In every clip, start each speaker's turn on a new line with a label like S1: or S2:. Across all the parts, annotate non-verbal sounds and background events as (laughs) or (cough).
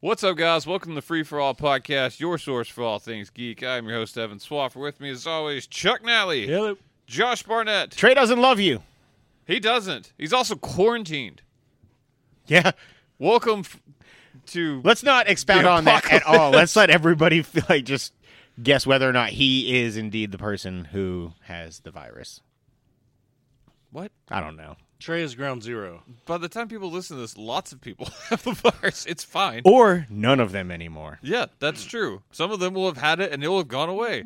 S1: What's up, guys? Welcome to the Free for All podcast, your source for all things geek. I am your host, Evan Swaffer. With me, as always, Chuck Nally,
S2: Hello.
S1: Josh Barnett.
S2: Trey doesn't love you.
S1: He doesn't. He's also quarantined.
S2: Yeah.
S1: Welcome f- to.
S2: Let's not expound
S1: The
S2: on that at all. Let's let everybody (laughs) feel like just guess whether or not he is indeed the person who has the virus.
S1: What?
S2: I don't know.
S3: Trey is ground zero.
S1: By the time people listen to this, lots of people (laughs) have the virus. It's fine.
S2: Or none of them anymore.
S1: Yeah, that's true. Some of them will have had it and it'll have gone away.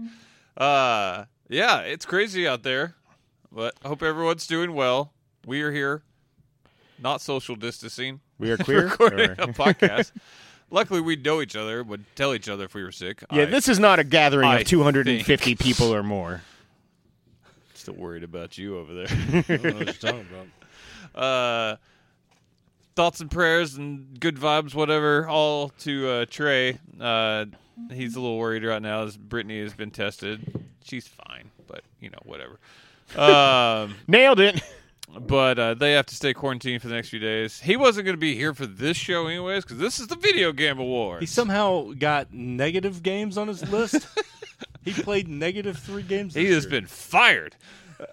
S1: Uh, yeah, it's crazy out there, but I hope everyone's doing well. We are here, not social distancing, (laughs)
S2: We are queer.
S1: recording
S2: or-
S1: a podcast. Luckily, we know each other, would tell each other if we were sick.
S2: yeah,
S1: I-
S2: this is not a gathering
S1: I
S2: of 250 people or more.
S1: Still worried about you over there.
S3: I don't know what you're talking about.
S1: (laughs) Uh, thoughts and prayers and good vibes, whatever, all to uh, Trey. Uh, he's a little worried right now as Brittany has been tested. She's fine, but you know, whatever. Um,
S2: Nailed it.
S1: but uh, they have to stay quarantined for the next few days. He wasn't going to be here for this show, anyways, because this is the video game award.
S3: He somehow got negative games on his list. (laughs) he played negative three games.
S1: He
S3: this
S1: has
S3: year.
S1: been fired.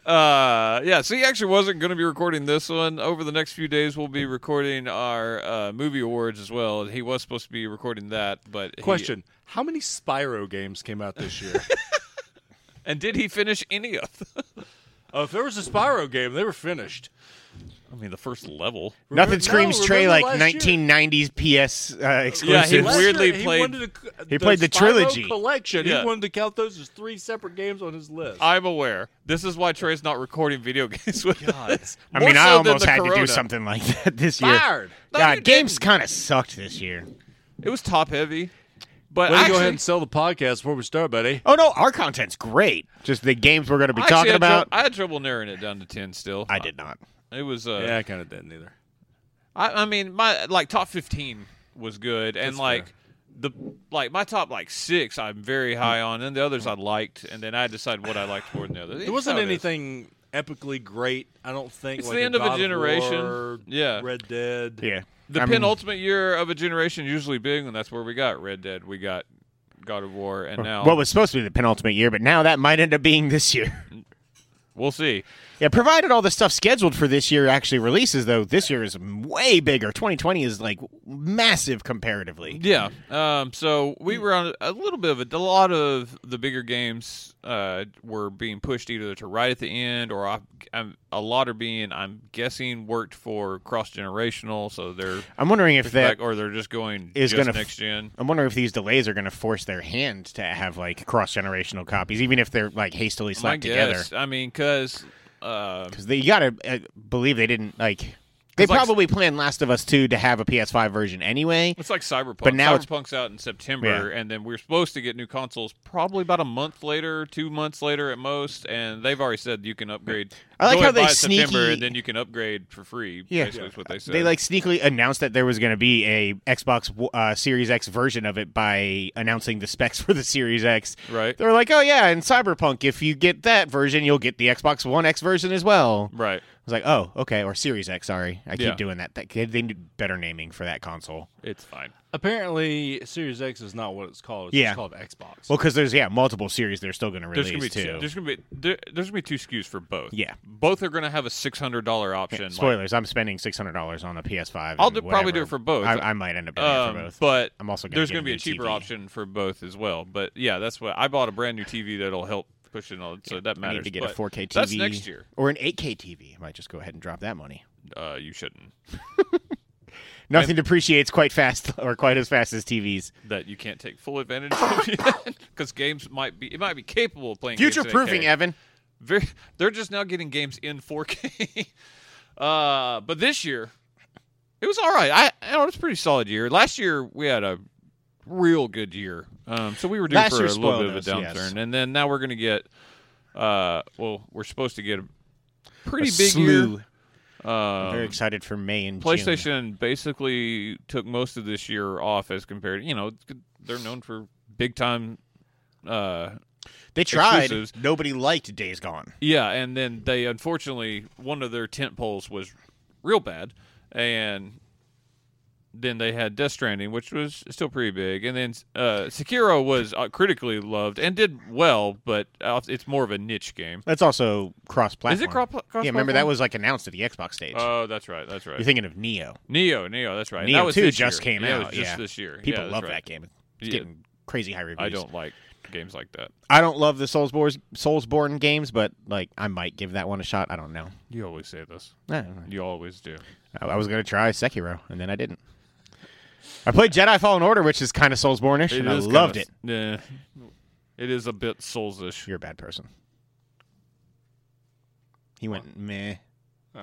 S1: Uh, yeah, so he actually wasn't going to be recording this one. Over the next few days, we'll be recording our uh, movie awards as well. He was supposed to be recording that, but he-
S3: Question: How many Spyro games came out this year?
S1: and did he finish any of them?
S3: (laughs) oh, if there was a Spyro game, they were finished.
S1: I mean, the first level.
S2: Nothing
S3: No,
S2: screams Trey
S3: remember
S2: like
S3: last year?
S2: 1990s PS uh,
S1: Yeah, he
S2: exclusives.
S3: Last
S1: weirdly
S3: year,
S1: played-
S3: wanted to-
S2: he played the
S3: Spyro
S2: trilogy.
S3: collection.
S1: Yeah.
S3: He wanted to count those as three separate games on his list.
S1: I'm aware. This is why Trey's not recording video (laughs) games with us.
S2: I
S1: More
S2: mean, I
S1: so than
S2: almost
S1: the
S2: had to do
S1: corona.
S2: something like (laughs) that this year.
S3: Fired.
S1: No, you
S2: God, games
S1: didn't.
S2: kind of sucked this year.
S1: It was top heavy, but
S3: Way to
S1: actually,
S3: go ahead and sell the podcast before we start, buddy.
S2: Oh no, our content's great. Just the games we're going to be
S1: I actually
S2: talking
S1: had trou-
S2: about.
S1: I had trouble narrowing it down to ten. Still,
S2: I did not.
S1: It was. Uh,
S3: Yeah, I kind of didn't either.
S1: I, I mean, my like top fifteen was good, and like the like my top like six, I'm very high on, and the others I liked, and then I decided what I liked more than
S2: (sighs)
S1: the others.
S3: It wasn't anything epically great. I don't think.
S1: It's
S3: like
S1: the end of a
S3: God
S1: generation.
S3: War,
S1: Yeah.
S3: Red Dead.
S2: Yeah,
S1: The
S2: I mean,
S1: penultimate year of a generation usually big, and that's where we got Red Dead, we got God of War, and now
S2: What was supposed to be the penultimate year, but now that might end up being this year. (laughs)
S1: we'll see.
S2: Yeah, provided all the stuff scheduled for this year actually releases, though, this year is way bigger. 2020 is like massive comparatively.
S1: Yeah. Um. So we
S2: Hmm.
S1: were on a little bit of a, a lot of the bigger games uh were being pushed either to right at the end or off, um, a lot are being I'm guessing worked for cross generational, so they're
S2: I'm wondering if that.
S1: back, or they're just going
S2: is
S1: just
S2: gonna f-
S1: next gen.
S2: I'm wondering if these delays are going to force their hand to have like cross generational copies, even if they're like hastily
S1: I
S2: slapped together.
S1: guess. I mean, because uh,
S2: Because you got to uh, believe they didn't like. They
S1: 'Cause, like,
S2: probably planned Last of Us 2 to have a PS5 version anyway.
S1: it's like Cyberpunk.
S2: But now it's-
S1: Cyberpunk's out in September, and then we're supposed to get new consoles probably about a month later, two months later at most. And they've already said you can upgrade.
S2: I like
S1: go ahead
S2: how
S1: and
S2: they
S1: buy it September,
S2: sneaky-
S1: and then you can upgrade for free.
S2: Yeah.
S1: basically is what they said.
S2: They like sneakily announced that there was going to be a Xbox uh, Series X version of it by announcing the specs (laughs) for the Series X.
S1: Right.
S2: They were like, "Oh yeah, and Cyberpunk, if you get that version, you'll get the Xbox One X version as well."
S1: right.
S2: I was like, "Oh, okay," or Series X. Sorry, I keep
S1: Yeah.
S2: doing that. that. They need better naming for that console.
S1: It's fine.
S3: Apparently, Series X is not what it's called. It's
S2: Yeah.
S3: just called Xbox.
S2: Well, because there's yeah multiple series they're still going to
S1: There's
S2: release
S1: gonna be
S2: too.
S1: two, there's gonna be there, there's gonna be two SKUs for both.
S2: Yeah.
S1: both are gonna have a six hundred dollar option. like,
S2: Spoilers: I'm spending six hundred dollars on a PS5.
S1: I'll
S2: and
S1: do- probably
S2: whatever.
S1: do it for both.
S2: I, I might end up doing it for
S1: Um,
S2: both.
S1: But
S2: I'm also gonna
S1: there's
S2: get
S1: going
S2: a
S1: to be a
S2: new
S1: cheaper
S2: TV.
S1: option for both as well. But yeah, that's what I bought a brand new TV that'll help push it on. So that
S2: I
S1: matters.
S2: need to get
S1: But
S2: a 4K TV
S1: That's next year.
S2: or an 8K TV. I might just go ahead and drop that money.
S1: Uh, you shouldn't.
S2: Nothing depreciates quite fast (laughs) or quite as fast as TVs.
S1: That you can't take full advantage of (laughs) because games might be it might be capable of playing games in
S2: Future proofing,
S1: 8K.
S2: Evan.
S1: Very, they're just now getting games in 4K. (laughs) uh, but this year, it was all right. I, I know it's a pretty solid year. Last year we had a real good year, um, so we were due
S2: Last
S1: for
S2: year
S1: a little bit of a
S2: spoiled
S1: downturn,
S2: us, yes.
S1: and then now we're gonna get. Uh, well, we're supposed to get a pretty
S2: A
S1: big
S2: slew.
S1: year. Um,
S2: Very excited for May and June.
S1: PlayStation basically took most of this year off as compared. You know, they're known for big time. Uh,
S2: They tried.
S1: exclusives.
S2: Nobody liked Days Gone.
S1: Yeah, and then they unfortunately one of their tent poles was real bad, and Then they had Death Stranding, which was still pretty big, and then uh, Sekiro was uh, critically loved and did well, but uh, it's more of a niche game.
S2: That's also cross-platform.
S1: Is it cro- cross-platform?
S2: Yeah, remember that was like announced at the Xbox stage.
S1: Oh, that's right, that's right.
S2: You're thinking of Neo.
S1: Neo, Neo, that's right.
S2: Neo
S1: that was
S2: 2
S1: this year.
S2: just came
S1: yeah, it was
S2: out,
S1: just
S2: yeah.
S1: this year.
S2: People
S1: Yeah, that's
S2: love
S1: right.
S2: that game. It's
S1: Yeah.
S2: getting crazy high reviews.
S1: I don't like games like that.
S2: I don't love the Soulsborne Soulsborne games, but like I might give that one a shot. I don't know.
S1: You always say this.
S2: I don't know.
S1: You always do.
S2: I I was gonna try Sekiro, and then I didn't. I played Jedi Fallen Order, which is kind of Soulsborne-ish, and I
S1: is
S2: loved it.
S1: kinda- Nah, it is a bit Souls-ish
S2: You're a bad person. He went meh.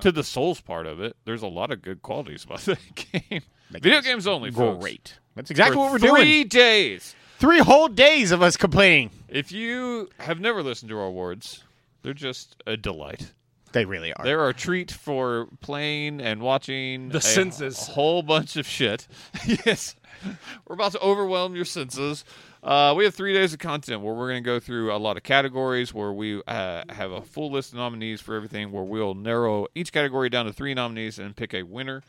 S1: to the Souls part of it. There's a lot of good qualities about (laughs) that game. Video games only, folks.
S2: Great. That's exactly
S1: For
S2: what we're
S1: three
S2: doing.
S1: days.
S2: Three whole days of us complaining.
S1: If you have never listened to our awards, they're just a delight.
S2: They really are.
S1: They're a treat for playing and watching
S3: The
S1: a
S3: senses.
S1: whole bunch of shit. (laughs) yes, we're about to overwhelm your senses. Uh, we have three days of content where we're going to go through a lot of categories where we uh, have a full list of nominees for everything. Where we'll narrow each category down to three nominees and pick a winner.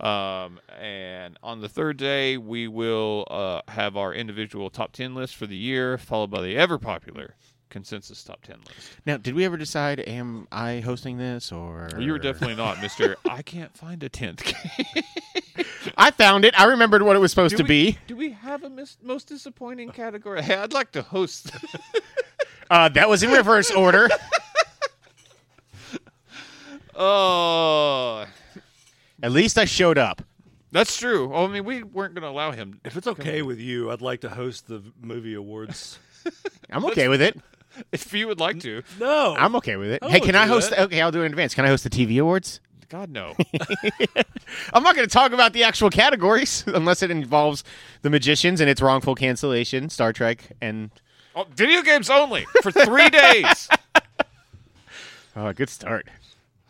S1: Um, and on the third day, we will uh, have our individual top ten list for the year, followed by the ever popular consensus top ten list.
S2: now, did we ever decide? Am I hosting this or
S1: You were definitely not,
S2: (laughs)
S1: Mister. I can't find a tenth game.
S2: I found it. I remembered what it was supposed
S1: Do
S2: to
S1: we-
S2: be.
S1: Do we have a mis- most disappointing category? Hey, I'd like to host.
S2: (laughs) Uh, that was
S1: (laughs)
S2: in reverse order.
S1: oh,
S2: At least I showed up.
S1: that's true. Oh, I mean, we weren't going to allow him.
S3: If it's okay with you, I'd like to host the movie awards.
S2: I'm okay with it.
S1: If you would like to,
S3: (laughs) no,
S2: I'm okay with it.
S3: I
S2: hey,
S3: would
S2: can I
S3: do
S2: host?
S3: that.
S2: Okay, I'll do it in advance. Can I host the TV awards?
S1: God no.
S2: I'm not going to talk about the actual categories (laughs) unless it involves the magicians and its wrongful cancellation, Star Trek, and
S1: (laughs) oh, video games only for three
S2: (laughs)
S1: days.
S2: oh, good start.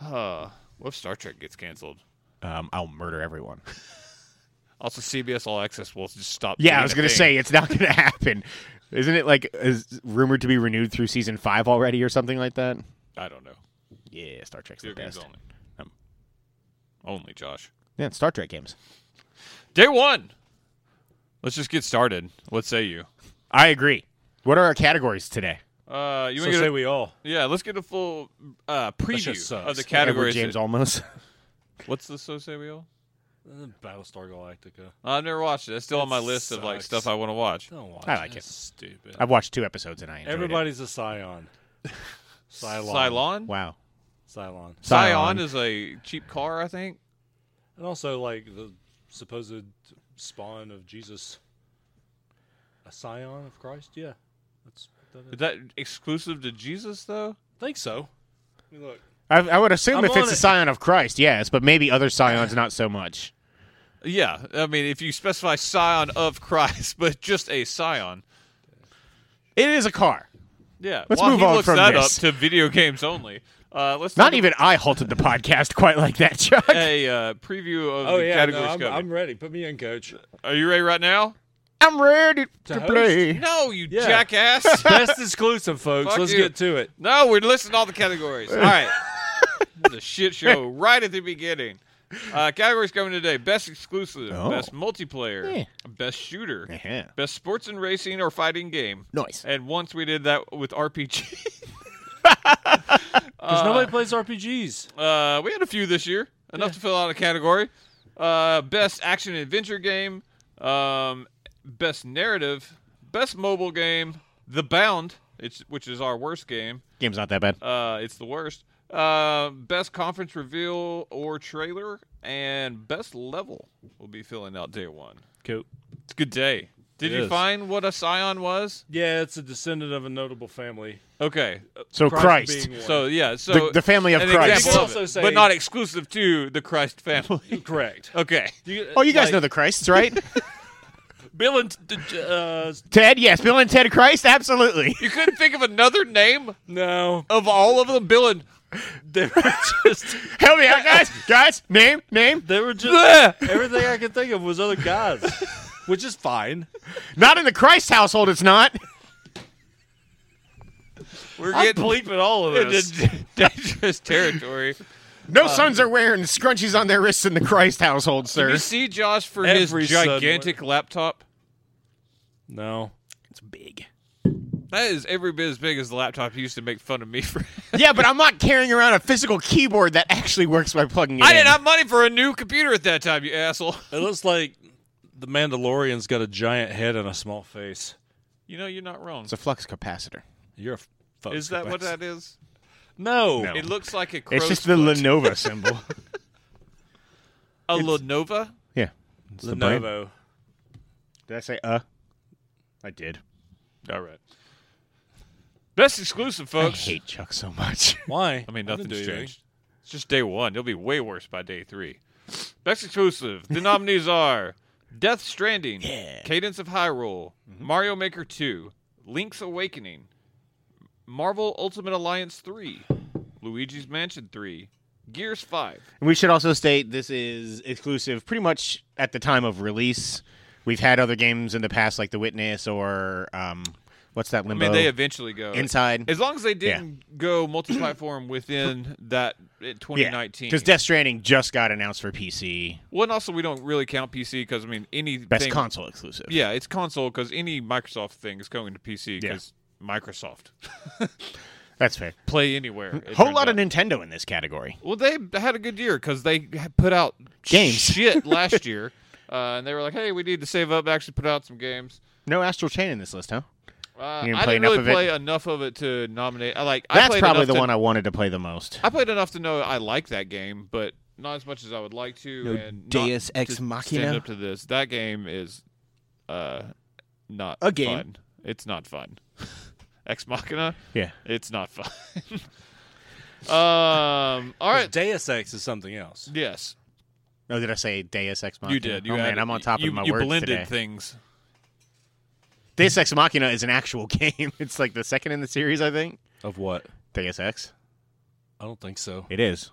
S1: Uh, what if Star Trek gets canceled?
S2: Um, I'll murder everyone.
S1: Also, CBS All Access will just stop.
S2: (laughs) Yeah,
S1: doing
S2: I was
S1: a
S2: going to
S1: thing.
S2: say it's not going to (laughs) happen. Isn't it like is rumored to be renewed through season five already or something like that?
S1: I don't know.
S2: Yeah, Star Trek's the
S1: Video games
S2: best.
S1: only.
S2: Um,
S1: Only Josh.
S2: Yeah, Star Trek games.
S1: Day one. Let's just get started. What say you?
S2: I agree. What are our categories today?
S1: Uh, you
S3: So
S1: wanna get
S3: say
S1: a-
S3: we all.
S1: Yeah, let's get a full uh, preview
S3: just sucks.
S1: of the
S2: Edward
S1: categories.
S2: James almost.
S1: What's the so say we all?
S3: Uh, Battlestar Galactica.
S1: I've never watched it. It's still on my
S3: That
S1: list of like
S3: sucks.
S1: stuff I want to watch.
S3: Don't watch.
S2: I like it.
S3: it. It's Stupid.
S2: (laughs) I've watched two episodes and I enjoyed it.
S3: Everybody's a (laughs) Scion. Cylon.
S1: Cylon.
S2: Wow.
S3: Cylon.
S1: Scion is a cheap car, I think.
S3: And also, like, the supposed spawn of Jesus. A Scion of Christ? Yeah. That's what that
S1: Is
S3: is.
S1: that exclusive to Jesus though?
S3: I think so. Let me look.
S2: I, I would assume
S3: I'm
S2: if it's
S3: on
S2: a
S3: it.
S2: scion of Christ, yes, but maybe other scions not so much.
S1: Yeah, I mean, if you specify Scion of Christ, (laughs) but just a Scion.
S2: It is a car.
S1: Yeah.
S2: Let's
S1: While
S2: move
S1: he
S2: on
S1: looks
S2: from
S1: that
S2: this.
S1: up to video games only. Uh, let's
S2: Not
S1: take
S2: even I halted the podcast quite like that, Chuck.
S1: a uh, preview of
S3: Oh,
S1: the
S3: yeah. No,
S1: categories
S3: I'm,
S1: coming.
S3: I'm ready. Put me in, coach.
S1: Are you ready right
S3: (laughs)
S1: now?
S2: (laughs) I'm ready
S3: To
S2: to,
S3: host?
S2: play.
S1: No, you
S3: Yeah. (laughs)
S1: jackass.
S3: (laughs) Best exclusive, folks.
S1: Fuck
S3: Let's
S1: you.
S3: get to it.
S1: No, we're listing all the categories. All
S2: (laughs)
S1: right. the shit show right at the beginning. Uh, categories coming today best exclusive,
S2: Oh.
S1: best multiplayer,
S2: Yeah.
S1: best shooter,
S2: Uh-huh.
S1: best sports and racing or fighting game.
S2: Nice.
S1: And once we did that with RPG.
S3: Because nobody plays RPGs.
S1: (laughs) Uh, we had a few this year, enough to fill out a category. Uh, best action adventure game, um, best narrative, best mobile game, The Bound, it's, which is our worst game.
S2: Game's not that bad.
S1: Uh, it's the worst. Uh, best conference reveal or trailer and best level will be filling out day one.
S3: Cool.
S1: It's a good day. Did
S3: It
S1: you
S3: is.
S1: find what a scion was?
S3: Yeah, it's a descendant of a notable family.
S1: Okay,
S3: Oh,
S2: So Christ.
S3: being one.
S1: so yeah, so
S2: The, the family of
S1: an
S2: Christ.
S1: example
S3: You
S1: of
S3: could
S1: it,
S3: also say-
S1: but not exclusive to the Christ family.
S3: (laughs) correct.
S1: okay,
S2: Oh, you guys know
S1: (laughs)
S2: the Christs, right?
S3: Bill and t- t- uh,
S2: Ted, yes. Bill and Ted Christ, absolutely.
S1: you couldn't think of another name
S3: no,
S1: of all of them, Bill and
S3: they were just
S2: (laughs) Help me
S1: (laughs)
S2: out, guys. guys, name, name.
S3: they were just everything I could think of was other guys, which is fine.
S2: Not in the Christ household, it's not.
S1: we're
S3: I'm
S1: getting
S3: bleeping all of this.
S1: into dangerous territory.
S2: (laughs) No sons are wearing scrunchies on their wrists in the Christ household,
S1: Did
S2: sir.
S1: you see Josh for
S3: Every
S1: his
S3: son
S1: gigantic laptop?
S3: (laughs) No.
S2: It's big.
S1: That is every bit as big as the laptop he used to make fun of me for.
S2: (laughs) Yeah, but I'm not carrying around a physical keyboard that actually works by plugging it
S1: I
S2: in.
S1: didn't have money for a new computer at that time, you asshole.
S3: It looks like the Mandalorian's got a giant head and a small face.
S1: (laughs) You know, you're not wrong.
S2: It's a flux capacitor.
S3: You're a fuck.
S1: is that what that is?
S3: No.
S2: No.
S1: It looks like a crow's
S2: It's just the
S1: foot.
S2: Lenovo
S1: (laughs)
S2: symbol.
S1: a Lenovo.
S2: yeah. It's the brand.
S3: Lenovo.
S2: Did I say uh? I did.
S1: All right. Best exclusive, folks. (laughs)
S2: I hate Chuck so much. (laughs)
S3: Why?
S1: I mean,
S3: didn't do
S1: nothing's
S3: anything.
S1: changed. It's just day one. It'll be way worse by day three. Best exclusive. The nominees are Death Stranding, Cadence of Hyrule, Mario Maker 2, Link's Awakening, Marvel Ultimate Alliance 3, Luigi's Mansion 3, Gears 5.
S2: And we should also state this is exclusive pretty much at the time of release. We've had other games in the past like The Witness or um, what's that
S1: I
S2: limbo?
S1: mean, they uh, eventually go
S2: Inside.
S1: As long as they didn't go multi-platform within that uh, 2019.
S2: Because Death Stranding just got announced for PC.
S1: well, and also we don't really count PC because I mean any
S2: Best console exclusive.
S1: Yeah, it's console because any Microsoft thing is going to PC
S2: Yeah.
S1: because Microsoft (laughs)
S2: That's fair.
S1: play anywhere. it
S2: Whole
S1: turns
S2: lot of
S1: out.
S2: Nintendo in this category.
S1: well, they had a good year because they had put out (laughs)
S2: Games. (laughs)
S1: shit last year, uh, and they were like, "Hey, we need to save up, actually put out some games."
S2: No Astral Chain in this list, huh?
S1: Uh,
S2: You didn't
S1: I
S2: play
S1: didn't
S2: enough
S1: really
S2: of it?
S1: play enough of it to nominate. I like. I
S2: That's
S1: played
S2: probably
S1: enough
S2: the
S1: to-
S2: one I wanted to play the most.
S1: I played enough to know I like that game, but not as much as I would like to.
S2: No
S1: and not
S2: Deus Ex
S1: to Stand
S2: Machina?
S1: up to this. That game is uh, not
S2: A game.
S1: Fun. It's not fun. (laughs) Ex Machina.
S2: Yeah.
S1: It's not fun. (laughs) um. All right.
S3: Deus Ex is something else.
S1: Yes,
S2: Oh, did I say Deus Ex Machina?
S1: you did. You
S2: oh, man,
S1: added-
S2: I'm on top
S1: you,
S2: of my
S1: you
S2: words
S1: blended
S2: today.
S1: things.
S2: Deus Ex Machina is an actual (laughs) game. It's like the second in the series, I think.
S3: Of what?
S2: Deus Ex.
S3: I don't think so.
S2: It is.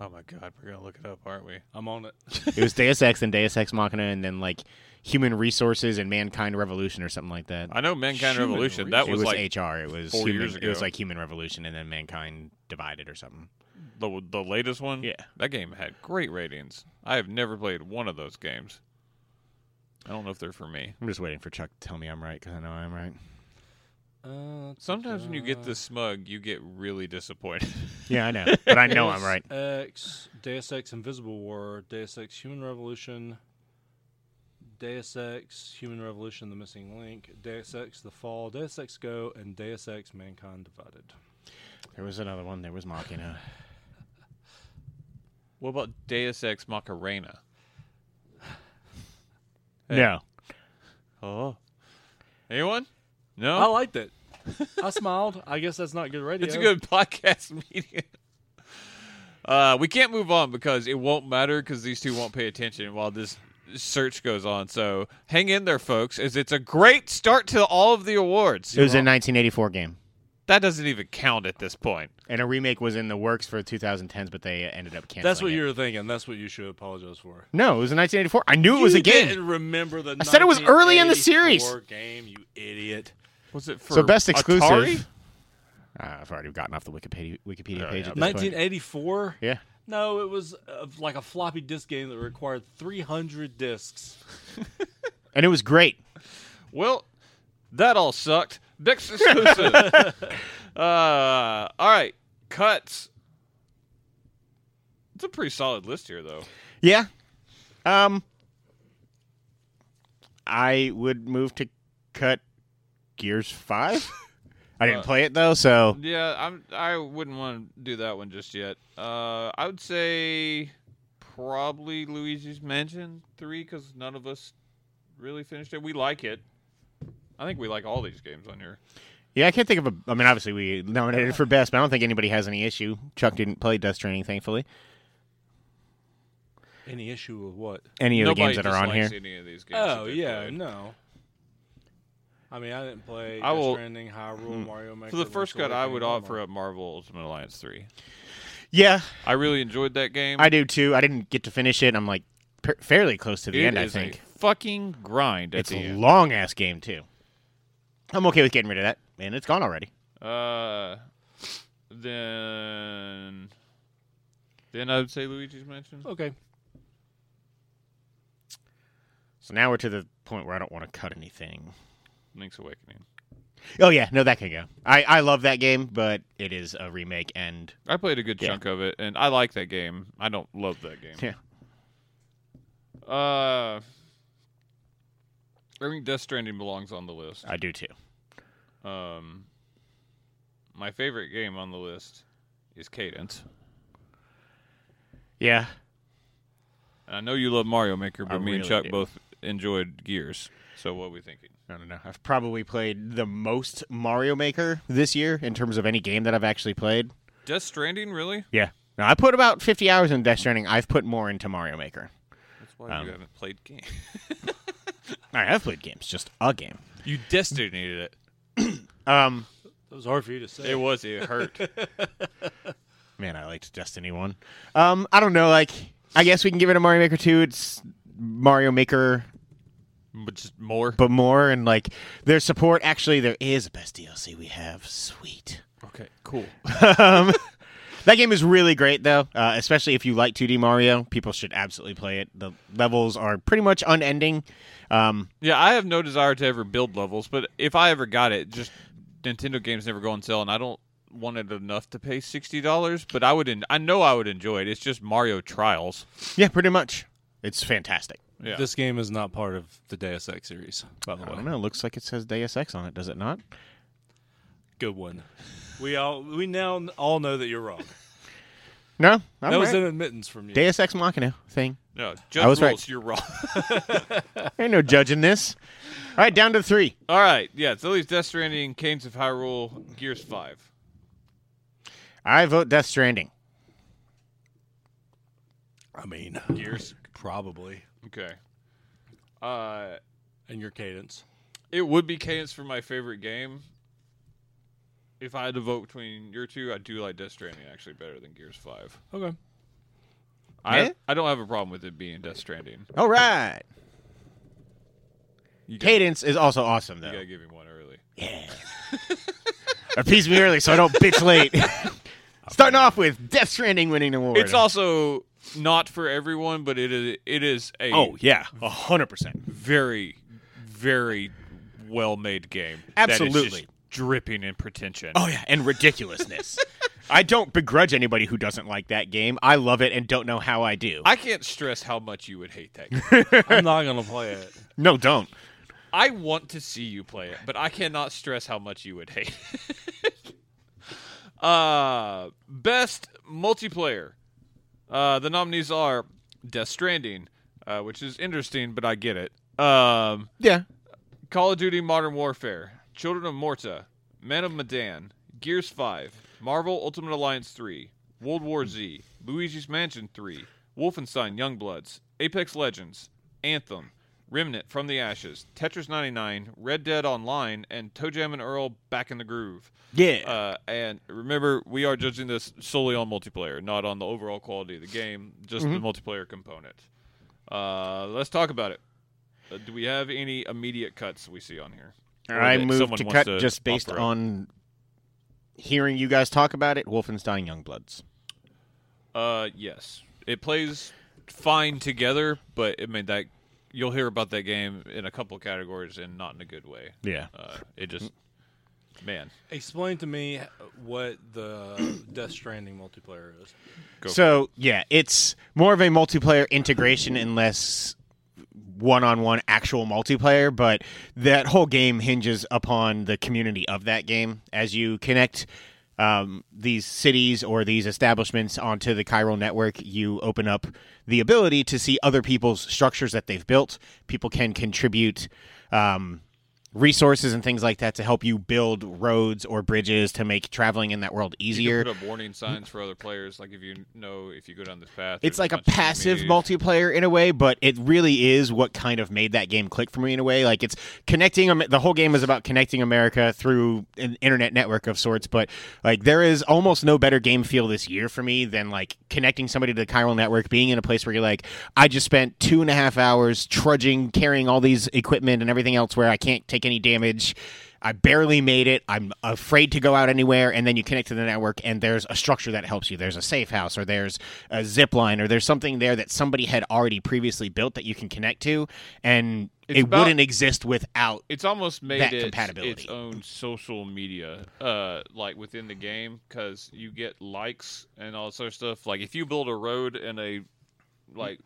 S1: Oh my God, we're gonna look it up, aren't we?
S3: I'm on it.
S1: (laughs)
S2: It was Deus Ex and Deus Ex Machina, and then like Human Resources and Mankind Revolution or something like that.
S1: I know Mankind
S3: Human
S1: Revolution.
S3: Reach.
S1: That
S2: it
S1: was,
S2: was
S1: like
S2: HR. It was
S1: four
S2: human,
S1: years
S2: It was
S1: ago.
S2: like Human Revolution, and then Mankind divided or something.
S1: the the latest one.
S2: Yeah.
S1: that game had great ratings. I have never played one of those games. I don't know if they're for me.
S2: I'm just waiting for Chuck to tell me I'm right because I know
S1: (laughs)
S2: I'm right.
S3: Uh,
S1: Sometimes when you get this smug, you get really disappointed. (laughs)
S2: Yeah, I know, but I know I'm right.
S3: X, Deus Ex Invisible War, Deus Ex Human Revolution, Deus Ex Human Revolution The Missing Link, Deus Ex The Fall, Deus Ex Go, and Deus Ex Mankind Divided.
S2: There was another one. There was Machina.
S1: what about Deus Ex Macarena?
S2: No,
S1: Oh, anyone? No,
S2: Oh,
S3: I liked it. (laughs) I smiled. I guess that's not good radio.
S1: It's a good (laughs) podcast media. Uh, we can't move on because it won't matter because these two won't pay attention while this search goes on. So hang in there, folks, as it's a great start to all of the awards.
S2: it was a 1984 game,
S1: That doesn't even count at this point.
S2: and a remake was in the works for 2010s, but they ended up canceling.
S3: That's what
S2: it.
S3: you were thinking. That's what you should apologize for.
S2: No, it was in 1984. I knew it was
S3: you
S2: a game.
S3: Didn't remember the
S2: I said it was early in the series.
S3: 1984 Game, you idiot.
S1: Was it for
S2: So best
S1: Atari? Oh,
S2: exclusive. Uh, I've already gotten off the Wikipedia Wikipedia page. at this point.
S3: 1984.
S2: Yeah.
S3: No, it was uh, like a floppy disk game that required 300 disks.
S2: And it was great.
S1: Well, that all sucked. Best exclusive.
S2: (laughs)
S1: uh, all right, cuts. It's a pretty solid list here, though.
S2: Yeah. Um I would move to cut Gears 5. I didn't
S1: Uh,
S2: play it though, so
S1: Yeah, I'm. I wouldn't want to do that one just yet. Uh, I would say probably Luigi's Mansion three because none of us really finished it. We like it. I think we like all these games on here.
S2: yeah, I can't think of a I mean obviously we nominated for best, but I don't think anybody has any issue. Chuck didn't play Death Stranding thankfully.
S3: Any issue with what?
S2: Any of
S1: Nobody
S2: the games that are on here.
S1: dislikes Any of these games? that
S3: Oh,
S1: they
S3: yeah,
S1: played.
S3: no. I mean, I didn't play
S1: I
S3: Death
S1: will- Mm-hmm.
S3: Stranding, Hyrule, Mario Maker.
S1: For the first cut, I would offer
S3: up.
S1: up Marvel Ultimate Alliance three.
S2: Yeah,
S1: I really enjoyed that game.
S2: I do too. I didn't get to finish it. I'm like p- fairly close to the
S1: It
S2: end, I
S1: is a
S2: think.
S1: fucking grind. At
S2: It's
S1: the
S2: a
S1: end.
S2: long ass game too. I'm okay with getting rid of that. And it's gone already.
S1: Uh, then Then I would say Luigi's Mansion.
S3: Okay.
S2: So now we're to the point where I don't want to cut anything.
S1: Link's Awakening.
S2: Oh yeah, no, that can go. I I love that game, but it is a remake, and
S1: I played a good
S2: Yeah.
S1: chunk of it, and I like that game. I don't love that game.
S2: yeah,
S1: Uh, I think Death Stranding belongs on the list.
S2: I do too. Uh.
S1: Um, my favorite game on the list is Cadence.
S2: Yeah,
S1: And I know you love Mario Maker, but
S2: I
S1: me and
S2: really
S1: Chuck
S2: do.
S1: both enjoyed Gears. So what are we thinking?
S2: I don't know. I've probably played the most Mario Maker this year in terms of any game that I've actually played.
S1: Death Stranding, really?
S2: Yeah. Now I put about 50 hours in Death Stranding. I've put more into Mario Maker.
S1: That's why
S2: Um,
S1: you haven't played game.
S2: I have played games, just a game.
S1: you destinated it.
S2: Um,
S3: That was hard for you to say.
S1: It was. It hurt.
S2: man, I liked Destiny one. Um, I don't know. Like, I guess we can give it a Mario Maker two. It's Mario Maker,
S1: (laughs) but just more.
S2: but more and like their support. Actually, there is a best DLC we have. Sweet.
S1: Okay, cool.
S2: um, that game is really great though, uh, especially if you like 2D Mario. People should absolutely play it. The levels are pretty much unending. Um,
S1: Yeah, I have no desire to ever build levels, but if I ever got it, just Nintendo games never go on sale, and I don't want it enough to pay sixty dollars. But I would. En- I know I would enjoy it. It's just Mario Trials.
S2: yeah, pretty much. It's fantastic.
S1: Yeah.
S3: This game is not part of the Deus Ex series, by the
S2: I don't
S3: way.
S2: know. It looks like it says Deus Ex on it, does it not?
S3: Good one. We all we now all know that you're wrong.
S2: No, I'm
S3: that was
S2: right.
S3: an admittance from you.
S2: Deus Ex Machina thing.
S1: no,
S2: I
S1: just rules.
S2: was right.
S1: You're wrong. (laughs)
S2: Ain't no judging this. All right, down to three.
S1: All right. Yeah, it's at least Death Stranding, Canes of Hyrule, Gears Five.
S2: I vote Death Stranding.
S3: I mean,
S1: Gears.
S3: probably.
S1: Okay. Uh,
S3: And your cadence.
S1: it would be Cadence for my favorite game. If I had to vote between your two, I do like Death Stranding actually better than Gears Five.
S3: Okay.
S2: Yeah?
S1: I I don't have a problem with it being Death Stranding.
S2: All right.
S1: You gotta-
S2: Cadence is also awesome
S1: You
S2: though.
S1: gotta give him one early.
S2: Yeah. Appease me early so I don't bitch late.
S1: (laughs)
S2: Starting off with Death Stranding winning the award.
S1: It's also not for everyone, but it is it is a
S2: Oh yeah, a hundred percent.
S1: very very well made game. that is just
S2: Absolutely.
S1: dripping in pretension.
S2: Oh yeah, and ridiculousness. (laughs) I don't begrudge anybody who doesn't like that game. I love it and don't know how I do.
S1: I can't stress how much you would hate that game.
S2: (laughs)
S3: I'm not gonna play it.
S2: no, don't.
S1: I want to see you play it, but I cannot stress how much you would hate. it. (laughs) uh best multiplayer. Uh the nominees are Death Stranding, uh, which is interesting, but I get it. Um
S2: Yeah.
S1: Call of Duty Modern Warfare, Children of Morta, Men of Medan, Gears 5, Marvel Ultimate Alliance 3, World War Z, Luigi's Mansion 3, Wolfenstein Youngbloods, Apex Legends, Anthem, Remnant from the Ashes, Tetris 99, Red Dead Online, and Toe Jam and Earl Back in the Groove.
S2: Yeah.
S1: Uh, and remember, we are judging this solely on multiplayer, not on the overall quality of the game, just
S2: Mm-hmm.
S1: the multiplayer component. Uh, let's talk about it. Uh, do we have any immediate cuts we see on here? Or
S2: I
S1: that
S2: move
S1: someone
S2: to
S1: wants
S2: cut just based
S1: offer up?
S2: on hearing you guys talk about it. Wolfenstein Youngbloods.
S1: Uh, yes, it plays fine together, but I mean that you'll hear about that game in a couple categories and not in a good way.
S2: Yeah.
S1: Uh, it just, man,
S3: Explain to me what the (coughs) Death Stranding multiplayer is.
S1: go
S2: So yeah, it's more of a multiplayer integration and less one-on-one actual multiplayer. But that whole game hinges upon the community of that game as you connect. Um, these cities or these establishments onto the chiral network, you open up the ability to see other people's structures that they've built. People can contribute um, resources and things like that to help you build roads or bridges to make traveling in that world easier.
S1: put up warning signs for other players, like if you know if you go down this path. there's
S2: it's like a
S1: bunch of
S2: passive
S1: enemies.
S2: multiplayer in a way, but it really is what kind of made that game click for me in a way. Like it's connecting. Am- The whole game is about connecting America through an internet network of sorts. But like there is almost no better game feel this year for me than like connecting somebody to the chiral network, being in a place where you're like, I just spent two and a half hours trudging, carrying all these equipment and everything else where I can't take any damage. I barely made it. I'm afraid to go out anywhere. And then you connect to the network, and there's a structure that helps you. There's a safe house, or there's a zip line, or there's something there that somebody had already previously built that you can connect to, and
S1: It's
S2: it
S1: about-
S2: wouldn't exist without.
S1: It's almost made
S2: That
S1: it
S2: compatibility.
S1: its own social media, uh, like within the game, because you get likes and all sort of stuff. Like if you build a road in a like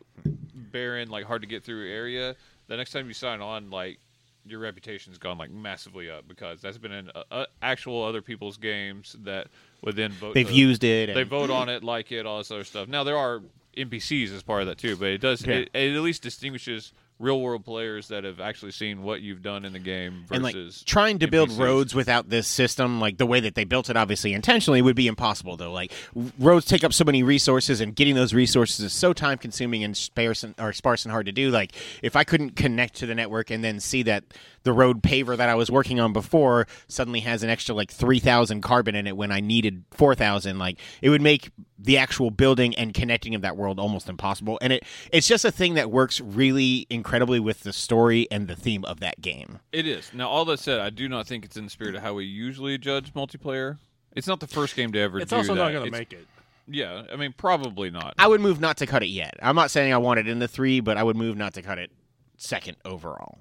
S1: barren, like hard to get through area, the next time you sign on, like your reputation's gone like massively up because that's been in uh, uh, actual other people's games that would then vote.
S2: They've
S1: to-
S2: used it. And,
S1: they vote on
S2: Hmm.
S1: it, like it, all this other stuff. Now there are NPCs as part of that too, but it does
S2: Yeah.
S1: it, it at least distinguishes real world players that have actually seen what you've done in the game
S2: and like
S1: versus
S2: trying to build
S1: NPCs.
S2: roads without this system, like the way that they built it, obviously intentionally, would be impossible. Though, like w- roads take up so many resources, and getting those resources is so time consuming and sparse and, or sparse and hard to do. Like, if I couldn't connect to the network and then see that the road paver that I was working on before suddenly has an extra like three thousand carbon in it when I needed four thousand, like it would make the actual building and connecting of that world almost impossible. And it it's just a thing that works really incredibly with the story and the theme of that game.
S1: it is. Now all that said, I do not think it's in the spirit of how we usually judge multiplayer. It's not the first game to ever
S3: It's
S1: do
S3: also
S1: that.
S3: not going to
S1: It's-
S3: make it.
S1: Yeah, I mean probably not.
S2: I would move not to cut it yet. I'm not saying I want it in the three, but I would move not to cut it second overall.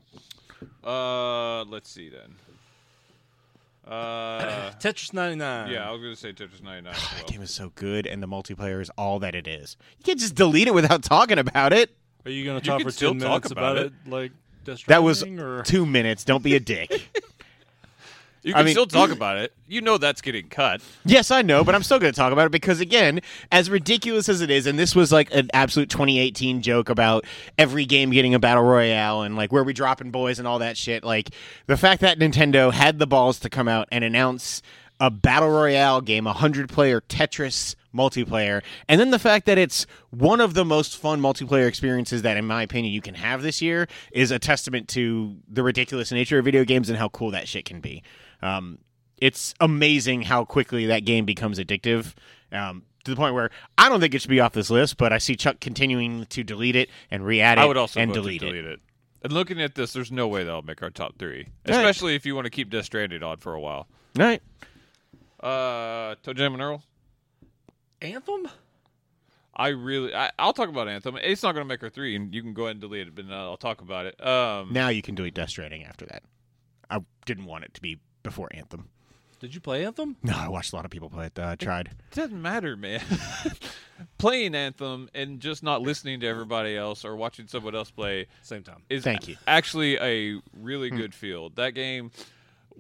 S1: Uh, let's see then. Uh,
S3: (coughs) Tetris 99.
S1: yeah, I was gonna say Tetris
S2: (sighs)
S1: 99. as well.
S2: That game is so good, and the multiplayer is all that it is. You can't just delete it without talking about it.
S3: Are you going to talk
S1: can
S3: for
S1: still
S3: two
S1: talk
S3: minutes
S1: about
S3: about,
S1: it.
S3: it? Like Death
S2: That was
S3: Stranding, or
S2: two minutes. Don't be a dick.
S1: You
S2: I
S1: can
S2: mean-
S1: still talk about it. You know that's getting cut.
S2: yes, I know, but I'm still going to talk about it because, again, as ridiculous as it is, and this was like an absolute 2018 joke about every game getting a battle royale and like where we dropping boys and all that shit. Like the fact that Nintendo had the balls to come out and announce a battle royale game, a hundred player Tetris multiplayer, and then the fact that it's one of the most fun multiplayer experiences that, in my opinion, you can have this year is a testament to the ridiculous nature of video games and how cool that shit can be. Um, it's amazing how quickly that game becomes addictive. Um, to the point where I don't think it should be off this list, but I see Chuck continuing to delete it and re-add it
S1: I would also
S2: and
S1: vote to
S2: delete, it.
S1: And looking at this, there's no way that'll make our top three, especially if you want to keep Death Stranded on for a while.
S2: All right.
S1: Uh, Toe Jam and Earl,
S3: Anthem?
S1: I really, I, I'll talk about Anthem. It's not going to make our three, and you can go ahead and delete it, but now I'll talk about it. Um,
S2: Now you can delete Death Stranding after that. I didn't want it to be before Anthem. (laughs)
S3: Did you play Anthem?
S2: No, I watched a lot of people play it. Though. I tried.
S1: it doesn't matter, man. (laughs) Playing Anthem and just not listening to everybody else or watching someone else play
S3: Same time.
S1: is
S2: Thank you.
S1: actually a
S3: Hmm.
S1: really good field. That game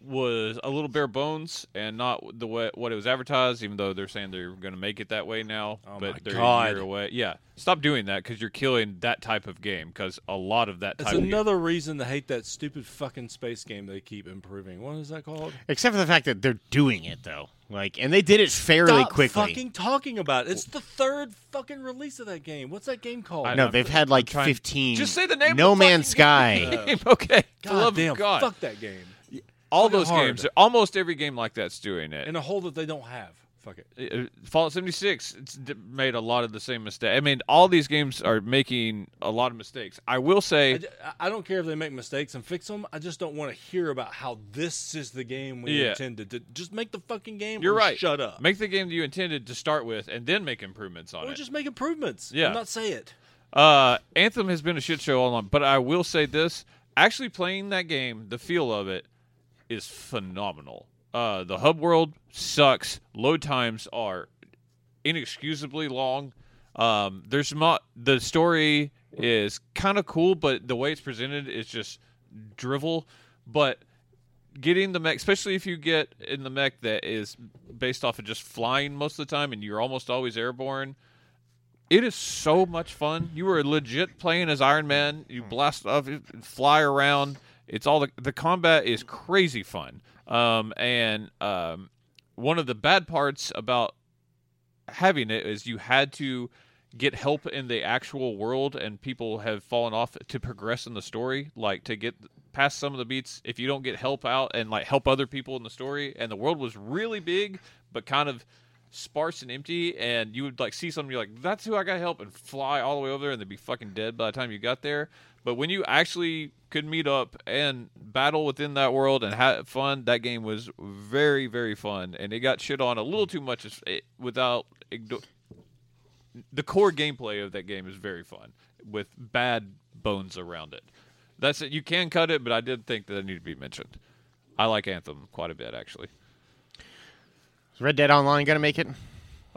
S1: was a little bare bones and not the way what it was advertised. Even though they're saying they're going to make it that way now,
S3: Oh
S1: but
S3: my
S1: they're a
S3: God.
S1: year away. Yeah, stop doing that because you're killing that type of game. Because a lot of that
S3: It's
S1: type of
S3: another reason to hate that stupid fucking space game they keep improving. What is that called?
S2: Except for the fact that they're doing it though. Like, and they did it fairly
S3: Stop
S2: quickly.
S3: fucking talking about it. It's the third fucking release of that game. What's that game called?
S1: I
S2: no,
S1: I'm-
S2: they've had like
S1: trying-
S2: fifteen.
S1: Just say the name of
S2: No
S1: the (laughs)
S2: Man's
S1: fucking
S2: Sky.
S1: (laughs) game. okay, For the
S3: God
S1: love of
S3: damn,
S1: God.
S3: fuck that game.
S1: all
S3: fucking
S1: those
S3: hard.
S1: games. Almost every game like that's doing it.
S3: In a hole that they don't have. Fuck it.
S1: uh, Fallout 76 it's d- made a lot of the same mistake. I mean, all these games are making a lot of mistakes. I will
S3: I,
S1: say,
S3: ju- I don't care if they make mistakes and fix them. I just don't want to hear about how this is the game we
S1: Yeah.
S3: intended to. Just make the fucking game.
S1: you're
S3: or
S1: right.
S3: Shut up.
S1: Make the game that you intended to start with, and then make improvements on
S3: or
S1: it.
S3: just make improvements.
S1: Yeah.
S3: And not say it.
S1: uh, Anthem has been a shit show all along, but I will say this: actually playing that game, the feel of it is phenomenal. Uh, the hub world sucks. Load times are inexcusably long. Um, there's not the story is kind of cool, but the way it's presented is just drivel. But getting the mech, especially if you get in the mech that is based off of just flying most of the time, and you're almost always airborne. It is so much fun. You are legit playing as Iron Man. You blast off, you fly around. It's all the the combat is crazy fun. Um, and um, one of the bad parts about having it is you had to get help in the actual world and people have fallen off to progress in the story like to get past some of the beats if you don't get help out and like help other people in the story and the world was really big but kind of sparse and empty, and you would like see something, you're like, "That's who I got to help," and fly all the way over there, and they'd be fucking dead by the time you got there. But when you actually could meet up and battle within that world and have fun, that game was very, very fun, and it got shit on a little too much as- it, without. igno- the core gameplay of that game is very fun with bad bones around it. That's it. You can cut it, but I did think that it needed to be mentioned. I like Anthem quite a bit, actually.
S2: Is Red Dead Online gonna make it?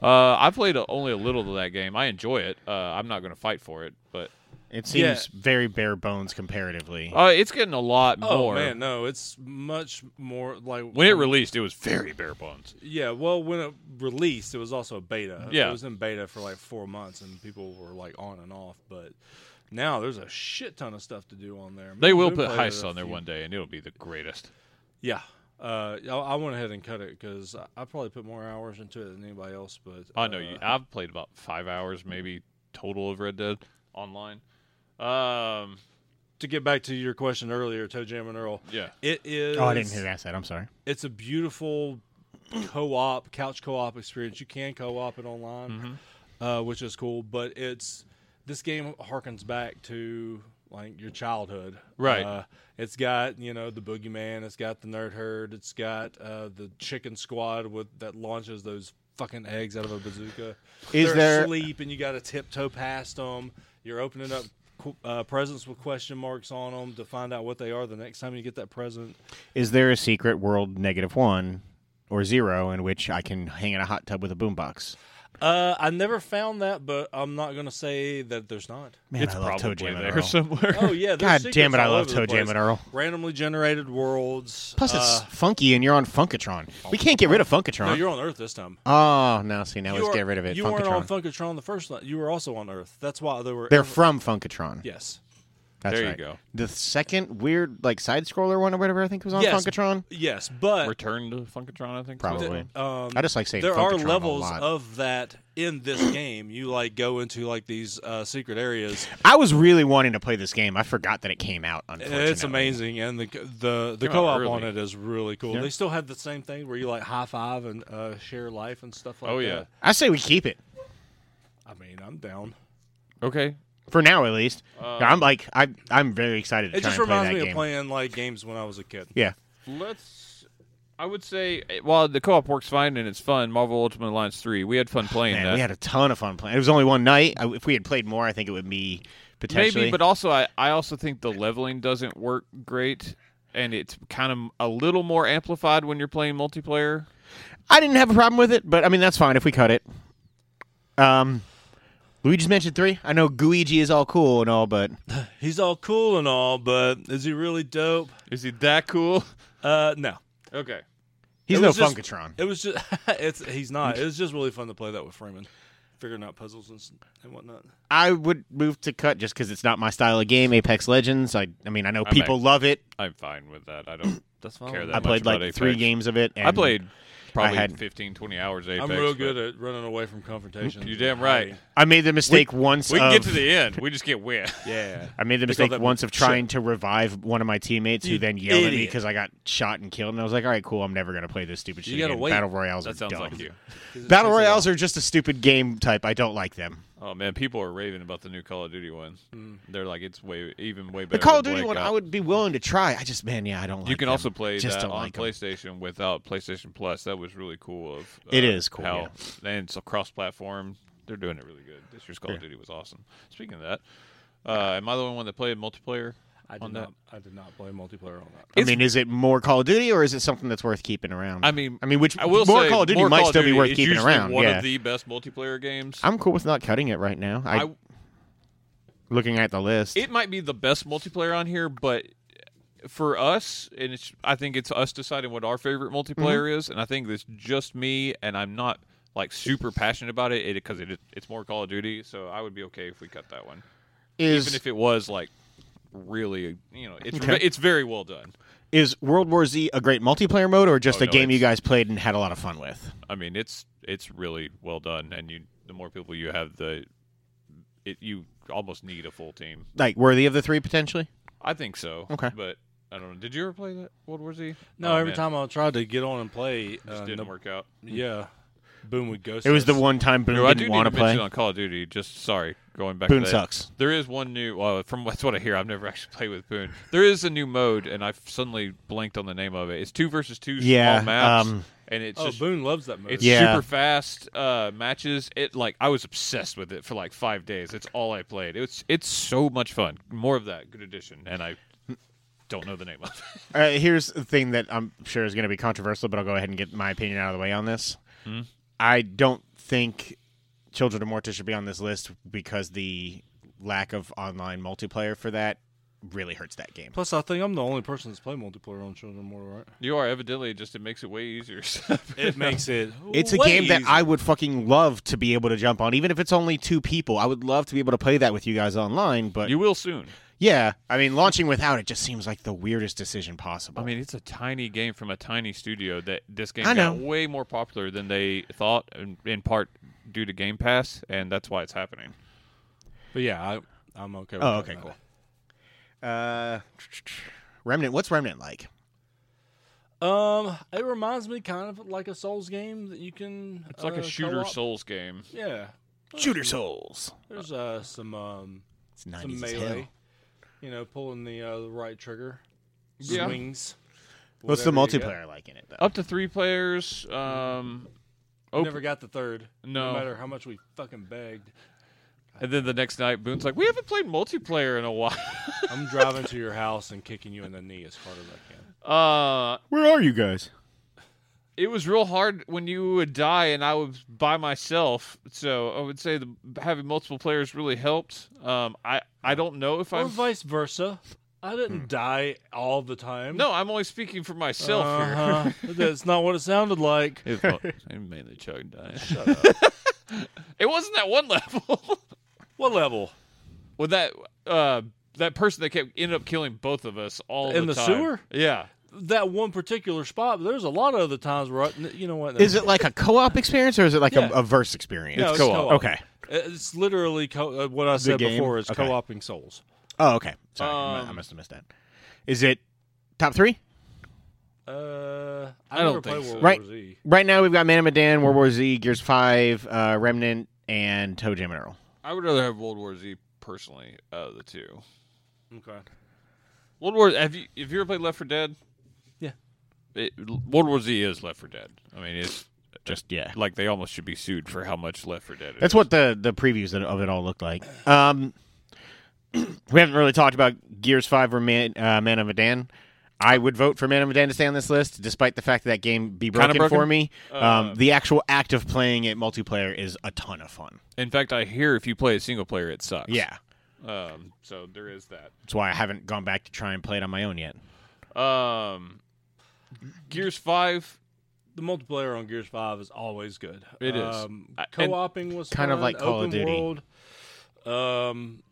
S1: Uh, I played a, only a little of that game. I enjoy it. Uh, I'm not going to fight for it, but
S2: It seems
S3: Yeah.
S2: very bare bones comparatively.
S1: uh, it's getting a lot
S3: Oh
S1: more.
S3: man, no, it's much more like
S1: When it released, it was very bare bones.
S3: Yeah, well, when it released, it was also a beta.
S1: Yeah.
S3: it was in beta for like four months, and people were like on and off. But now there's a shit ton of stuff to do on there.
S1: They will
S3: Moon
S1: put
S3: played it
S1: heists
S3: a
S1: on there
S3: few-
S1: one day, and it'll be the greatest.
S3: Yeah, uh, I, I went ahead and cut it because I, I probably put more hours into it than anybody else. But
S1: I know
S3: uh,
S1: you. I've played about five hours, maybe total of Red Dead Online. Um,
S3: to get back to your question earlier, Toe Jam and Earl,
S1: yeah.
S3: it is.
S2: Oh, I didn't hear that said. I'm sorry.
S3: it's a beautiful co-op couch co-op experience you can co-op it online uh, which is cool but it's this game harkens back to like your childhood
S1: Right.
S3: uh, it's got you know the boogeyman it's got the nerd herd it's got uh, the chicken squad with that launches those fucking eggs out of a bazooka
S2: Is
S3: They're
S2: there-
S3: asleep and you got to tiptoe past them you're opening up qu- uh, presents with question marks on them to find out what they are the next time you get that present
S2: Is there a secret world negative one or zero in which I can hang in a hot tub with a boombox?
S3: Uh, I never found that, but I'm not gonna say that
S2: (laughs)
S3: there's not.
S2: Man,
S1: it's
S2: I love
S1: probably
S2: Toe Jam and
S1: there
S2: Earl. (laughs)
S1: somewhere.
S3: Oh yeah,
S2: God
S3: there's
S2: damn it,
S3: secrets
S2: I
S3: all
S2: love
S3: over the
S2: Toe Jam
S3: place.
S2: and Earl.
S3: Randomly generated worlds.
S2: Plus, it's
S3: uh,
S2: funky, and you're on Funkatron. We can't get rid of Funkatron.
S3: no, you're on Earth this time.
S2: oh no! See, now
S3: You
S2: let's
S3: are-
S2: get rid of it.
S3: You
S2: Funkatron.
S3: weren't on Funkatron the first time. You were also on Earth. That's why they were.
S2: They're from Funkatron.
S3: yes.
S2: That's
S1: There you
S2: right.
S1: go.
S2: The second weird, like side scroller one or whatever, I think was on
S3: Yes.
S2: Funkatron.
S3: Yes, but
S1: Return to Funkatron, I think. is what it's
S2: Probably.
S1: called.
S3: um,
S2: I just like saying
S3: there are
S2: Funkatron a
S3: levels
S2: lot.
S3: of that in
S2: (clears throat)
S3: this game. You like go into like these uh, secret areas.
S2: I was really wanting to play this game. I forgot that it came out. Unfortunately,
S3: It's amazing, and the the the
S1: Came out
S3: co-op
S1: early.
S3: on it is really cool.
S2: Yeah.
S3: They still have the same thing where you like high five and uh, share life and stuff like
S1: Oh,
S3: that.
S1: yeah.
S2: I say we keep it
S3: I mean, I'm down.
S1: Okay.
S2: for now, at least.
S1: Uh,
S2: I'm like, I, I'm very excited to
S3: It
S2: try
S3: just
S2: and play
S3: reminds
S2: that
S3: me
S2: game.
S3: of playing like games when I was a kid.
S2: yeah,
S1: Let's. I would say eh, while the co-op works fine and it's fun, Marvel Ultimate Alliance three, we had fun playing
S2: (sighs) man,
S1: that.
S2: we had a ton of fun playing. It was only one night. I, if we had played more, I think it would be potentially.
S1: Maybe, but also I, I also think the leveling doesn't work great, and it's kind of a little more amplified when you're playing multiplayer.
S2: I didn't have a problem with it. But I mean, that's fine if we cut it. Um, Luigi's mentioned three. I know Guigi is all cool and all, but
S3: He's all cool and all, but is he really dope?
S1: Is he that cool?
S3: Uh, no.
S1: Okay.
S2: he's
S3: It
S2: no
S3: was just-
S2: Funkatron.
S3: It was just (laughs) it's he's (laughs) not. It was just really fun to play that with Freeman, figuring out puzzles and, s- and whatnot.
S2: I would move to cut just because it's not my style of game. Apex Legends. I, I mean, I know
S1: I'm
S2: people
S1: ex-
S2: love it.
S1: I'm fine with that. I
S2: (clears throat)
S1: don't
S3: That's
S1: care that
S2: I
S1: much
S2: played
S1: about
S2: like three
S1: Apex.
S2: games of it. And
S1: I played probably
S2: I had-
S1: 15, 20 hours Apex.
S3: I'm real good at running away from confrontations.
S1: You damn right.
S2: I made the mistake once.
S1: We can
S2: of,
S1: get to the end. We just can't win.
S2: (laughs)
S3: Yeah.
S2: I made the
S3: They call
S2: mistake
S3: that
S2: once of
S3: shit.
S2: trying to revive one of my teammates, who
S3: You
S2: then yelled at me
S3: idiot.
S2: because I got shot and killed. And I was like, "All right, cool. I'm never gonna play this stupid
S3: You
S2: shit."
S3: gotta
S2: again.
S3: wait.
S2: Battle royales
S1: That
S2: are
S1: sounds
S2: dumb.
S1: like you.
S2: Battle royales are just a stupid game type. I don't like them.
S1: Oh man, people are raving about the new Call of Duty one. They're like it's way even way better.
S2: The Call of
S1: than
S2: Duty one,
S1: Black
S2: I
S1: Ops.
S2: would be willing to try. I just, man, yeah, I don't. like
S1: You can
S2: them.
S1: also play
S2: Just
S1: that
S2: don't
S1: on
S2: like 'em.
S1: PlayStation without PlayStation Plus. That was really cool. Of uh,
S2: It is cool,
S1: How, And it's a cross-platform. They're doing it really good. This year's Call of Duty was awesome. Speaking of that, uh, am I the only one that played multiplayer?
S3: I did
S1: on
S3: not. I did not play multiplayer on that.
S2: I mean, is it more Call of Duty or is it something that's worth keeping around?
S1: I mean,
S2: I mean, which
S1: I will
S2: more
S1: say,
S2: Call of Duty
S1: more
S2: might
S1: Call of
S2: still
S1: Duty
S2: be worth
S1: is
S2: keeping
S1: usually
S2: around.
S1: One
S2: yeah,
S1: of the best multiplayer games.
S2: I'm cool with not cutting it right now. I,
S1: I-
S2: looking at the list.
S1: it might be the best multiplayer on here, but for us, and it's, I think it's us deciding what our favorite multiplayer
S2: Mm-hmm.
S1: is, and I think it's just me, and I'm not like super passionate about it because it, it's more Call of Duty, so I would be okay if we cut that one,
S2: is
S1: even if it was like really, you know, it's
S2: Okay.
S1: it's very well done.
S2: is World War Z a great multiplayer mode or just
S1: Oh,
S2: a
S1: no,
S2: game you
S1: it's-
S2: guys played and had a lot of fun with?
S1: I mean, it's it's really well done, and you the more people you have, the it you almost need a full team.
S2: Like worthy of the three potentially?
S1: I think so.
S2: Okay.
S1: but. I don't know. Did you ever play that World War Z?
S3: No,
S1: Oh,
S3: every
S1: man.
S3: time I tried to get on and play,
S1: It
S3: uh,
S1: didn't
S3: no-
S1: work out.
S3: Yeah, Boone would ghost.
S2: It was the
S3: us.
S2: one time Boone
S1: No, I do
S2: didn't
S1: need
S2: want
S1: to
S2: to play.
S1: mention on Call of Duty. Just sorry, going back.
S2: Boone
S1: to that.
S2: sucks.
S1: There is one new. Well, from that's what I hear. I've never actually played with Boone. There is a new mode, and I've suddenly blanked on the name of it. It's two versus two
S2: Yeah,
S1: small maps,
S2: um,
S1: and it's
S3: Oh,
S1: just
S3: Boone loves that movie.
S1: it's
S2: Yeah.
S1: super fast uh, matches. It like I was obsessed with it for like five days. It's all I played. It's it's so much fun. More of that. Good addition, and I don't know the name of it. (laughs)
S2: Uh, here's the thing that I'm sure is going to be controversial, but I'll go ahead and get my opinion out of the way on this.
S1: Hmm?
S2: I don't think Children of Morta should be on this list because the lack of online multiplayer for that really hurts that game.
S3: Plus, I think I'm the only person that's played multiplayer on Children of Mortar, right?
S1: You are evidently just it makes it way easier. (laughs)
S3: It makes (laughs) it.
S2: It's a
S3: way
S2: game that
S3: easier.
S2: I would fucking love to be able to jump on, even if it's only two people. I would love to be able to play that with you guys online, but
S1: you will soon.
S2: yeah, I mean, launching without it just seems like the weirdest decision possible.
S1: I mean, it's a tiny game from a tiny studio that this game
S2: I
S1: got
S2: know.
S1: way more popular than they thought, in, in part due to Game Pass, and that's why it's happening.
S3: But yeah, I, I'm okay. With
S2: oh,
S3: that
S2: okay,
S3: now.
S2: cool. Uh, Remnant, what's Remnant like?
S3: Um, it reminds me kind of like a Souls game that you can.
S1: It's like
S3: uh,
S1: a shooter
S3: co-op.
S1: Souls game.
S3: Yeah,
S2: Shooter Souls.
S3: there's uh some um
S2: It's
S3: some
S2: 90s as hell.
S3: melee. You know, pulling the uh, the right trigger.
S1: Yeah.
S3: Swings.
S2: What's the
S3: whatever you get.
S2: multiplayer like in it though?
S1: Up to three players. Um,
S3: We
S2: Oh.
S1: op-
S3: Never got the third.
S1: No.
S3: matter how much we fucking begged.
S1: and then the next night, Boone's like, "We haven't played multiplayer in a while."
S3: I'm driving to your house and kicking you in the knee as hard as I can.
S1: Uh,
S2: Where are you guys?
S1: it was real hard when you would die and I was by myself. So I would say the, having multiple players really helped. Um, I I don't know if
S3: Or
S1: I'm
S3: vice versa. I didn't die all the time.
S1: Hmm. no, I'm only speaking for myself (laughs) here.
S3: uh That's not what it sounded like.
S1: It
S3: (laughs)
S1: was mainly Chug dying. (laughs) it wasn't that one level. (laughs)
S3: What level?
S1: With that uh, that person that kept ended up killing both of us all
S3: In the
S1: time.
S3: sewer?
S1: Yeah.
S3: That one particular spot. But there's a lot of other times where I, you know what?
S2: Is it like a co-op experience or is it like
S3: Yeah.
S2: a, a verse experience?
S3: No, it's co-op. co-op.
S2: Okay.
S3: It's literally co- uh, what I said
S2: game?
S3: before. It's
S2: Okay.
S3: co-oping souls.
S2: Oh, okay. Sorry, I mu-
S1: Um,
S2: I must have missed that. Is it top three?
S3: Uh,
S1: I
S3: I, never
S1: don't
S3: play
S1: think
S3: World
S1: so.
S3: War
S2: Right.
S3: Z.
S2: Right now we've got Man of Medan, World War Z, Gears Five, uh, Remnant, and Toe Jam and Earl.
S1: I would rather have World War Z personally out of the two.
S3: Okay.
S1: World War have you have you ever played Left for Dead?
S3: Yeah.
S1: It, World War Z is Left for Dead. I mean it's
S2: Just yeah.
S1: like they almost should be sued for how much Left for Dead it
S2: That's what the the previews of it all looked like. Um, (clears throat) we haven't really talked about Gears Five or Man, uh, Man of Medan. I would vote for Man of Medan to stay on this list, despite the fact that that game be broken,
S1: Kinda
S2: for
S1: broken?
S2: me. um, the actual act of playing it multiplayer is a ton of fun.
S1: In fact, I hear if you play a single player it sucks.
S2: Yeah,
S1: Um so there is that.
S2: that's why I haven't gone back to try and play it on my own yet.
S1: Um, Gears Five.
S3: The multiplayer on Gears Five is always good.
S1: It is.
S3: Um,
S1: I- and-
S3: co-oping was
S2: Kind of
S3: fun,
S2: like Call of
S3: open
S2: Duty.
S3: World. Um,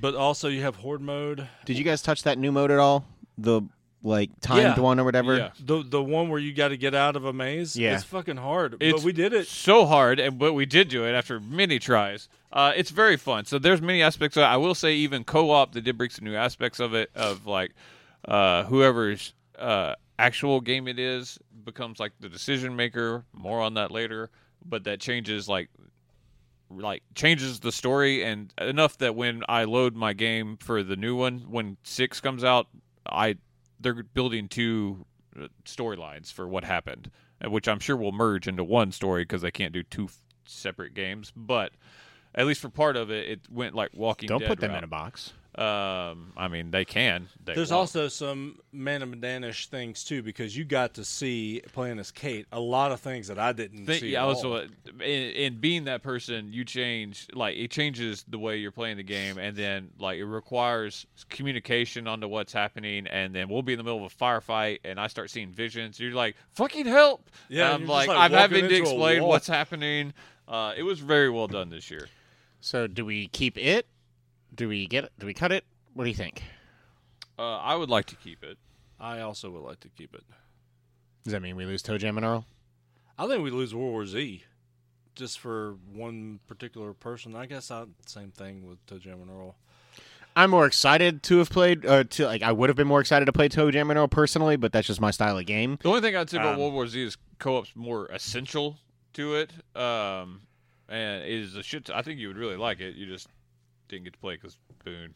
S3: but also you have horde mode.
S2: Did you guys touch that new mode at all? The like timed
S3: Yeah.
S2: one or whatever.
S1: Yeah.
S3: The the one where you got to get out of a maze.
S2: Yeah.
S3: It's fucking hard.
S1: It's
S3: but we did it.
S1: so hard, and but we did do it after many tries. Uh, it's very fun. So there's many aspects. Of it. I will say, even co-op, they did bring some new aspects of it. Of like, uh, whoever's uh, actual game it is becomes like the decision maker. More on that later. But that changes like like changes the story and enough that when I load my game for the new one when 6 comes out I they're building two uh, storylines for what happened uh, which I'm sure will merge into one story cuz they can't do two f- separate games but at least for part of it it went like walking
S2: Don't
S1: Dead
S2: put them
S1: route.
S2: in a box.
S1: um I mean they can they
S3: There's
S1: won't.
S3: also some Man of Medanish things too because you got to see playing as Kate a lot of things that I didn't
S1: Think,
S3: see.
S1: yeah,
S3: at
S1: I
S3: all.
S1: was uh, in, in being that person, you change like it changes the way you're playing the game, and then like it requires communication onto what's happening, and then we'll be in the middle of a firefight, and I start seeing visions. You're like, "Fucking help!"
S3: Yeah,
S1: And
S3: you're
S1: I'm
S3: just,
S1: like,
S3: like,
S1: I'm
S3: walking
S1: having to
S3: into a
S1: explain
S3: wall.
S1: what's happening. Uh, it was very well done this year.
S2: So do we keep it? Do we get it? Do we cut it? What do you think?
S1: Uh, I would like to keep it.
S3: I also would like to keep it.
S2: Does that mean we lose Toe Jam and Earl?
S3: I think we lose World War Z just for one particular person. I guess I same thing with Toe Jam and Earl.
S2: I'm more excited to have played. Uh, to like, I would have been more excited to play Toe Jam and Earl personally, but that's just my style of game.
S1: The only thing I'd say about
S2: Um,
S1: World War Z is co-op's more essential to it. Um, and it is a shit. I think you would really like it. You just didn't get to play because Boone.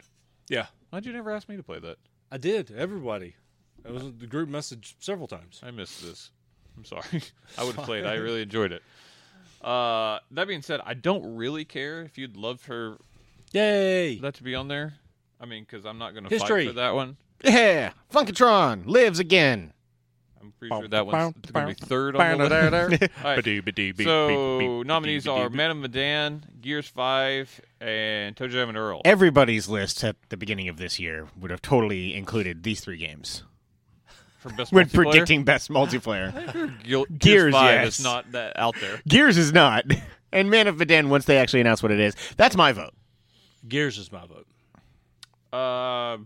S3: Yeah,
S1: Why'd you never ask me to play that?
S3: I did. Everybody, it was the group message several times.
S1: I missed this. I'm sorry. (laughs) I would have played. I really enjoyed it. Uh, that being said, I don't really care if you'd love for
S3: Yay!
S1: that to be on there. I mean, because I'm not going to
S3: History.
S1: fight for that one.
S2: Yeah, Funkatron lives again.
S1: I'm pretty sure that one's going to be third on the
S2: (laughs)
S1: list. (laughs) All right. So nominees are Man of Medan, Gears Five, and Toe Jam and Earl.
S2: Everybody's list at the beginning of this year would have totally included these three games
S1: For best
S2: when
S1: multiplayer.
S2: predicting
S1: (laughs)
S2: best multiplayer.
S1: Gil- Gears,
S2: Gears,
S1: 5
S2: yes.
S1: is not that out there.
S2: Gears is not, and Man of Medan. Once they actually announce what it is, that's my vote.
S3: Gears is my vote.
S1: Uh,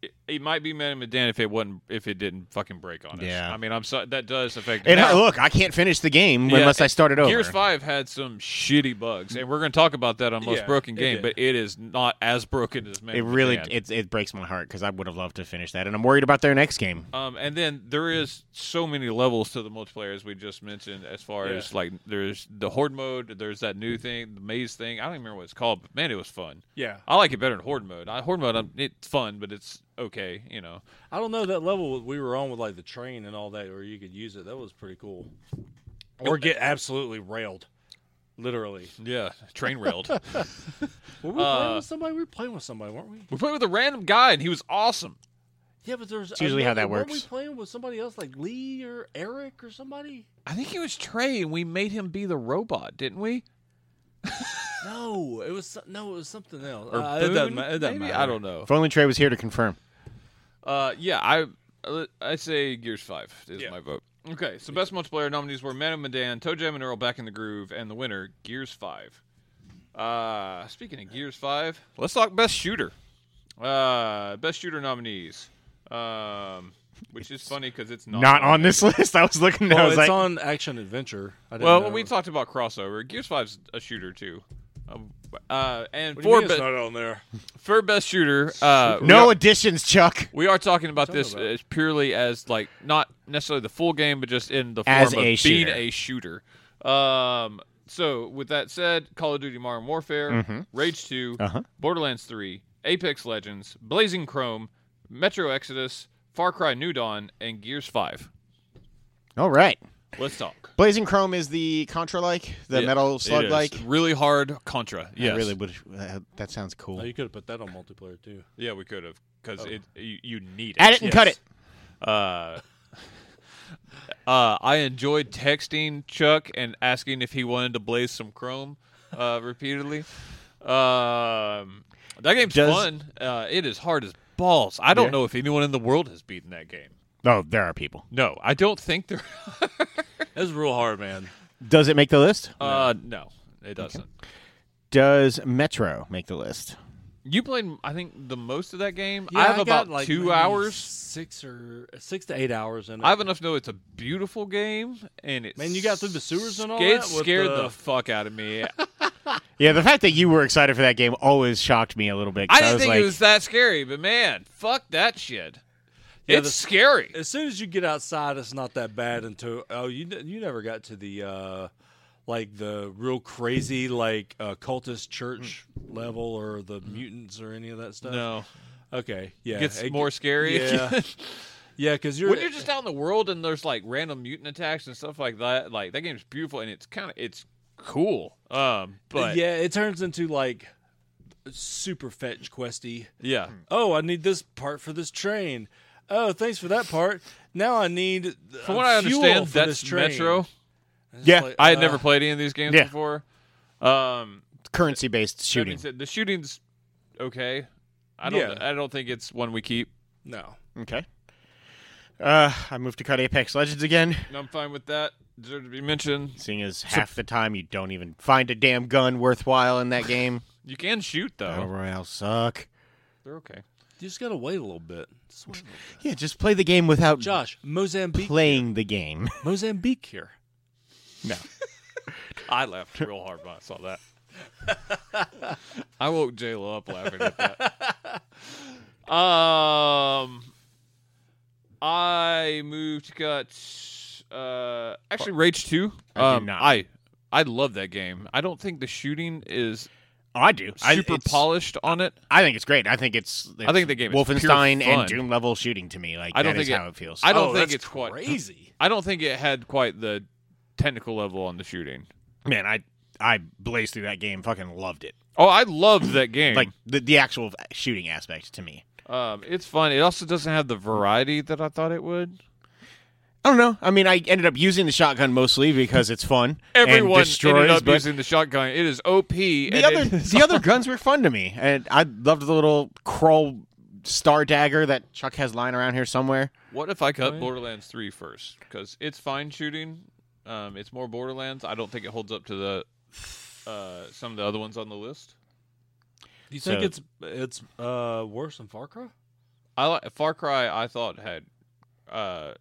S1: it, it might be Man of Medan if it wasn't if it didn't fucking break on us.
S2: Yeah.
S1: I mean, I'm sorry that does affect.
S2: And
S1: now,
S2: I, look, I can't finish the game
S1: Yeah,
S2: unless I start it over.
S1: Gears Five had some shitty bugs, and we're going to talk about that on Most
S3: Yeah,
S1: Broken
S3: it
S1: Game,
S3: did.
S1: but it is not as broken as Man.
S2: It
S1: of
S2: really
S1: Medan.
S2: it, it breaks my heart because I would have loved to finish that, and I'm worried about their next game.
S1: Um, and then there is so many levels to the multiplayer as we just mentioned. As far
S3: Yeah.
S1: as like, there's the horde mode. There's that new thing, the maze thing. I don't even remember what it's called, but man, it was fun.
S3: Yeah,
S1: I like it better in horde mode. I, horde mode, I'm, it's fun, but it's okay. You know,
S3: I don't know that level we were on with like the train and all that, where you could use it. That was pretty cool. Or get absolutely railed, literally. Uh,
S1: yeah, train
S3: (laughs)
S1: railed.
S3: Were we playing with somebody? We were playing with somebody, weren't we?
S1: we played with a random guy, and he was awesome.
S3: Yeah, but there's
S2: It's usually how that
S3: weren't
S2: works.
S3: We playing with somebody else, like Lee or Eric or somebody.
S1: I think he was Trey, and we made him be the robot, didn't we?
S3: No, it was so- no, it was something else.
S1: Or
S3: Uh,
S1: Boone,
S3: it doesn't, ma- it doesn't
S1: maybe?
S3: matter.
S1: I don't know.
S2: If only Trey was here to confirm.
S1: Uh, yeah, I I say Gears Five is
S3: Yeah.
S1: my vote. Okay, so best multiplayer nominees were Man of Medan, Toe Jam and Earl back in the groove, and the winner Gears Five. Uh, speaking of Gears Five, let's talk best shooter. Uh, best shooter nominees. Um, which is funny because it's not
S2: Not on this (laughs) list. I was looking. I
S3: Well,
S2: was
S3: it's
S2: like,
S3: on action adventure. I didn't
S1: Well,
S3: know.
S1: when we talked about crossover, Gears Five's a shooter too. Um, uh, and
S3: What do you
S1: for
S3: mean it's
S1: be-
S3: not on there.
S1: for best shooter, uh, we
S2: no
S1: are-
S2: additions, Chuck.
S1: We are talking about this
S3: about?
S1: as purely as like not necessarily the full game, but just in the form
S2: As
S1: of
S2: a
S1: being
S2: shooter.
S1: a shooter. Um, so with that said, Call of Duty: Modern Warfare, Rage 2
S2: Uh-huh.
S1: Borderlands Three, Apex Legends, Blazing Chrome, Metro Exodus, Far Cry New Dawn, and Gears Five.
S2: All right.
S1: Let's talk.
S2: Blazing Chrome is the Contra like, the
S1: Yeah,
S2: metal
S1: it
S2: slug like.
S1: is. really hard Contra. Yes.
S2: I really would. Uh, that sounds cool.
S3: Oh, you could have put that on multiplayer too.
S1: Yeah, we could have because it you, you need it.
S2: Add it and cut it.
S1: uh, uh, I enjoyed texting Chuck and asking if he wanted to blaze some chrome uh, repeatedly. Um, that game's
S2: Does-
S1: fun. Uh, it is hard as balls. I don't know if anyone in the world has beaten that game.
S2: Oh, there are people.
S1: No, I don't think there. (laughs)
S3: That's real hard, man.
S2: Does it make the list?
S1: uh, no, it doesn't.
S2: Does Metro make the list?
S1: You played, I think, the most of that game.
S3: Yeah,
S1: I have
S3: got,
S1: about
S3: like,
S1: two
S3: maybe
S1: hours.
S3: six or six to eight hours in it.
S1: I have enough to know it's a beautiful game, and it's
S3: Man, you got through the sewers and all
S1: It
S3: that with
S1: scared
S3: the-
S1: the fuck out of me.
S2: Yeah, the fact that you were excited for that game always shocked me a little bit. 'cause
S1: I didn't
S2: was
S1: think
S2: like,
S1: it was that scary, but man, fuck that shit.
S3: Yeah,
S1: it's
S3: the-
S1: scary.
S3: As soon as you get outside, it's not that bad. Until oh, you ne- you never got to the uh, like the real crazy like uh, cultist church level or the mutants or any of that stuff.
S1: Mm. no,
S3: Okay. Yeah.
S1: it gets
S3: it-
S1: more scary. (laughs)
S3: Yeah. yeah, because you're uh,
S1: when you're just out in the world and there's like random mutant attacks and stuff like that, like that game's beautiful and it's kind of it's cool. Um, but yeah,
S3: yeah, it turns into like super fetch questy.
S1: yeah,
S3: Oh, I need this part for this train. Oh, thanks for that part. Now I need uh,
S1: from what I
S3: fuel
S1: understand,
S3: for this
S1: that's
S3: train.
S1: Metro.
S3: And it's
S2: Yeah,
S3: like,
S1: I had
S3: uh,
S1: never played any of these games
S2: yeah.
S1: before. Um,
S2: currency based
S1: that
S2: shooting.
S1: being said, the shooting's okay. I don't.
S3: Yeah.
S1: I don't think it's one we keep.
S3: No.
S2: Okay. Uh, I moved to cut Apex Legends again,
S1: And I'm fine with that. Deserve to be mentioned.
S2: seeing as half the time you don't even find a damn gun worthwhile in (sighs) that game.
S1: You can shoot
S2: Battle
S1: though.
S2: Royale suck.
S1: They're okay.
S3: You just gotta wait a little bit. Just wait a little bit.
S2: Yeah, just play the game without
S3: Josh, Mozambique,
S2: playing the game.
S3: Mozambique here.
S2: No.
S1: I laughed real hard when I saw that. (laughs) I woke Jayla up laughing at that. Um, I moved to cut uh, actually Rage Two.
S2: I do
S1: um,
S2: not.
S1: I I love that game. I don't think the shooting is
S2: Oh, (laughs) I do. I,
S1: super
S2: it's-
S1: polished on it.
S2: I think it's great. I think it's. it's
S1: think the game is pure fun.
S2: Wolfenstein and Doom level shooting to me. Like
S1: I don't
S2: that is
S1: think it-
S2: how it feels.
S1: I don't
S4: Oh,
S1: think
S4: that's
S1: it's quite.
S3: (laughs)
S4: crazy.
S1: I don't think it had quite the technical level on the shooting.
S2: Man, I I blazed through that game. Fucking loved it.
S1: Oh, I loved that game.
S2: Like the the actual shooting aspect to me.
S1: um, it's fun. It also doesn't have the variety that I thought it would.
S2: I don't know. I mean, I ended up using the shotgun mostly because it's fun.
S1: Everyone
S2: and destroys,
S1: ended up
S2: but
S1: using the shotgun. It is OP.
S2: the other the other (laughs) guns were fun to me, and I loved the little crawl star dagger that Chuck has lying around here somewhere.
S1: What if I cut
S3: Right.
S1: Borderlands 3 first? Because it's fine shooting. Um, it's more Borderlands. I don't think it holds up to the uh, some of the other ones on the list.
S3: Do you think
S2: So-
S3: it's it's uh, worse than Far Cry?
S1: I like Far Cry. I thought had, uh,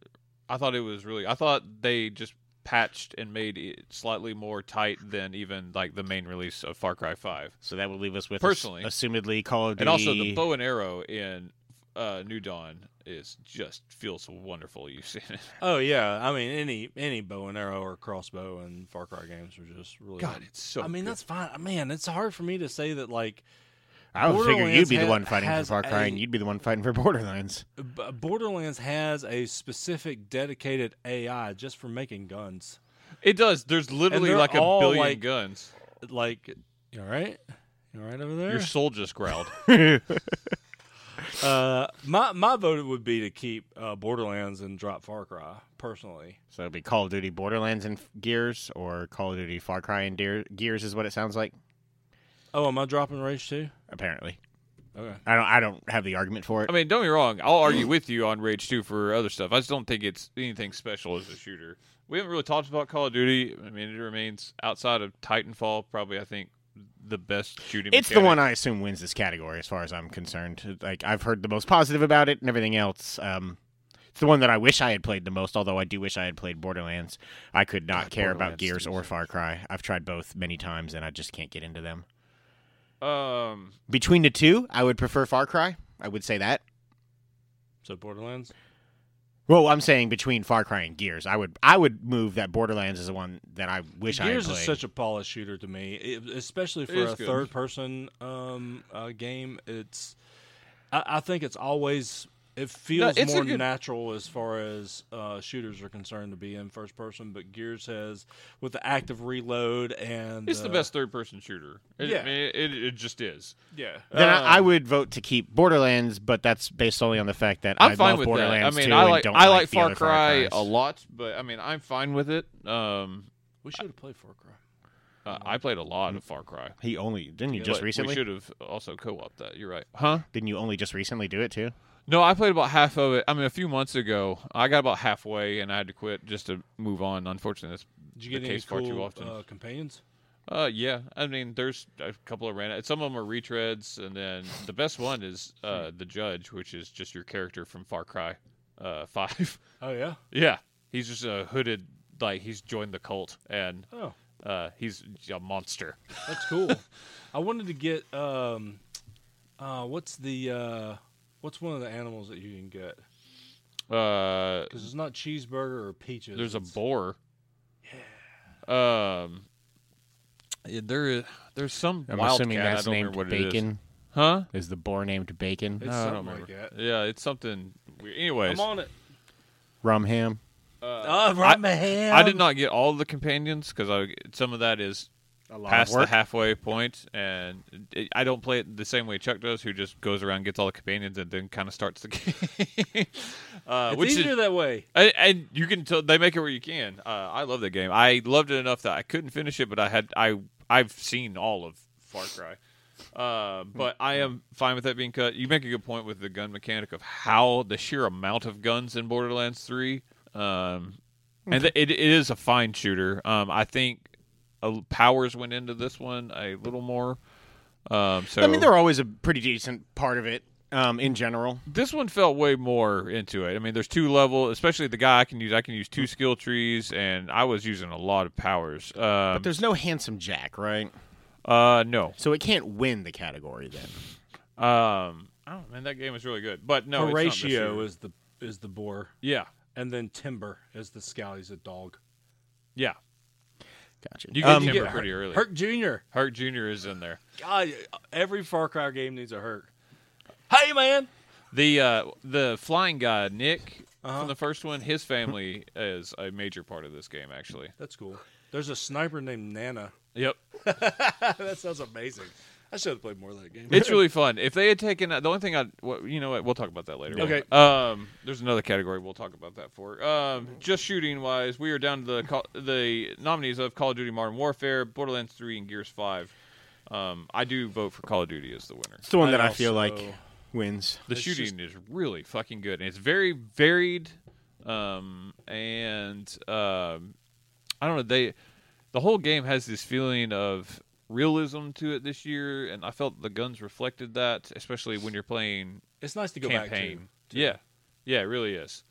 S1: I thought it was really. I thought they just patched and made it slightly more tight than even like the main release of Far Cry Five,
S2: So that would leave us with
S1: Personally.
S2: ass- assumedly Call of Duty,
S1: and also the bow and arrow in uh, New Dawn is just feels wonderful. You've seen it.
S3: Oh yeah, I mean any any bow and arrow or crossbow and Far Cry games are just really.
S1: God, it's so.
S3: I mean
S1: good.
S3: that's fine. Man, it's hard for me to say that like
S2: I would figure you'd
S3: Borderlands
S2: be the
S3: ha-
S2: one fighting for
S3: has
S2: Far Cry,
S3: a-
S2: and you'd be the one fighting for (laughs) Borderlands.
S3: B- Borderlands has a specific dedicated AI just for making guns.
S1: it does. There's literally
S3: they're
S1: like a
S3: all,
S1: billion
S3: like-
S1: guns.
S3: Like, you all right? You all right over there?
S1: Your soul just growled.
S3: Uh, my my vote would be to keep uh, Borderlands and drop Far Cry personally.
S2: So it'd be Call of Duty Borderlands and F- Gears, or Call of Duty Far Cry and Deer- Gears is what it sounds like.
S3: Oh, am I dropping Rage too?
S2: Apparently,
S3: Okay.
S2: I don't. I don't have the argument for
S1: (laughs)
S2: it.
S1: I mean, don't get me wrong. I'll argue with you on Rage 2 for other stuff. I just don't think it's anything special as a shooter. We haven't really talked about Call of Duty. I mean, it remains outside of Titanfall, probably, I think, the best shooting
S2: it's the
S1: mechanic.
S2: one I assume wins this category, as far as I'm concerned. Like I've heard the most positive about it, and everything else. Um, it's the one that I wish I had played the most. Although I do wish I had played Borderlands. I could not
S1: God,
S2: care about
S1: Borderlands
S2: Gears
S1: three
S2: or
S1: is
S2: Far Cry. I've tried both many times, and I just can't get into them.
S1: Um,
S2: Between the two, I would prefer Far Cry. I would say that.
S3: So Borderlands.
S2: Well, I'm saying between Far Cry and Gears, I would I would move that Borderlands is the one that I wish I had
S3: Gears
S2: played.
S3: is such a polished shooter to me, it- especially for
S1: is
S3: a
S1: good.
S3: third person um, uh, game. It's I, I think it's always it feels
S1: it's a
S3: more
S1: good-
S3: natural as far as uh, shooters are concerned to be in first person. But Gears has with the active reload and
S1: it's the
S3: uh,
S1: best third person shooter. It,
S3: Yeah.
S1: I mean, it, it just is.
S3: Yeah,
S2: Then
S1: Um,
S2: I, I would vote to keep Borderlands, but that's based solely on the fact that
S1: I'm
S2: I
S1: fine
S2: love
S1: with that. I
S2: Borderlands
S1: mean,
S2: 2
S1: I
S2: and
S1: like,
S2: don't
S1: I
S2: like
S1: like
S2: the
S1: Far
S2: other
S1: Cry a
S2: Crys.
S1: lot, but I mean, I'm fine with it. Um,
S3: we should have played Far Cry.
S1: uh, I played a
S2: Mm.
S1: lot of Far Cry.
S2: He only didn't you just
S1: But
S2: recently?
S1: We should have also co op that. You're right. Huh?
S2: Didn't you only just recently do it too?
S1: No, I played about half of it. I mean, a few months ago, I got about halfway and I had to quit just to move on. Unfortunately,
S3: Did you get
S1: the
S3: any
S1: case far too
S3: cool,
S1: often.
S3: Uh, companions?
S1: that's uh, yeah. I mean, there's a couple of random. Some of them are retreads, and then the best one is uh,
S3: Hmm.
S1: the judge, which is just your character from Far Cry uh, (laughs) Five.
S3: Oh yeah.
S1: yeah, he's just a hooded, like he's joined the cult, and
S3: Oh,
S1: uh, he's a monster.
S3: that's cool. (laughs) I wanted to get um, uh, what's the uh, what's one of the animals that you can get?
S1: Uh,
S3: Because it's not cheeseburger or peaches.
S1: there's a
S3: it's-
S1: boar. Yeah. Um. yeah, There is there's some
S2: I'm
S1: wild
S2: assuming
S1: cat. I
S2: that's
S1: don't
S2: named
S1: remember what it is.
S2: Bacon.
S1: Huh?
S2: Is. the boar named Bacon?
S3: It's
S1: No, I don't
S3: something like
S1: remember.
S3: that.
S1: Yeah, it's something weird. Anyways,
S3: I'm on it.
S2: Rum ham.
S3: Uh,
S1: right
S3: right
S1: I-
S3: my hand.
S1: I did not get all the companions because I some of that is
S2: A lot
S1: past the halfway point, and it, I don't play it the same way Chuck does, who just goes around gets all the companions and then kind of starts the (laughs) game. uh,
S3: It's
S1: which
S3: easier
S1: is,
S3: that way.
S1: and, and you can tell they make it where you can. Uh, I love the game. I loved it enough that I couldn't finish it, but I had I I've seen all of Far Cry. Uh, but I am fine with that being cut. You make a good point with the gun mechanic of how the sheer amount of guns in Borderlands Three, um, and th- it, it is a fine shooter. Um, I think uh, powers went into this one a little more. Um, so
S2: I mean, they're always a pretty decent part of it um, in general.
S1: this one felt way more into it. I mean, there's two level, especially the guy I can use. I can use two skill trees, and I was using a lot of powers. Um,
S2: But there's no handsome Jack, right?
S1: uh, no,
S2: So it can't win the category then.
S1: um, I don't. Man, that game is really good. But no, it's not this
S3: Horatio
S1: year.
S3: is the is the boar.
S1: yeah.
S3: and then Timber is the scout. He's a dog.
S1: Yeah,
S2: Gotcha.
S1: you get
S2: Um,
S1: Timber
S3: Hurt-
S1: pretty early. Hurt.
S3: Herc Jr.
S1: Junior is in there.
S3: God, every Far Cry game needs a Herc. Hey man,
S1: The uh, the flying guy Nick
S3: Uh-huh.
S1: from the first one, his family is a major part of this game actually.
S3: that's cool. There's a sniper named Nana. (laughs)
S1: Yep,
S3: that sounds amazing. I should have played more of that (laughs) game.
S1: it's really fun. If they had taken the only thing I, well, you know what, we'll talk about that later.
S3: Okay.
S1: Um, there's another category we'll talk about that for. Um, just shooting wise, we are down to the Call- the nominees of Call of Duty Modern Warfare, Borderlands Three, and Gears Five. Um, I do vote for Call of Duty as the winner.
S2: It's the one
S3: I
S2: that I feel like
S3: also-
S1: (laughs)
S2: wins.
S1: The
S3: It's
S1: shooting is really fucking good, and it's very varied. Um, and um, I don't know they, the whole game has this feeling of realism to it this year, and I felt the guns reflected that, especially when you're playing
S3: it's nice to go
S1: campaign.
S3: back to. to
S1: Yeah, yeah, it really is.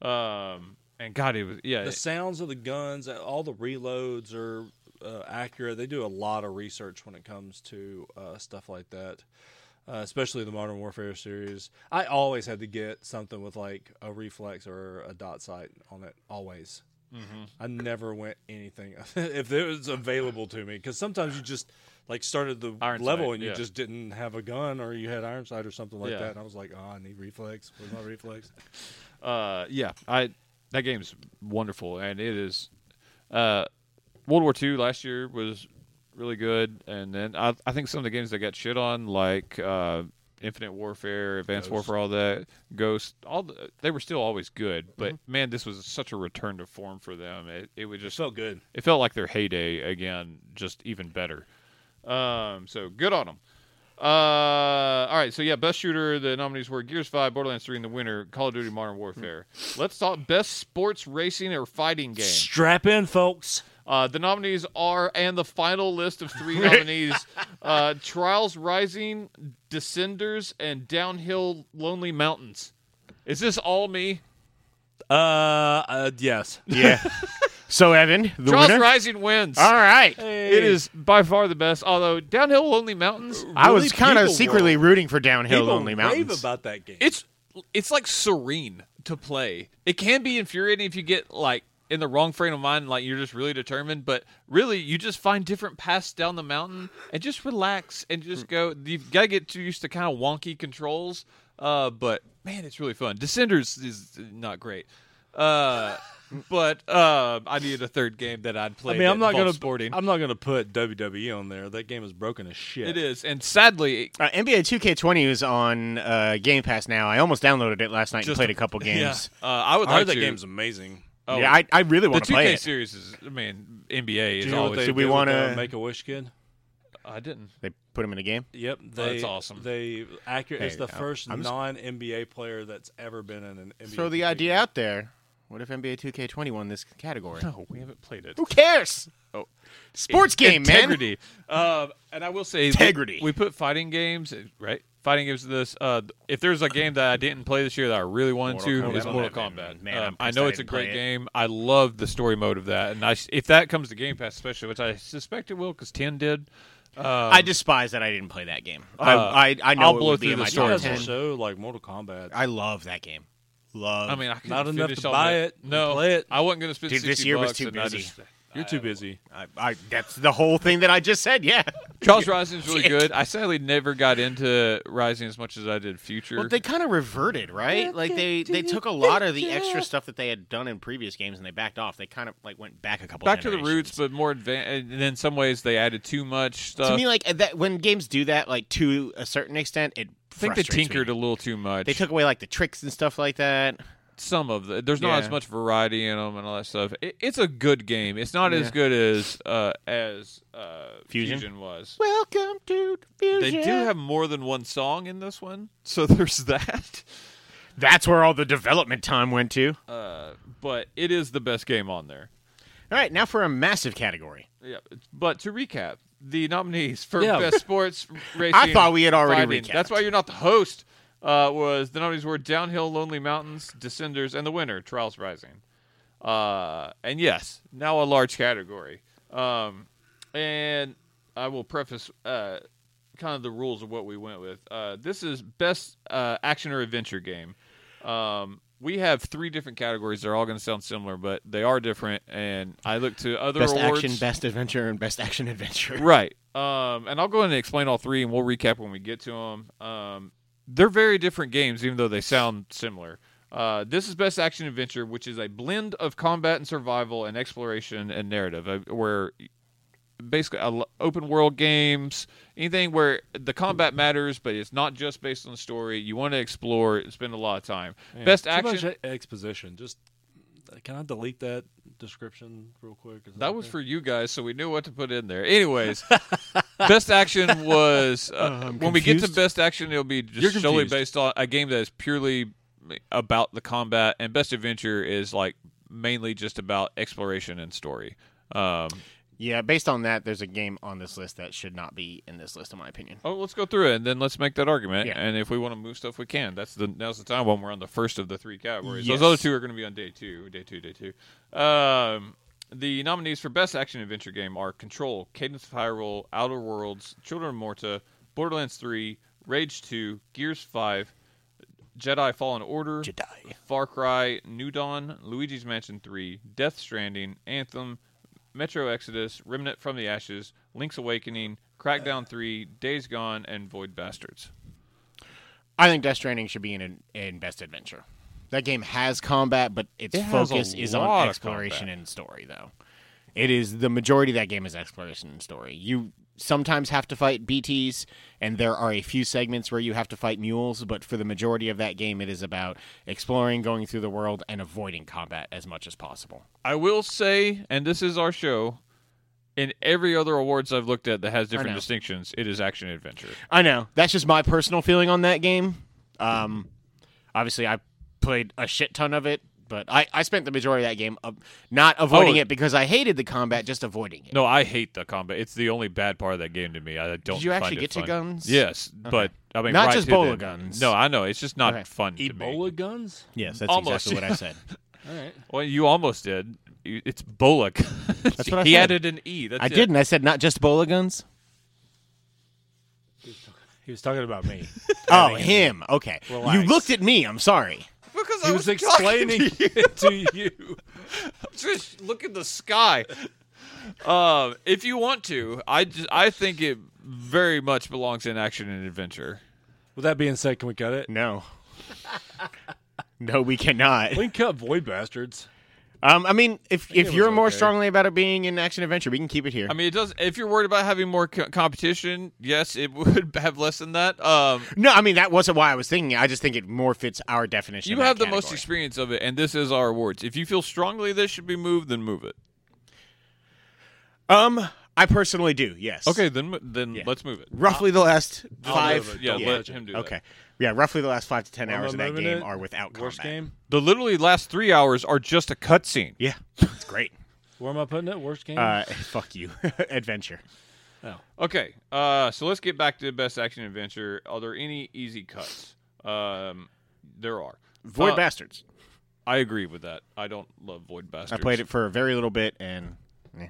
S1: Um, and God, it was yeah,
S3: the sounds of the guns, all the reloads are uh, accurate. They do a lot of research when it comes to uh, stuff like that, uh, especially the Modern Warfare series. I always had to get something with like a reflex or a dot sight on it. Always,
S1: Mm-hmm.
S3: I never went anything (laughs) if it was available to me because sometimes you just like started the
S1: Iron
S3: level
S1: sight,
S3: and you
S1: yeah.
S3: just didn't have a gun or you had iron sight or something like
S1: Yeah.
S3: that. And I was like, oh, I need reflex. Where's my reflex?
S1: uh, yeah, I that game's wonderful, and it is. Uh, World War II last year was really good, and then I, I think some of the games that got shit on, like uh, Infinite Warfare, Advanced
S3: Ghost.
S1: Warfare, all that, Ghost, all the, they were still always good, but man, this was such a return to form for them. It, it was
S3: It
S1: just
S3: felt good.
S1: it felt like their heyday again, just even better. Um, so good on them. Uh, all right, so yeah, best shooter. The nominees were Gears Five, Borderlands Three, and the winner, Call of Duty Modern Warfare. Let's talk best sports racing or fighting game.
S3: Strap in, folks.
S1: Uh, the nominees are, and the final list of
S2: (laughs)
S1: three nominees: uh, Trials Rising, Descenders, and Downhill Lonely Mountains. Is this all me?
S3: Uh, uh yes.
S2: Yeah. (laughs) so Evan, the
S1: Trials
S2: winner.
S1: Rising wins.
S2: All right.
S1: It is by far the best. Although Downhill Lonely Mountains,
S2: I was
S3: Really,
S2: kind of
S3: people
S2: secretly rooting for downhill
S3: People
S2: lonely
S3: rave
S2: mountains.
S3: about that game.
S1: it's it's like serene to play. It can be infuriating if you get like in the wrong frame of mind, like you're just really determined. But really, you just find different paths down the mountain and just relax and just go. You've got to get too used to kind of wonky controls. Uh, but man, it's really fun. Descenders is not great. Uh, (laughs) but uh, I needed a third game that I'd play.
S3: I mean, I'm not gonna
S1: sporting.
S3: I'm not gonna put WWE on there. That game is broken as shit.
S1: It is, and sadly,
S2: Uh, NBA 2K20 is on uh, Game Pass now. I almost downloaded it last night and
S1: Just
S2: played
S1: a- (laughs)
S2: a couple games.
S1: uh, I would
S3: I heard
S1: like
S3: that
S1: to.
S3: game's amazing.
S1: oh,
S2: yeah I, I really
S1: the
S2: want to
S1: 2K
S2: play it.
S1: series is. I mean, NBA is
S3: Do you know what
S1: always.
S3: they
S2: Should we
S3: did with,
S2: wanna-
S3: uh, make a wish kid?
S1: I didn't.
S2: They put him in a game.
S3: Yep, they,
S1: that's awesome.
S3: They accurate. It's
S2: Hey,
S3: the
S2: I'm-
S3: 1st
S2: I'm just-
S3: non NBA player that's ever been in an NBA.
S2: Throw the
S3: 2K.
S2: idea out there. What if NBA 2K20 won this category?
S1: No, we haven't played it.
S2: Who cares?
S1: Oh.
S2: Sports game, man.
S1: integrity. Um, and I will say we-
S2: Integrity.
S1: We, put fighting games right. Fighting games. This uh, if there's a game that I didn't play this year that I really wanted
S2: Mortal
S1: to, it's
S2: Kombat.
S1: Mortal
S2: Man,
S1: Kombat.
S2: man, I'm
S1: Um, I
S2: pissed
S1: know
S2: I
S1: it's a
S2: didn't play
S1: great
S2: it.
S1: game. I love the story mode of that, and I s if that comes to Game Pass, especially which I suspect it will, because Ten did. Um,
S2: I despise that I didn't play that game. I, I, I know
S1: Uh, I'll
S2: it
S1: blow
S2: would be
S1: through
S2: in
S1: the
S2: my
S1: story
S2: top
S1: Sorry,
S3: Doesn't
S1: more.
S2: 10.
S3: show like Mortal Kombat.
S2: I love that game. Love.
S1: I mean, I couldn't
S3: Not enough
S1: finish
S3: to
S1: all
S3: buy
S1: that.
S3: it and
S1: No,
S3: play it.
S1: I wasn't going to spend.
S2: Dude,
S1: 60
S2: this year was
S1: bucks,
S2: too
S1: and I
S2: busy.
S1: just-
S3: You're too busy.
S2: I, I, that's the whole thing that I just said. (laughs) Yeah.
S1: Charles Rising is really good. I sadly never got into Rising as much as I did Future.
S2: Well, they kind of reverted, right? Like they they took a lot of the extra stuff that they had done in previous games and they backed off. They kind of like went back a couple.
S1: back to the roots, uh,
S2: generations.
S1: but more advanced. And in some ways, they added too much stuff.
S2: to me, like that when games do that, like to a certain extent, it
S1: I think they
S2: frustrates
S1: tinkered
S2: me.
S1: a little too much.
S2: They took away like the tricks and stuff like that.
S1: some of the. There's not
S2: Yeah.
S1: as much variety in them and all that stuff. It, it's a good game. It's not as
S2: Yeah.
S1: good as uh, as uh,
S2: Fusion?
S1: was.
S2: Welcome to
S1: They do have more than one song in this one, so (laughs) there's that.
S2: That's where all the development time went to.
S1: Uh, but it is the best game on there.
S2: All right, now for a massive category.
S1: Yeah. But to recap, the nominees for
S3: Yeah.
S1: best sports racing.
S2: (laughs) I thought we had already
S1: fighting.
S2: recapped.
S1: That's why you're not the host. Uh, was the nominees were downhill, lonely mountains, descenders, and the winner, trials rising. Uh, and yes, now a large category. Um, and I will preface uh, kind of the rules of what we went with. Uh, this is best uh, action or adventure game. Um, we have three different categories. They're all going to sound similar, but they are different. And I look to other
S2: best
S1: awards.
S2: action, best adventure, and best
S1: (laughs)
S2: action adventure.
S1: Right. Um, and I'll go in and explain all three, and we'll recap when we get to them. Um, they're very different games, even though they sound similar. Uh, this is Best Action Adventure, which is a blend of combat and survival and exploration and narrative, uh, where basically uh, open world games, anything where the combat matters, but it's not just based on the story. You want to explore and spend a lot of time.
S3: Man,
S1: Best
S3: too
S1: action.
S3: much e- exposition. Just can I delete that description real quick? Is
S1: That was
S3: okay?
S1: for you guys, so we knew what to put in there. Anyways, (laughs) best action was uh,
S2: I'm
S1: when we get to
S2: confused.
S1: best action, it'll be just
S3: You're
S1: solely
S3: confused.
S1: based on a game that is purely about the combat, and best adventure is like mainly just about exploration and story. Um,
S2: Yeah, based on that, there's a game on this list that should not be in this list, in my opinion.
S1: oh, let's go through it, and then let's make that argument.
S2: Yeah.
S1: And if we want to move stuff, we can. That's the now's the time when we're on the first of the three categories.
S2: Yes.
S1: Those other two are going to be on day two, day two, day two. Um, the nominees for Best Action Adventure Game are Control, Cadence of Hyrule, Outer Worlds, Children of Morta, Borderlands 3, Rage 2, Gears 5, Jedi Fallen Order,
S2: Jedi.
S1: Far Cry, New Dawn, Luigi's Mansion 3, Death Stranding, Anthem, Metro Exodus, Remnant from the Ashes, Link's Awakening, Crackdown 3, Days Gone, and Void Bastards.
S2: I think Death Stranding should be in in Best Adventure. That game has combat, but its
S1: It has a
S2: focus is
S1: lot
S2: on
S1: of
S2: exploration
S1: combat.
S2: and story. Though it is the majority of that game is exploration and story. You sometimes have to fight BTS, and there are a few segments where you have to fight mules. But for the majority of that game, it is about exploring, going through the world, and avoiding combat as much as possible.
S1: I will say, and this is our show, in every other awards I've looked at that has different
S2: know.
S1: distinctions, it is action adventure.
S2: I know that's just my personal feeling on that game. Um, obviously, I played a shit ton of it, but I, I spent the majority of that game uh, not avoiding
S1: Oh.
S2: it because I hated the combat, just avoiding it.
S1: No, I hate the combat. It's the only bad part of that game to me. I don't.
S2: Did you
S1: find
S2: actually
S1: it
S2: get to
S1: fun.
S2: guns?
S1: Yes, but I mean,
S2: Not
S1: right
S2: just
S1: to the-
S2: bola guns.
S1: No, I know it's just not
S2: Okay.
S1: fun. to me.
S3: Ebola guns.
S2: Yes, that's
S1: Almost. exactly what I
S2: said.
S3: All right.
S1: Well, you almost did. You- It's Bullock. That's
S2: what I
S1: he
S2: said.
S1: added an e. That's
S2: I
S1: it.
S2: didn't. I said not just bola guns.
S3: He was talking about me.
S2: Oh, him. Okay, you
S3: Relax.
S2: looked at me. I'm sorry.
S1: because
S3: he
S1: I
S3: was
S1: was,
S3: explaining
S1: talking to
S3: (laughs)
S1: you.
S3: to you.
S1: Trish, look at the
S2: (laughs)
S1: sky. Um, if you want to, I just, I think it very much belongs in action and adventure.
S3: With that being said, can we cut it?
S2: No. (laughs) No, we cannot.
S3: We can cut Void Bastards.
S2: Um, I mean, if
S3: it
S2: if
S3: was
S2: you're more
S3: okay.
S2: strongly about it being in action adventure, we can keep it here.
S1: I mean, it does. If you're worried about having more co- competition, yes, it (laughs) would have less than that. Um,
S2: no, I mean that wasn't why I was thinking. it. I just think it more fits our definition.
S1: you
S2: of that
S1: have the most
S2: category.
S1: experience of it, and this is our awards. If you feel strongly this should be moved, then move it.
S2: Um, I personally do. Yes.
S1: Okay, then mo- then let's move it.
S2: Roughly the last
S3: I'll
S2: five.
S3: move it.
S1: Yeah,
S3: Don't
S1: let
S3: judge it.
S1: him do that.
S2: Okay. Yeah, roughly the last five to 10
S3: I'm
S2: hours of that
S3: moving
S2: game
S3: it.
S2: are without combat.
S3: Worst game.
S1: The literally last three hours are just a cutscene.
S2: Yeah,
S1: (laughs)
S2: it's great.
S3: Where am I putting it? Worst game.
S2: Uh, (laughs) fuck you, adventure.
S3: oh.
S1: Okay, uh, so let's get back to best action adventure. Are there any easy cuts? Um, there are.
S2: Void
S1: Uh,
S2: Bastards.
S1: I agree with that. I don't love Void Bastards.
S2: I played it for a very little bit, and eh.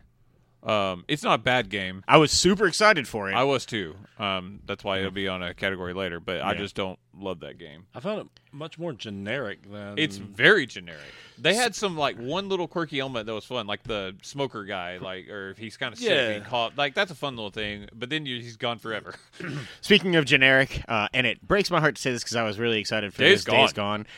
S1: Um, it's not a bad game.
S2: I was super excited for it.
S1: I was too. Um, that's why it'll be on a category later. But I just don't love that game.
S3: I found it much more generic than
S2: Mm.
S1: It's very generic. They had some like one little quirky element that was fun, like the smoker guy, like or if he's kind of
S3: Yeah.
S1: sick and caught. Like that's a fun little thing. But then you, he's gone forever.
S2: Speaking of generic, uh, and it breaks my heart to say this because I was really excited for
S1: Days
S2: this. Days Gone.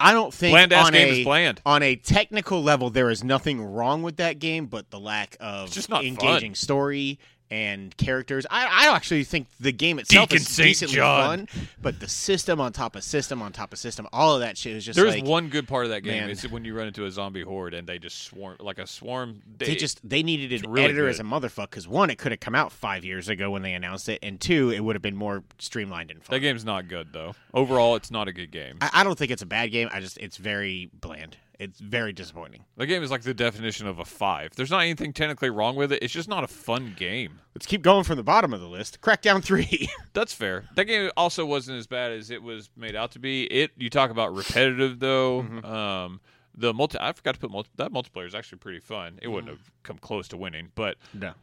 S2: I don't think
S1: Bland-ass
S2: on
S1: game
S2: a
S1: is bland.
S2: on a technical level there is nothing wrong with that game, but the lack of
S1: just not
S2: engaging story and characters. I, I actually think the game itself
S1: Deacon
S2: is
S1: St.
S2: decently
S1: John.
S2: fun, but the system on top of system on top of system, all of that shit is just
S1: There's
S2: like
S1: one good part of that game.
S2: Man.
S1: It's when you run into a zombie horde and they just swarm like a swarm. They,
S2: they just they needed an
S1: really
S2: editor
S1: good.
S2: as a motherfucker because one, it could have come out five years ago when they announced it, and two, it would have been more streamlined and
S1: that
S2: fun.
S1: game's not good though. Overall, it's not a good game.
S2: I, I don't think it's a bad game. I just it's very bland. It's very disappointing.
S1: The game is like the definition of a five. There's not anything technically wrong with it. It's just not a fun game.
S2: Let's keep going from the bottom of the list. Crackdown three. (laughs)
S1: That's fair. That game also wasn't as bad as it was made out to be. It you talk about repetitive though. Um, the multi I forgot to put multi, that multiplayer is actually pretty fun. It wouldn't have come close to winning, but
S2: no,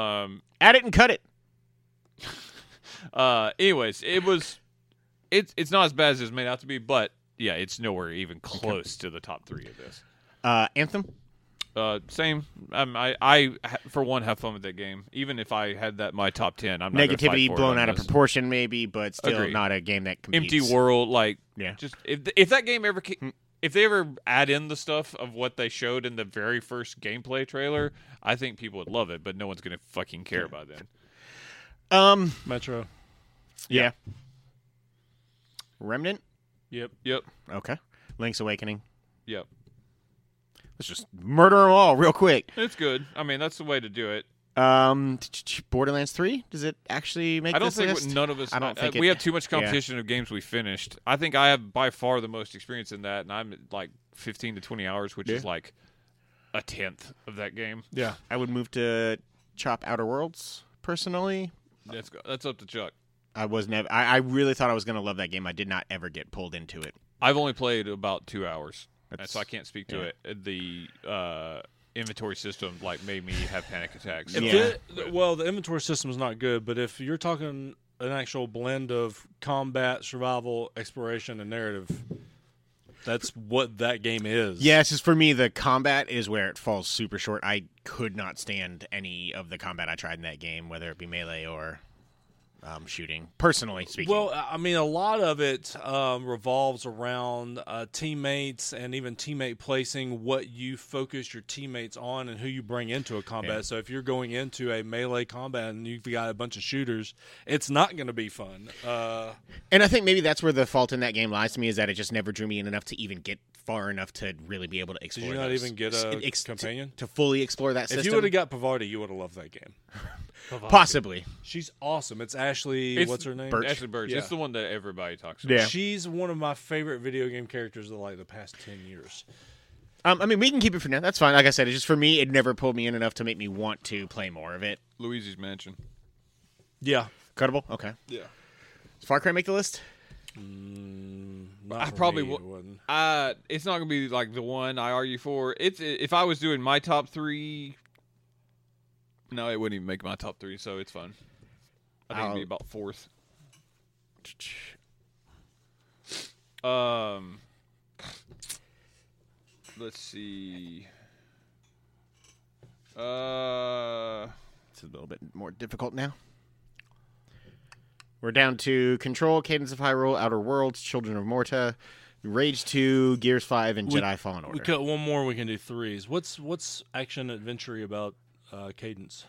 S1: um,
S2: add it and cut it.
S1: uh, anyways, it was it's it's not as bad as it's made out to be, but yeah, it's nowhere even close to the top three of this.
S2: Uh, Anthem.
S1: Uh, same. Um, I, I, ha- for one, have fun with that game. Even if I had that my top ten, I'm not gonna fight for
S2: Negativity
S1: it
S2: blown
S1: on
S2: out of
S1: this.
S2: proportion, maybe, but still
S1: Agreed.
S2: not a game that competes.
S1: Empty world, like
S2: Yeah.
S1: Just if th- if that game ever, ca- if they ever add in the stuff of what they showed in the very first gameplay trailer, I think people would love it. But no one's gonna fucking care by then.
S2: Um.
S3: Metro.
S2: Yeah. Remnant.
S3: Yep.
S1: Yep.
S2: Okay. Link's Awakening.
S1: Yep.
S2: Let's just murder them all real quick.
S1: It's good. I mean, that's the way to do it.
S2: Um, t- t- t- Borderlands Three. Does it actually make?
S1: I don't
S2: this
S1: think
S2: list?
S1: none of us.
S2: I don't
S1: uh,
S2: think
S1: we
S2: it-
S1: have too much
S2: yeah.
S1: competition of games we finished. I think I have by far the most experience in that, and I'm at like 15 to 20 hours, which is like a tenth of that game.
S3: Yeah.
S2: I would move to chop Outer Worlds personally.
S1: That's go- that's up to Chuck.
S2: I was never. I, I really thought I was gonna love that game. I did not ever get pulled into it.
S1: I've only played about two hours, and
S2: That's-
S1: so I can't speak to
S2: yeah.
S1: it. The uh, inventory system like made me have panic attacks.
S2: It
S1: So-
S2: Yeah.
S3: Thi- th- well, the inventory system is not good, but if you're talking an actual blend of combat, survival, exploration, and narrative, that's what that game is.
S2: Yes, is for me the combat is where it falls super short. I could not stand any of the combat I tried in that game, whether it be melee or um, shooting. Personally speaking,
S3: Well, I I mean, a lot of it um, revolves around uh, teammates and even teammate placing, what you focus your teammates on, and who you bring into a combat. So if you're going into a melee combat and you've got a bunch of shooters, it's not going to be fun. Uh,
S2: and I think maybe that's where the fault in that game lies to me is that it just never drew me in enough to even get far enough to really be able to
S3: did
S2: explore.
S3: you not
S2: those-
S3: even get
S2: s-
S3: a
S2: ex- to-
S3: companion?
S2: to fully explore that
S3: If
S2: system?
S3: you would have got Pavarti, you would have loved that game.
S2: Possibly.
S3: She's awesome. It's Ashley.
S1: It's
S3: what's her name?
S2: Birch.
S1: Ashley Birch.
S3: Yeah.
S1: It's the one that everybody talks about.
S2: Yeah.
S3: She's one of my favorite video game characters of like the past ten years.
S2: Um, I mean, we can keep it for now. That's fine. Like I said, it's just for me, it never pulled me in enough to make me want to play more of it.
S1: Luigi's Mansion.
S3: Yeah.
S2: Cuttable? Okay.
S1: Yeah.
S2: Does Far Cry make the list?
S3: Not
S1: I
S3: for
S1: probably
S3: me,
S1: wo-
S3: it wasn't.
S1: Uh, it's not gonna be like the one I argue for. It's if I was doing my top three, no, it wouldn't even make my top three, so it's fine. I think it'd be
S2: I'll-
S1: about fourth. Um, let's see. Uh,
S2: It's a little bit more difficult now. We're down to Control, Cadence of Hyrule, Outer Worlds, Children of Morta, Rage 2, Gears 5, and
S3: We-
S2: Jedi Fallen Order.
S3: We cut one more. We can do threes. What's what's action adventure about uh, cadence?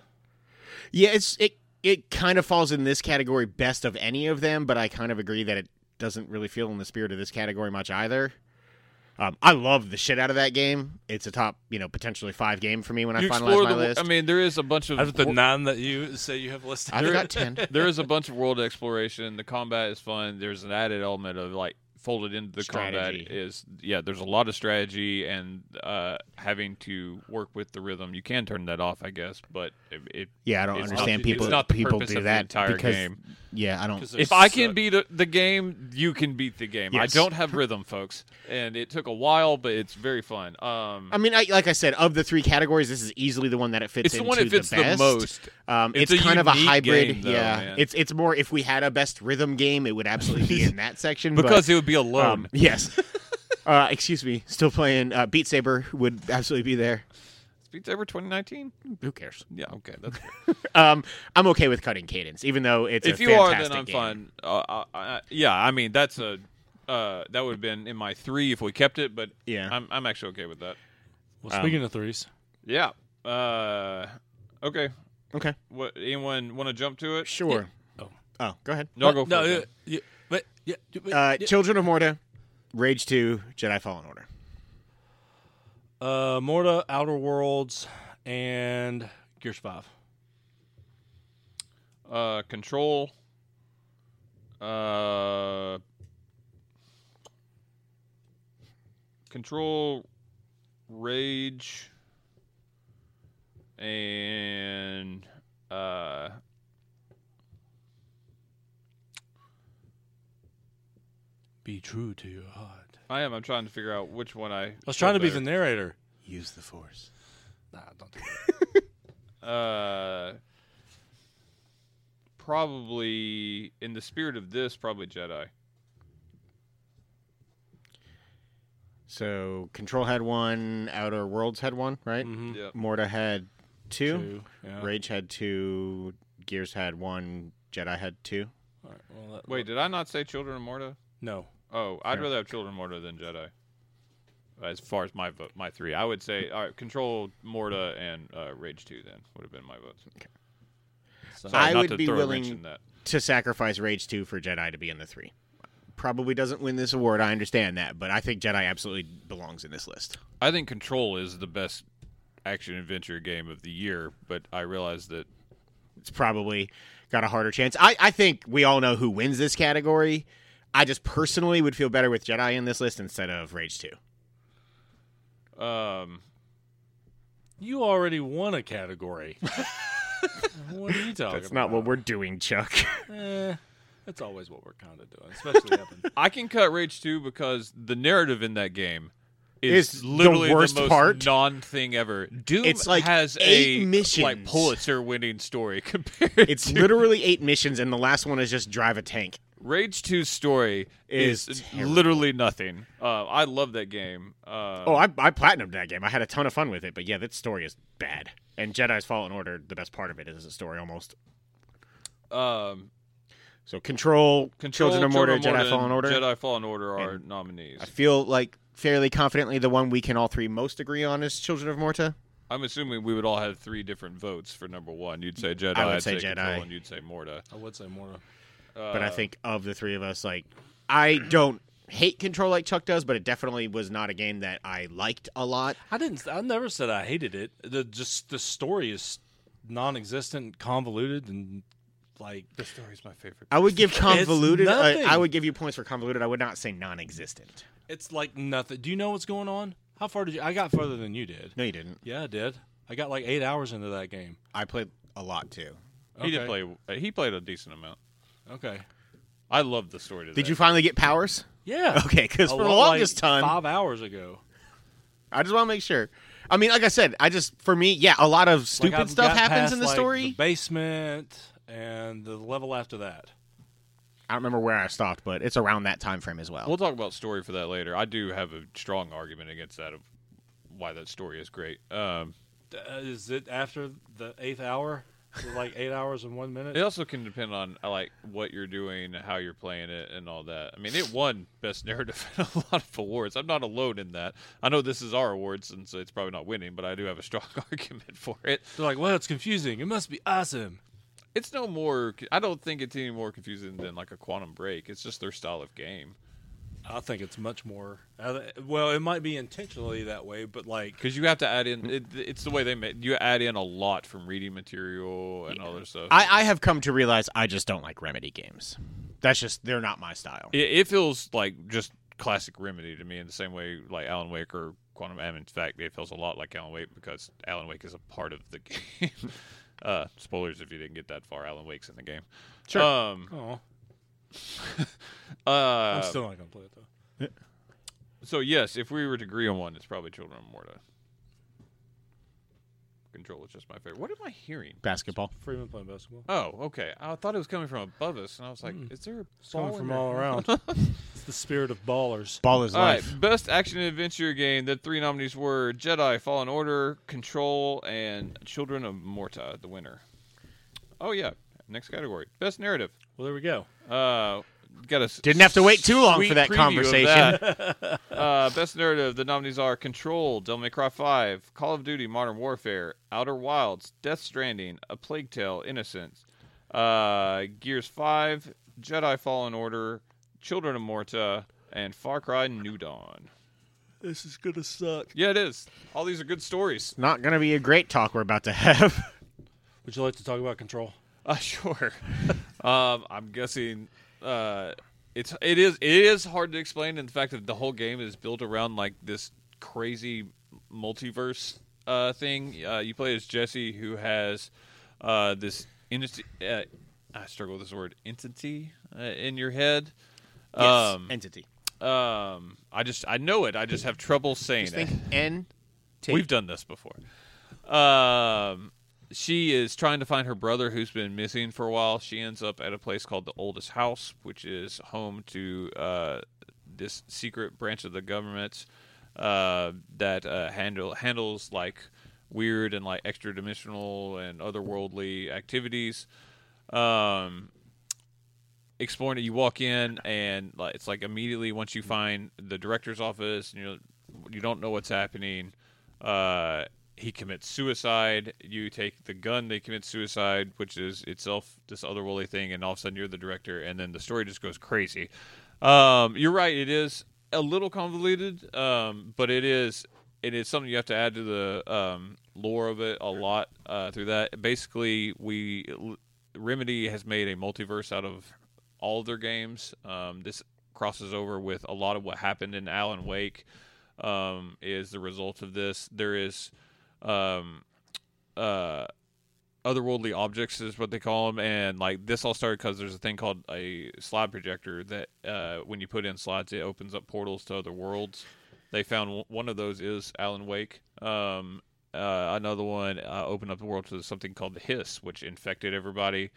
S2: Yeah, it's it it kind of falls in this category best of any of them, but I kind of agree that it doesn't really feel in the spirit of this category much either. Um, I love the shit out of that game. It's a top, you know, potentially five game for me when I
S1: you
S2: finalize
S1: explore
S2: my
S1: the.
S2: list.
S1: I mean, there is a bunch of. wor-
S3: nine that you say you have listed.
S2: I've
S1: (laughs)
S2: got ten.
S1: there is a bunch of world exploration. The combat is fun. There's an added element of like folded into the
S2: Strategy.
S1: combat is yeah. There's a lot of strategy and uh, having to work with the rhythm. You can turn that off, I guess, but it, it
S2: Yeah, I don't
S1: It's not-
S2: understand
S1: it's
S2: people.
S1: not the
S2: people
S1: purpose
S2: do
S1: of the
S2: that
S1: entire
S2: because
S1: game.
S2: yeah, I don't.
S1: if I can beat a, the game, you can beat the game.
S2: Yes.
S1: I don't have rhythm, folks, and it took a while, but it's very fun. Um,
S2: I mean, I, like I said, of the three categories, this is easily the one that it fits.
S1: it's the
S2: into
S1: one that fits the,
S2: best.
S1: most.
S2: Um, it's
S1: It's a
S2: kind of a
S1: unique
S2: hybrid.
S1: game, though,
S2: yeah,
S1: man.
S2: it's it's more. If we had a best rhythm game, it would absolutely be in that section but-
S1: Because it would be alone.
S2: Um, (laughs) yes. uh, excuse me. Still playing uh, Beat Saber would absolutely be there.
S1: Beat Saber 2019.
S2: Who cares?
S1: Yeah, okay, that's
S2: Um, I'm okay with cutting Cadence, even though it's
S1: if
S2: a
S1: you are, then
S2: fantastic
S1: I'm
S2: game.
S1: fine. Uh, I, I, yeah, I mean that's a uh, that would have been in my three if we kept it, but
S2: Yeah.
S1: I'm I'm actually okay with that.
S3: Well, speaking of threes,
S1: Yeah. Uh, okay.
S2: Okay,
S1: What anyone want to jump to it?
S2: sure.
S3: Yeah.
S2: Oh, go ahead.
S1: No, I'll go for
S3: no,
S1: it.
S3: yeah,
S1: then.
S3: yeah, but yeah, but-
S2: Uh, Children of Morta, Rage Two, Jedi Fallen Order.
S3: uh, Morta, Outer Worlds, and Gears Five.
S1: Uh, control. Uh, control, rage, and uh,
S3: Be true to your heart. I
S1: I am. I'm trying to figure out which one I. I
S3: was trying to be the narrator.
S2: Use the Force.
S3: Nah, don't do that.
S1: Uh, probably in the spirit of this, probably Jedi.
S2: So Control had one, Outer Worlds had one, right?
S3: Mhm.
S1: Yep.
S2: Morta had two,
S3: Yeah.
S2: Rage had two, Gears had one, Jedi had two.
S3: All right, well, that-
S1: Wait, did I not say Children of Morta?
S3: no.
S1: Oh, I'd
S2: Yeah.
S1: rather have Children of Morta than Jedi. As far as my vote, my three, I would say all right, Control Morta and uh, Rage Two. Then would have been my votes. Sorry,
S2: I
S1: not
S2: would
S1: to
S2: be
S1: throw
S2: willing-
S1: a wrench in that.
S2: To sacrifice Rage two for Jedi to be in the three. Probably doesn't win this award. I understand that, but I think Jedi absolutely belongs in this list.
S1: I think Control is the best action adventure game of the year, but I realize that
S2: It's probably got a harder chance. I, I think we all know who wins this category. I just personally would feel better with Jedi in this list instead of Rage two.
S1: um,
S3: You already won a category. what are you talking
S2: That's not what we're doing, Chuck. (laughs)
S3: we're. Eh, that's always what we're kind of doing, especially up in.
S1: I can cut Rage Two because the narrative in that game
S2: It's
S1: is
S2: the
S1: literally
S2: worst
S1: most
S2: part.
S1: non-thing ever. Doom
S2: It's like
S1: has
S2: eight
S1: a like
S2: missions.
S1: Pulitzer-winning story (laughs) compared
S2: It's
S1: to
S2: literally eight missions, and the last one is just drive a tank.
S1: Rage 2's story
S2: Is
S1: is,
S2: terrible.
S1: literally nothing. Uh, I love that game. Uh,
S2: Oh, I, I platinumed that game. I had a ton of fun with it, but yeah, that story is bad. And Jedi's Fallen Order, the best part of it is the story almost.
S1: um,
S2: So Control,
S1: Control,
S2: Oh. Children of Mortar, Jedi
S1: and
S2: Fallen Order.
S1: Jedi Fallen Order are nominees.
S2: I feel like fairly confidently the one we can all three most agree on is Children of Morta.
S1: I'm assuming we would all have three different votes for number one. You'd say Jedi,
S2: I would
S1: would
S2: say
S1: say,
S2: Jedi.
S1: Control, and you'd say Morta. Uh,
S3: I would say more.
S2: but I think of the three of us, like I don't hate Control like Chuck does, but it definitely was not a game that I liked a lot.
S3: I didn't. I never said I hated it. The just the story is non-existent, convoluted, and like
S1: the story's my favorite.
S2: I would give convoluted. I,
S3: nothing.
S2: I would give you points for convoluted. I would not say non-existent.
S3: it's like nothing. Do you know what's going on? How far did you? I got further than you did.
S2: No, you didn't.
S3: Yeah, I did. I got like eight hours into that game.
S2: I played a lot too.
S1: He did play. uh, He played a decent amount.
S3: Okay.
S1: I love the story. To
S2: Did
S1: that.
S2: you finally get powers?
S3: Yeah.
S2: (laughs) Okay, because
S3: A
S2: for the
S3: lot, like,
S2: longest time,
S3: five hours ago.
S2: I just want to make sure. I mean, like I said, I just for me, yeah, a lot of
S3: Like,
S2: stupid
S3: I've
S2: stuff
S3: got
S2: happens
S3: past,
S2: in the
S3: like,
S2: story.
S3: The basement and the level after that.
S2: I don't remember where I stopped, but it's around that time frame as well.
S1: We'll talk about story for that later. I do have a strong argument against that of why that story is great. Um,
S3: Uh, is it after the eighth hour? like eight hours and one
S2: (laughs)
S3: minute.
S1: It also can depend on uh, like what you're doing, how you're playing it, and all that. I mean, it won best narrative (laughs) in a lot of awards. I'm not alone in that. I know this is our awards, and so it's probably not winning, but I do have a strong (laughs) argument for it.
S3: They're like, well, it's confusing. It must be awesome.
S1: It's no more. I don't think it's any more confusing than like a Quantum Break. It's just their style of game
S3: I think it's much more. I th- Well, it might be intentionally that way, but like,
S1: because you have to add in. It, it's the way they make you add in a lot from reading material and all other stuff.
S2: I, I have come to realize I just don't like remedy games. That's just they're not my style.
S1: it, it feels like just classic remedy to me in the same way like alan wake or quantum I mean, in fact it feels a lot like alan wake because alan wake is a part of the game (laughs) uh spoilers if you didn't get that far alan wake's in the game
S2: Sure.
S1: um
S3: oh,
S1: uh
S3: I'm still not gonna play it though.
S1: so yes if we were to agree on one it's probably children of morta control is just my favorite what am i hearing
S2: Basketball.
S3: Freeman playing basketball.
S1: oh okay i thought it was coming from above us and i was like is there a
S3: Hmm. It's
S1: ball
S3: coming
S1: in
S3: from
S1: there?
S3: all around. it's the spirit of ballers.
S2: Ball is
S1: All right,
S2: life.
S1: best action adventure game. The three nominees were Jedi Fallen Order, Control, and Children of Morta. The winner. Oh yeah, next category, best narrative.
S3: Well, there we go.
S1: Uh, got us.
S2: Didn't have to wait too long
S1: sweet
S2: for that
S1: preview of
S2: conversation.
S1: that. (laughs) uh, best narrative. The nominees are Control, Devil May Cry Five, Call of Duty: Modern Warfare, Outer Wilds, Death Stranding, A Plague Tale: Innocence, uh, Gears Five, Jedi Fallen Order, Children of Morta, and Far Cry New Dawn.
S3: This is gonna suck.
S1: Yeah, it is. All these are good stories.
S2: Not gonna be a great talk we're about to have.
S3: Would you like to talk about control?
S1: (laughs) Uh, sure. um, I'm guessing uh, it's it is it is hard to explain in the fact that the whole game is built around like this crazy multiverse uh, thing. Uh, you play as Jesse, who has uh, this entity. Uh, I struggle with this word entity uh, in your head. Um,
S2: Entity.
S1: um, I just I know it. I just have trouble saying
S2: Just
S1: it.
S2: think N T.
S1: We've done this before. Um, she is trying to find her brother who's been missing for a while. She ends up at a place called the Oldest House, which is home to uh, this secret branch of the government uh, that uh, handle handles like weird and like extra dimensional and otherworldly activities. Um, exploring it, you walk in and like it's like immediately once you find the director's office, you know, you don't know what's happening. Uh, he commits suicide. You take the gun. They commit suicide, which is itself this otherworldly thing, and all of a sudden you're the director, and then the story just goes crazy. Um, you're right. It is a little convoluted, um, but it is it is something you have to add to the um, lore of it a lot uh, through that. Basically, we Remedy has made a multiverse out of all their games. Um, this crosses over with a lot of what happened in Alan Wake. Um, is the result of this? There is um, uh, otherworldly objects is what they call them, and like this all started because there's a thing called a slide projector that uh, when you put in slides, it opens up portals to other worlds. They found w- one of those is Alan Wake. Um, uh, another one uh, opened up the world to something called the Hiss, which infected everybody.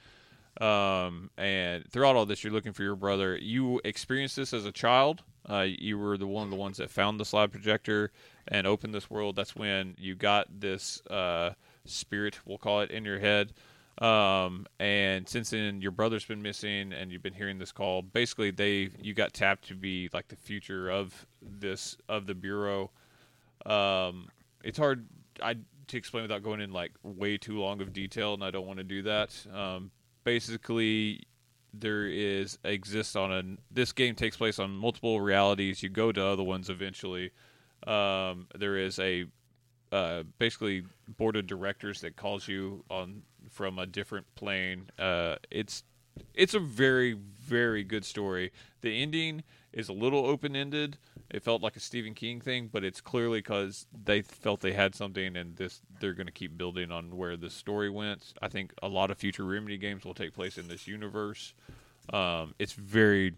S1: Um, and throughout all this, you're looking for your brother. You experienced this as a child. Uh, you were the one of the ones that found the slide projector and opened this world. That's when you got this uh, spirit, we'll call it, in your head. Um, and since then, your brother's been missing, and you've been hearing this call. Basically, they you got tapped to be like the future of this of the bureau. Um, it's hard I to explain without going in like way too long of detail, and I don't want to do that. Um, basically there is exists on a this game takes place on multiple realities you go to other ones eventually um, there is a uh, basically board of directors that calls you on from a different plane uh, it's it's a very very good story the ending is a little open-ended it felt like a stephen king thing but it's clearly because they felt they had something and this they're going to keep building on where this story went i think a lot of future remedy games will take place in this universe um, it's very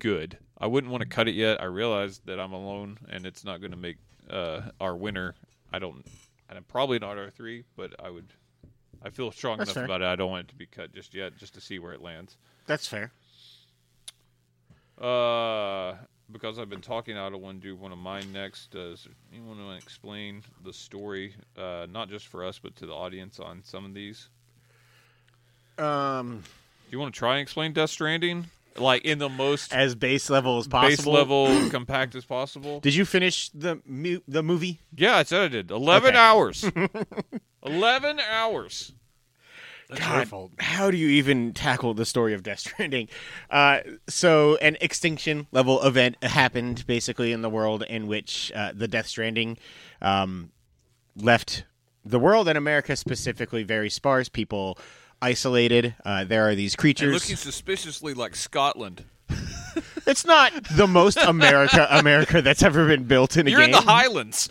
S1: good i wouldn't want to cut it yet i realize that i'm alone and it's not going to make uh, our winner i don't and i'm probably not r3 but i would i feel strong
S2: That's
S1: enough
S2: fair.
S1: about it i don't want it to be cut just yet just to see where it lands
S2: That's fair.
S1: uh, because I've been talking, I don't want to do one of mine next. Does anyone want to explain the story, uh, not just for us, but to the audience on some of these?
S2: Um,
S1: Do you want to try and explain Death Stranding, like in the most
S2: as base level as possible.
S1: base
S2: (clears throat)
S1: level, compact as possible?
S2: Did you finish the mu- the movie?
S1: Yeah, it's edited. Eleven
S2: Okay. (laughs)
S1: hours. Eleven hours.
S3: That's your
S2: God,
S3: fault.
S2: how do you even tackle the story of Death Stranding? Uh, so, an extinction level event happened basically in the world in which uh, the Death Stranding um, left the world and America specifically very sparse. People isolated. Uh, there are these
S1: And
S2: creatures.
S1: looking suspiciously like Scotland.
S2: It's not the most America America that's ever been built in a
S1: You're
S2: game.
S1: in the Highlands.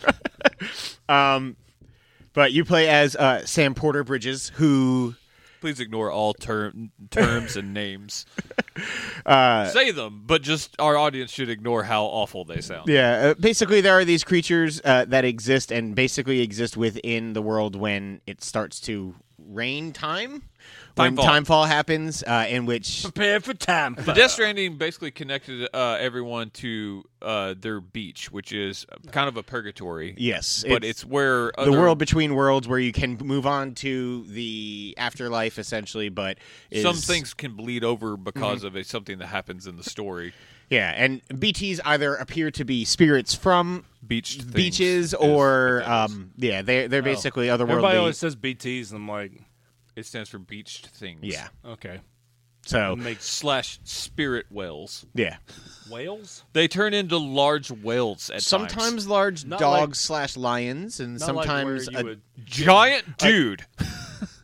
S2: but you play as uh, Sam Porter Bridges, who
S1: (laughs) Please ignore all term, terms and
S2: (laughs)
S1: names.
S2: Uh,
S1: Say them, but just our audience should ignore how awful they sound.
S2: Yeah, uh, basically there are these creatures uh, that exist and basically exist within the world when it starts to rain time, when
S1: Timefall.
S2: timefall happens, uh,
S1: (laughs)
S2: in which
S3: Prepare for time.
S1: The Death Stranding basically connected uh, everyone to uh, their beach, which is kind of a purgatory.
S2: yes,
S1: but it's, where
S2: the world between worlds where you can move on to the afterlife essentially, but is, Mm-hmm.
S1: Some things can bleed over because of a, something that happens in the story.
S2: yeah, and BTS either appear to be spirits from.
S1: Beached things
S2: Beaches
S1: is
S2: or
S1: what that is.
S2: um, yeah, they
S1: Oh.
S2: they're basically
S3: Everybody
S2: otherworldly.
S3: always says BTS, and I'm like,
S1: it stands for beached things.
S2: Yeah,
S3: okay.
S2: so
S1: Mm.
S3: Makes
S1: slash spirit whales.
S2: yeah,
S3: whales?
S1: They turn into large whales at times.
S2: sometimes large
S3: Not
S2: dogs
S3: like-
S2: slash lions, and
S3: Not
S2: sometimes
S3: like where you
S2: a,
S3: would
S1: giant dude.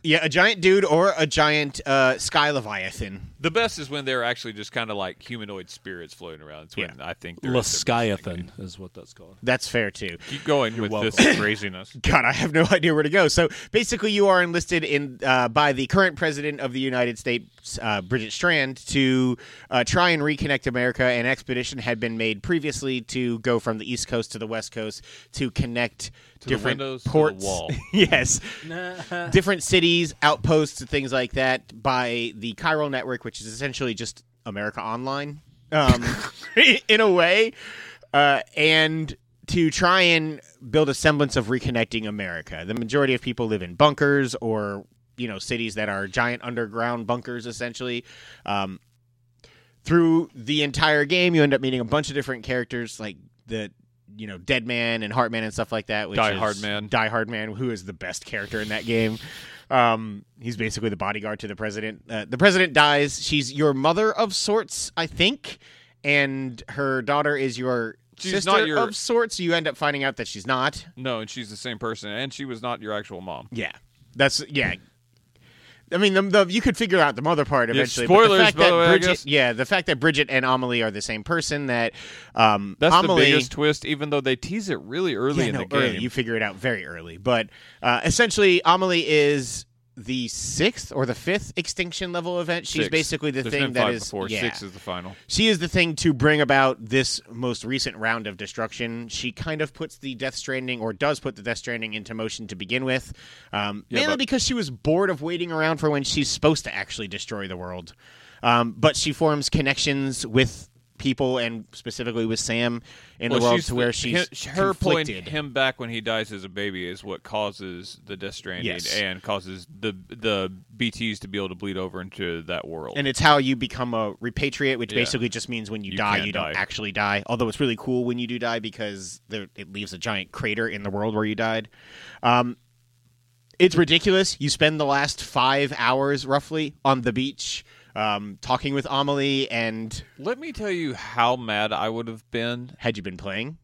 S2: yeah, a giant dude or a giant uh, sky leviathan.
S1: The best is when they're actually just kind of like humanoid spirits floating around. It's when I think they're
S3: Lasciathan is what that's called.
S2: That's fair too.
S1: Keep going with this
S2: (coughs)
S3: welcome.
S1: craziness.
S2: God, I have no (laughs) idea where to go. So basically, you are enlisted in uh, by the current president of the United States, uh, Bridget Strand, to uh, try and reconnect America. An expedition had been made previously to go from the East Coast to the West Coast to connect
S1: To the
S2: different
S1: windows, to the
S2: ports.
S1: wall.
S2: (laughs) yes,
S3: Nah. (laughs)
S2: different cities, outposts, and things like that by the Chiral Network, which is essentially just (laughs) America Online, um, in a way, uh, and to try and build a semblance of reconnecting America. The majority of people live in bunkers or you know cities that are giant underground bunkers, essentially. Um, through the entire game, you end up meeting a bunch of different characters, like the you know Dead Man and Heart Man and stuff like that. Which
S1: Die
S2: is-
S1: Hard Man.
S2: Die Hard Man, who is the best character in that game. Um, he's basically the bodyguard to the president. Uh, the president dies. She's your mother of sorts, I think, and her daughter is your
S1: She's
S2: sister
S1: not your-
S2: of sorts. You end up finding out that she's not.
S1: No, and she's the same person, and she was not your actual mom.
S2: Yeah, that's yeah. I mean, the, the, you could figure out the mother part eventually. but
S1: spoilers,
S2: the fact
S1: by
S2: that
S1: the way, I
S2: Bridget,
S1: guess.
S2: yeah, the fact that Bridget and Amelie are the same person. That um,
S1: That's
S2: Amelie,
S1: the biggest twist, even though they tease it really early
S2: yeah,
S1: in
S2: no,
S1: the game.
S2: Early. You figure it out very early. But uh, essentially, Amelie is the sixth or the fifth extinction level event. She's
S1: Six.
S2: basically the
S1: There's
S2: thing
S1: been
S2: that
S1: five
S2: is.
S1: before.
S2: yeah.
S1: Six is the final.
S2: She is the thing to bring about this most recent round of destruction. She kind of puts the Death Stranding, or does put the Death Stranding into motion to begin with, um,
S1: Yeah,
S2: mainly
S1: but-
S2: because she was bored of waiting around for when she's supposed to actually destroy the world. Um, but she forms connections with people, and specifically with Sam in the world, to where she's
S1: hi- her pulling
S2: conflicted.
S1: him back when he dies as a baby is what causes the Death Stranding
S2: Yes.
S1: and causes the the BTS to be able to bleed over into that world.
S2: and it's how you become a repatriate, which
S1: Yeah.
S2: basically just means when you,
S1: You
S2: die,
S1: can't
S2: you don't
S1: die.
S2: actually die. Although it's really cool when you do die because there, it leaves a giant crater in the world where you died. Um, it's ridiculous. You spend the last five hours roughly on the beach um, talking with Amelie, and
S1: Let me tell you how mad I would have been
S2: had you been playing?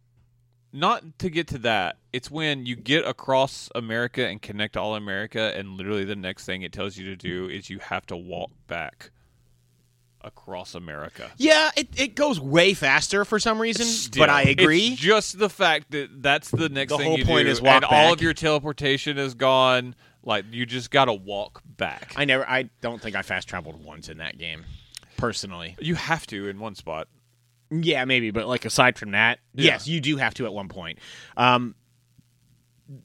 S1: not to get to that. It's when you get across America and connect to all America, and literally the next thing it tells you to do is you have to walk back across America.
S2: Yeah, it, it goes way faster for some reason,
S1: Still,
S2: but I agree.
S1: It's just the fact that that's the next
S2: The
S1: thing
S2: whole
S1: you
S2: point
S1: do,
S2: is walk
S1: and all
S2: back.
S1: of your teleportation is gone. Like you just got to walk back.
S2: I never. I don't think I fast traveled once in that game, personally.
S1: you have to in one spot.
S2: Yeah, maybe, but like aside from that,
S1: Yeah.
S2: yes, you do have to at one point. Um,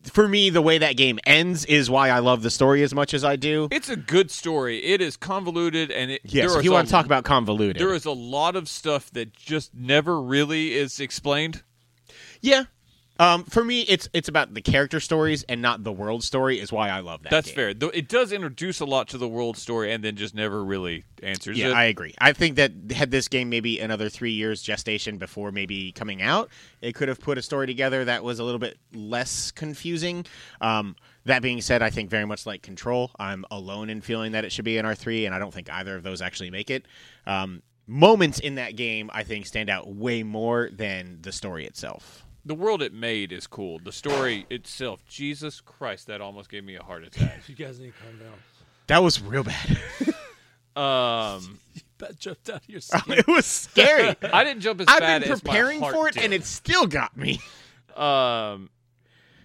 S2: for me, the way that game ends is why I love the story as much as I do.
S1: It's a good story. It is convoluted, and it,
S2: Yes,
S1: there
S2: if you
S1: is
S2: want
S1: a
S2: to talk about convoluted,
S1: There is a lot of stuff that just never really is explained.
S2: yeah. Um, for me, it's it's about the character stories and not the world story. Is why I love that.
S1: That's
S2: game.
S1: fair. Though it does introduce a lot to the world story, and then just never really answers
S2: Yeah,
S1: it.
S2: I agree. I think that had this game maybe another three years gestation before maybe coming out, it could have put a story together that was a little bit less confusing. Um, that being said, I think very much like Control, I'm alone in feeling that it should be in R3, and I don't think either of those actually make it. Um, moments in that game, I think, stand out way more than the story itself.
S1: the world it made is cool. The story itself, Jesus Christ, that almost gave me a heart
S2: (laughs)
S1: attack.
S3: You guys need to calm down.
S2: That was real bad.
S1: Um,
S3: That jumped out of your seat.
S2: (laughs) it was scary.
S1: (laughs) I didn't jump as
S2: I've
S1: bad
S2: been preparing
S1: as my heart
S2: for it,
S1: did.
S2: and it still got me.
S1: Um,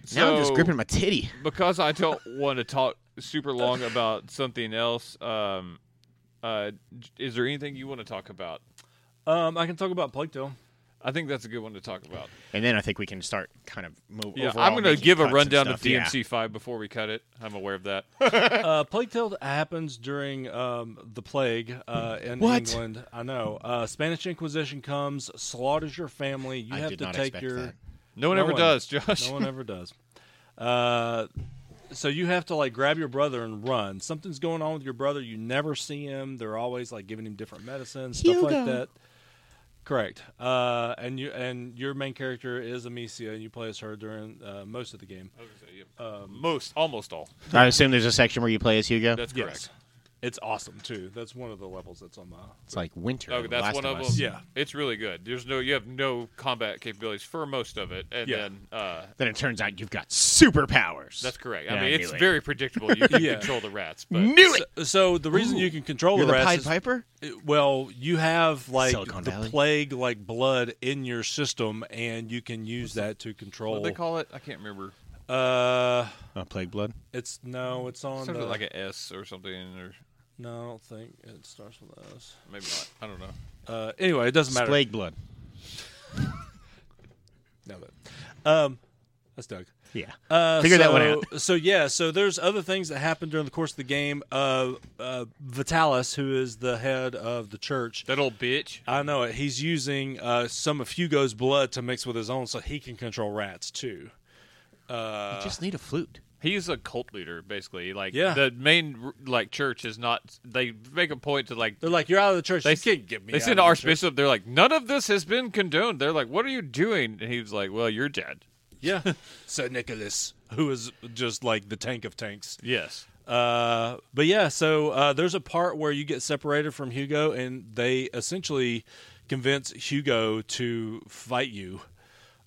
S2: now I'm
S1: so-
S2: just gripping my titty.
S1: because I don't want to talk super long about something else. Um, uh, j- is there anything you want to talk about?
S3: um, I can talk about Plague Tale.
S1: I think that's a good one to talk about.
S2: And then I think we can start kind of move.
S1: Yeah,
S2: overall
S1: I'm going to
S2: making
S1: give a
S2: cuts and
S1: rundown
S2: stuff,
S1: of
S2: yeah.
S1: DMC five before we cut it. I'm aware of
S2: (laughs)
S1: that.
S3: Uh, plague Tale happens during um, the plague uh, in
S2: What?
S3: England. I know. Uh, Spanish Inquisition comes, slaughters your family. You
S2: I
S3: have
S2: did
S3: to
S2: not
S3: take
S2: expect
S3: your.
S2: that.
S1: No one
S3: No
S1: ever
S3: one.
S1: does, Josh.
S3: No one ever does. Uh, so you have to like grab your brother and run. Something's going on with your brother. You never see him. They're always like giving him different medicines, stuff
S2: Hugo.
S3: like that. Correct. Uh, and you and your main character is Amicia, and you play as her during uh, most of the game.
S1: (laughs) Most, Um, almost all.
S2: I assume there's a section where you play as Hugo.
S1: That's correct.
S3: Yes. It's awesome too. That's one of the levels that's on my
S2: It's like winter.
S1: Oh,
S2: in The
S1: that's
S2: Last
S1: one of them.
S2: Us.
S3: Yeah.
S1: it's really good. There's no, you have no combat capabilities for most of it, and
S3: Yeah.
S1: then uh,
S2: Then it turns out you've got superpowers.
S1: that's correct.
S2: Yeah,
S1: I mean,
S2: knew
S1: it's
S2: it.
S1: very predictable. You can
S3: (laughs) Yeah.
S1: control the rats, but
S2: Knew it.
S3: So, so the reason
S2: Ooh.
S3: you can control
S2: You're
S3: the
S2: the
S3: rats
S2: Pied
S3: is- uh,
S2: Piper.
S3: well, you have like
S2: Silicon
S3: the
S2: Valley.
S3: plague like blood in your system, and you can use that to control.
S1: what do they call it? I can't remember.
S3: uh,
S2: Oh, Plague Blood.
S3: it's no, it's on
S1: Something
S3: the,
S1: like an S or something, or
S3: no. I don't think it starts with us.
S1: maybe not. I don't know.
S3: Uh, anyway, it doesn't matter.
S2: Plague Blood.
S3: No, but um, that's Doug.
S2: Yeah.
S3: Uh,
S2: Figure
S3: so,
S2: that one out.
S3: (laughs) So yeah, so there's other things that happen during the course of the game. Uh, uh, Vitalis, who is the head of the church,
S1: That old bitch.
S3: I know it. He's using uh, some of Hugo's blood to mix with his own, so he can control rats too. Uh,
S2: Just need a flute.
S1: He's a cult leader, basically. Like
S3: Yeah.
S1: the main like church is not. They make a point to like
S3: they're like, "You're out of the church.
S1: They
S3: you can't get me."
S1: They
S3: out
S1: send
S3: of the
S1: Archbishop. They're like, none of this has been condoned. They're like, what are you doing? And he was like, well, you're dead.
S3: church."
S1: (laughs)
S3: Yeah, Sir Nicholas, who is just like the tank of tanks.
S1: Yes.
S3: Uh, but yeah, so uh, there's a part where you get separated from Hugo, and they essentially convince Hugo to fight you,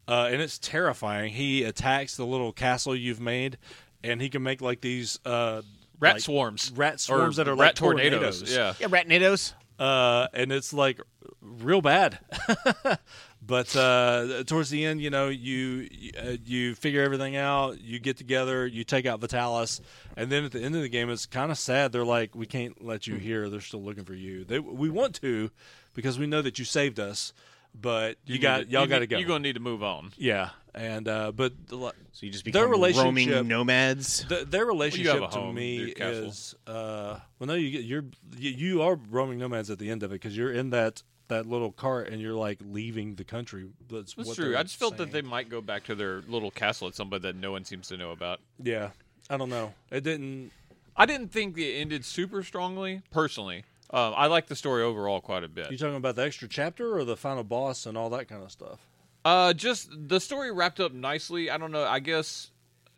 S3: uh, and it's terrifying. He attacks the little castle you've made, and he can make like these uh,
S1: Rat
S3: like,
S1: swarms.
S3: rat swarms
S1: Or
S3: that are
S1: rat
S3: like
S1: tornadoes.
S2: Yeah, rat nidos.
S3: Yeah, uh, and it's like real bad. (laughs) But uh, towards the end, you know, you uh, you figure everything out. You get together. You take out Vitalis, and then at the end of the game, it's kind of sad. They're like, "We can't let you here. They're still looking for you. They, we want to, because we know that you saved us, but you,
S1: need
S3: got
S1: to-
S3: y'all
S1: you
S3: got to
S1: need-
S3: go.
S1: You're gonna need to move on.
S3: yeah, and uh, but the, li-
S2: So you just
S3: Their
S2: become
S3: relationship-
S1: (laughs)
S2: roaming nomads.
S3: the, their relationship
S1: a
S3: to
S1: home,
S3: me
S1: your castle.
S3: is uh, well, no, you get you're you, you are roaming nomads at the end of it because you're in that that little cart and you're like leaving the country. That's,
S1: That's
S3: what
S1: true.
S3: they're
S1: I just felt
S3: saying.
S1: that they might go back to their little castle at somebody that no one seems to know about.
S3: Yeah, I don't know. It didn't.
S1: I didn't think it ended super strongly, personally. Um, I like the story overall quite a bit.
S3: You talking about the extra chapter or the final boss and all that kind of stuff?
S1: Uh, just the story wrapped up nicely. I don't know. I guess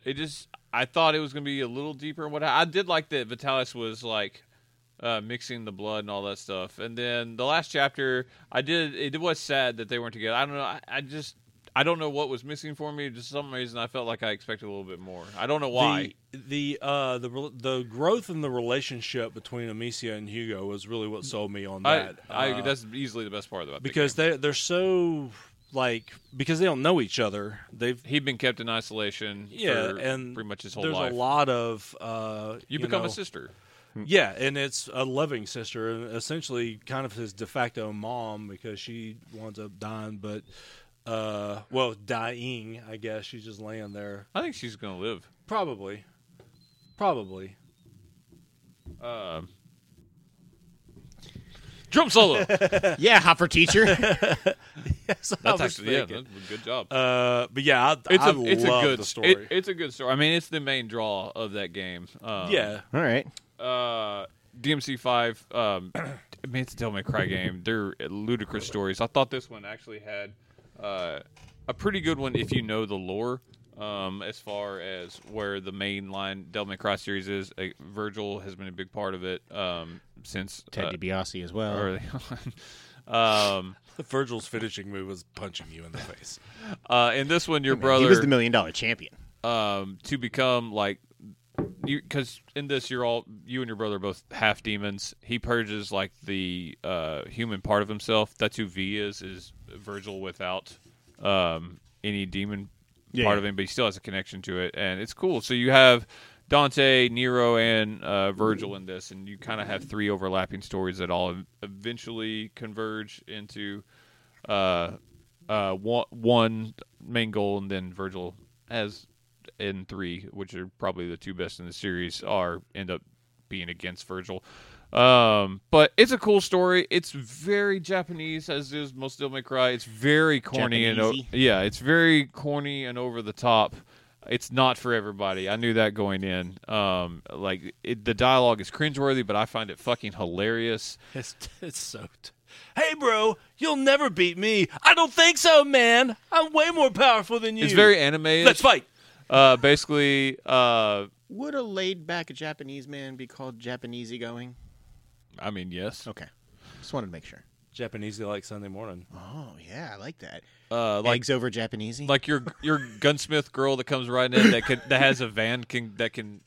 S1: it just. I thought it was going to be a little deeper. And what I did like that Vitalis was like uh, mixing the blood and all that stuff. And then the last chapter, I did. It was sad that they weren't together. I don't know. I, I just. I don't know what was missing for me. Just some reason, I felt like I expected a little bit more. I don't know why.
S3: the the uh, the rel- the growth in the relationship between Amicia and Hugo was really what sold me on
S1: I,
S3: that.
S1: I
S3: Uh,
S1: that's easily the best part about the
S3: because
S1: game.
S3: they they're so like because they don't know each other. They've
S1: he'd been kept in isolation.
S3: yeah,
S1: for
S3: and
S1: pretty much his whole
S3: there's
S1: life.
S3: a lot of uh,
S1: you, become
S3: know,
S1: a sister.
S3: Yeah, and it's a loving sister, and essentially kind of his de facto mom because she winds up dying, but uh, well, dying, I guess. She's just laying there,
S1: I think she's gonna live.
S3: probably, (laughs) probably.
S1: Um, drum solo.
S3: (laughs)
S1: That's
S2: yeah, Hopper teacher.
S1: (laughs)
S3: That's what I was
S1: actually yeah,
S3: thinking.
S1: that's a good job.
S3: Uh, but yeah, I,
S1: it's
S3: I
S1: a it's a
S3: love
S1: good
S3: the story.
S1: story. it's a good story. I mean, it's the main draw of that game. Um, (laughs)
S3: yeah,
S2: All right.
S1: Uh, DMC five. Um, (clears throat) I mean, it's a Devil May Cry game. They're ludicrous stories. I thought this one actually had uh, a pretty good one if you know the lore. Um, as far as where the main line Devil May Cry series is, uh, Virgil has been a big part of it um, since
S2: Ted
S1: uh,
S2: DiBiase as well.
S1: early (laughs) on. um,
S3: Virgil's finishing move was punching you in the face.
S1: Uh, in this one, your
S2: he was the
S1: brother
S2: million dollar champion.
S1: um, to become like you because in this you're all you and your brother are both half demons. He purges like the uh, human part of himself. That's who V is. Is Virgil without um, any demon
S2: Yeah,
S1: part
S2: yeah.
S1: of him, but he still has a connection to it, and it's cool. So you have. Dante, Nero, and uh, Virgil in this, and you kind of have three overlapping stories that all eventually converge into uh, uh, one, one main goal, and then Virgil has in three, which are probably the two best in the series, are end up being against Virgil. Um, but it's a cool story. It's very Japanese, as is most Devil May Cry. It's very corny and
S2: Japanesey.
S1: o- yeah, it's very corny and over the top. It's not for everybody. I knew that going in. Um, like it, the dialogue is cringeworthy, but I find it fucking hilarious.
S3: (laughs) It's, it's soaked. Hey, bro, you'll never beat me. I don't think so, man. I'm way more powerful than you.
S1: It's very anime.
S3: Let's fight.
S1: Uh, basically, uh,
S2: Would a laid back Japanese man be called Japanesey going?
S1: I mean, yes.
S2: Okay. Just wanted to make sure.
S3: Japanesey like Sunday morning.
S2: Oh yeah, I like that.
S1: Uh, like
S2: Eggs over Japanesey.
S1: like your your gunsmith girl that comes riding in that can, that has a van can that can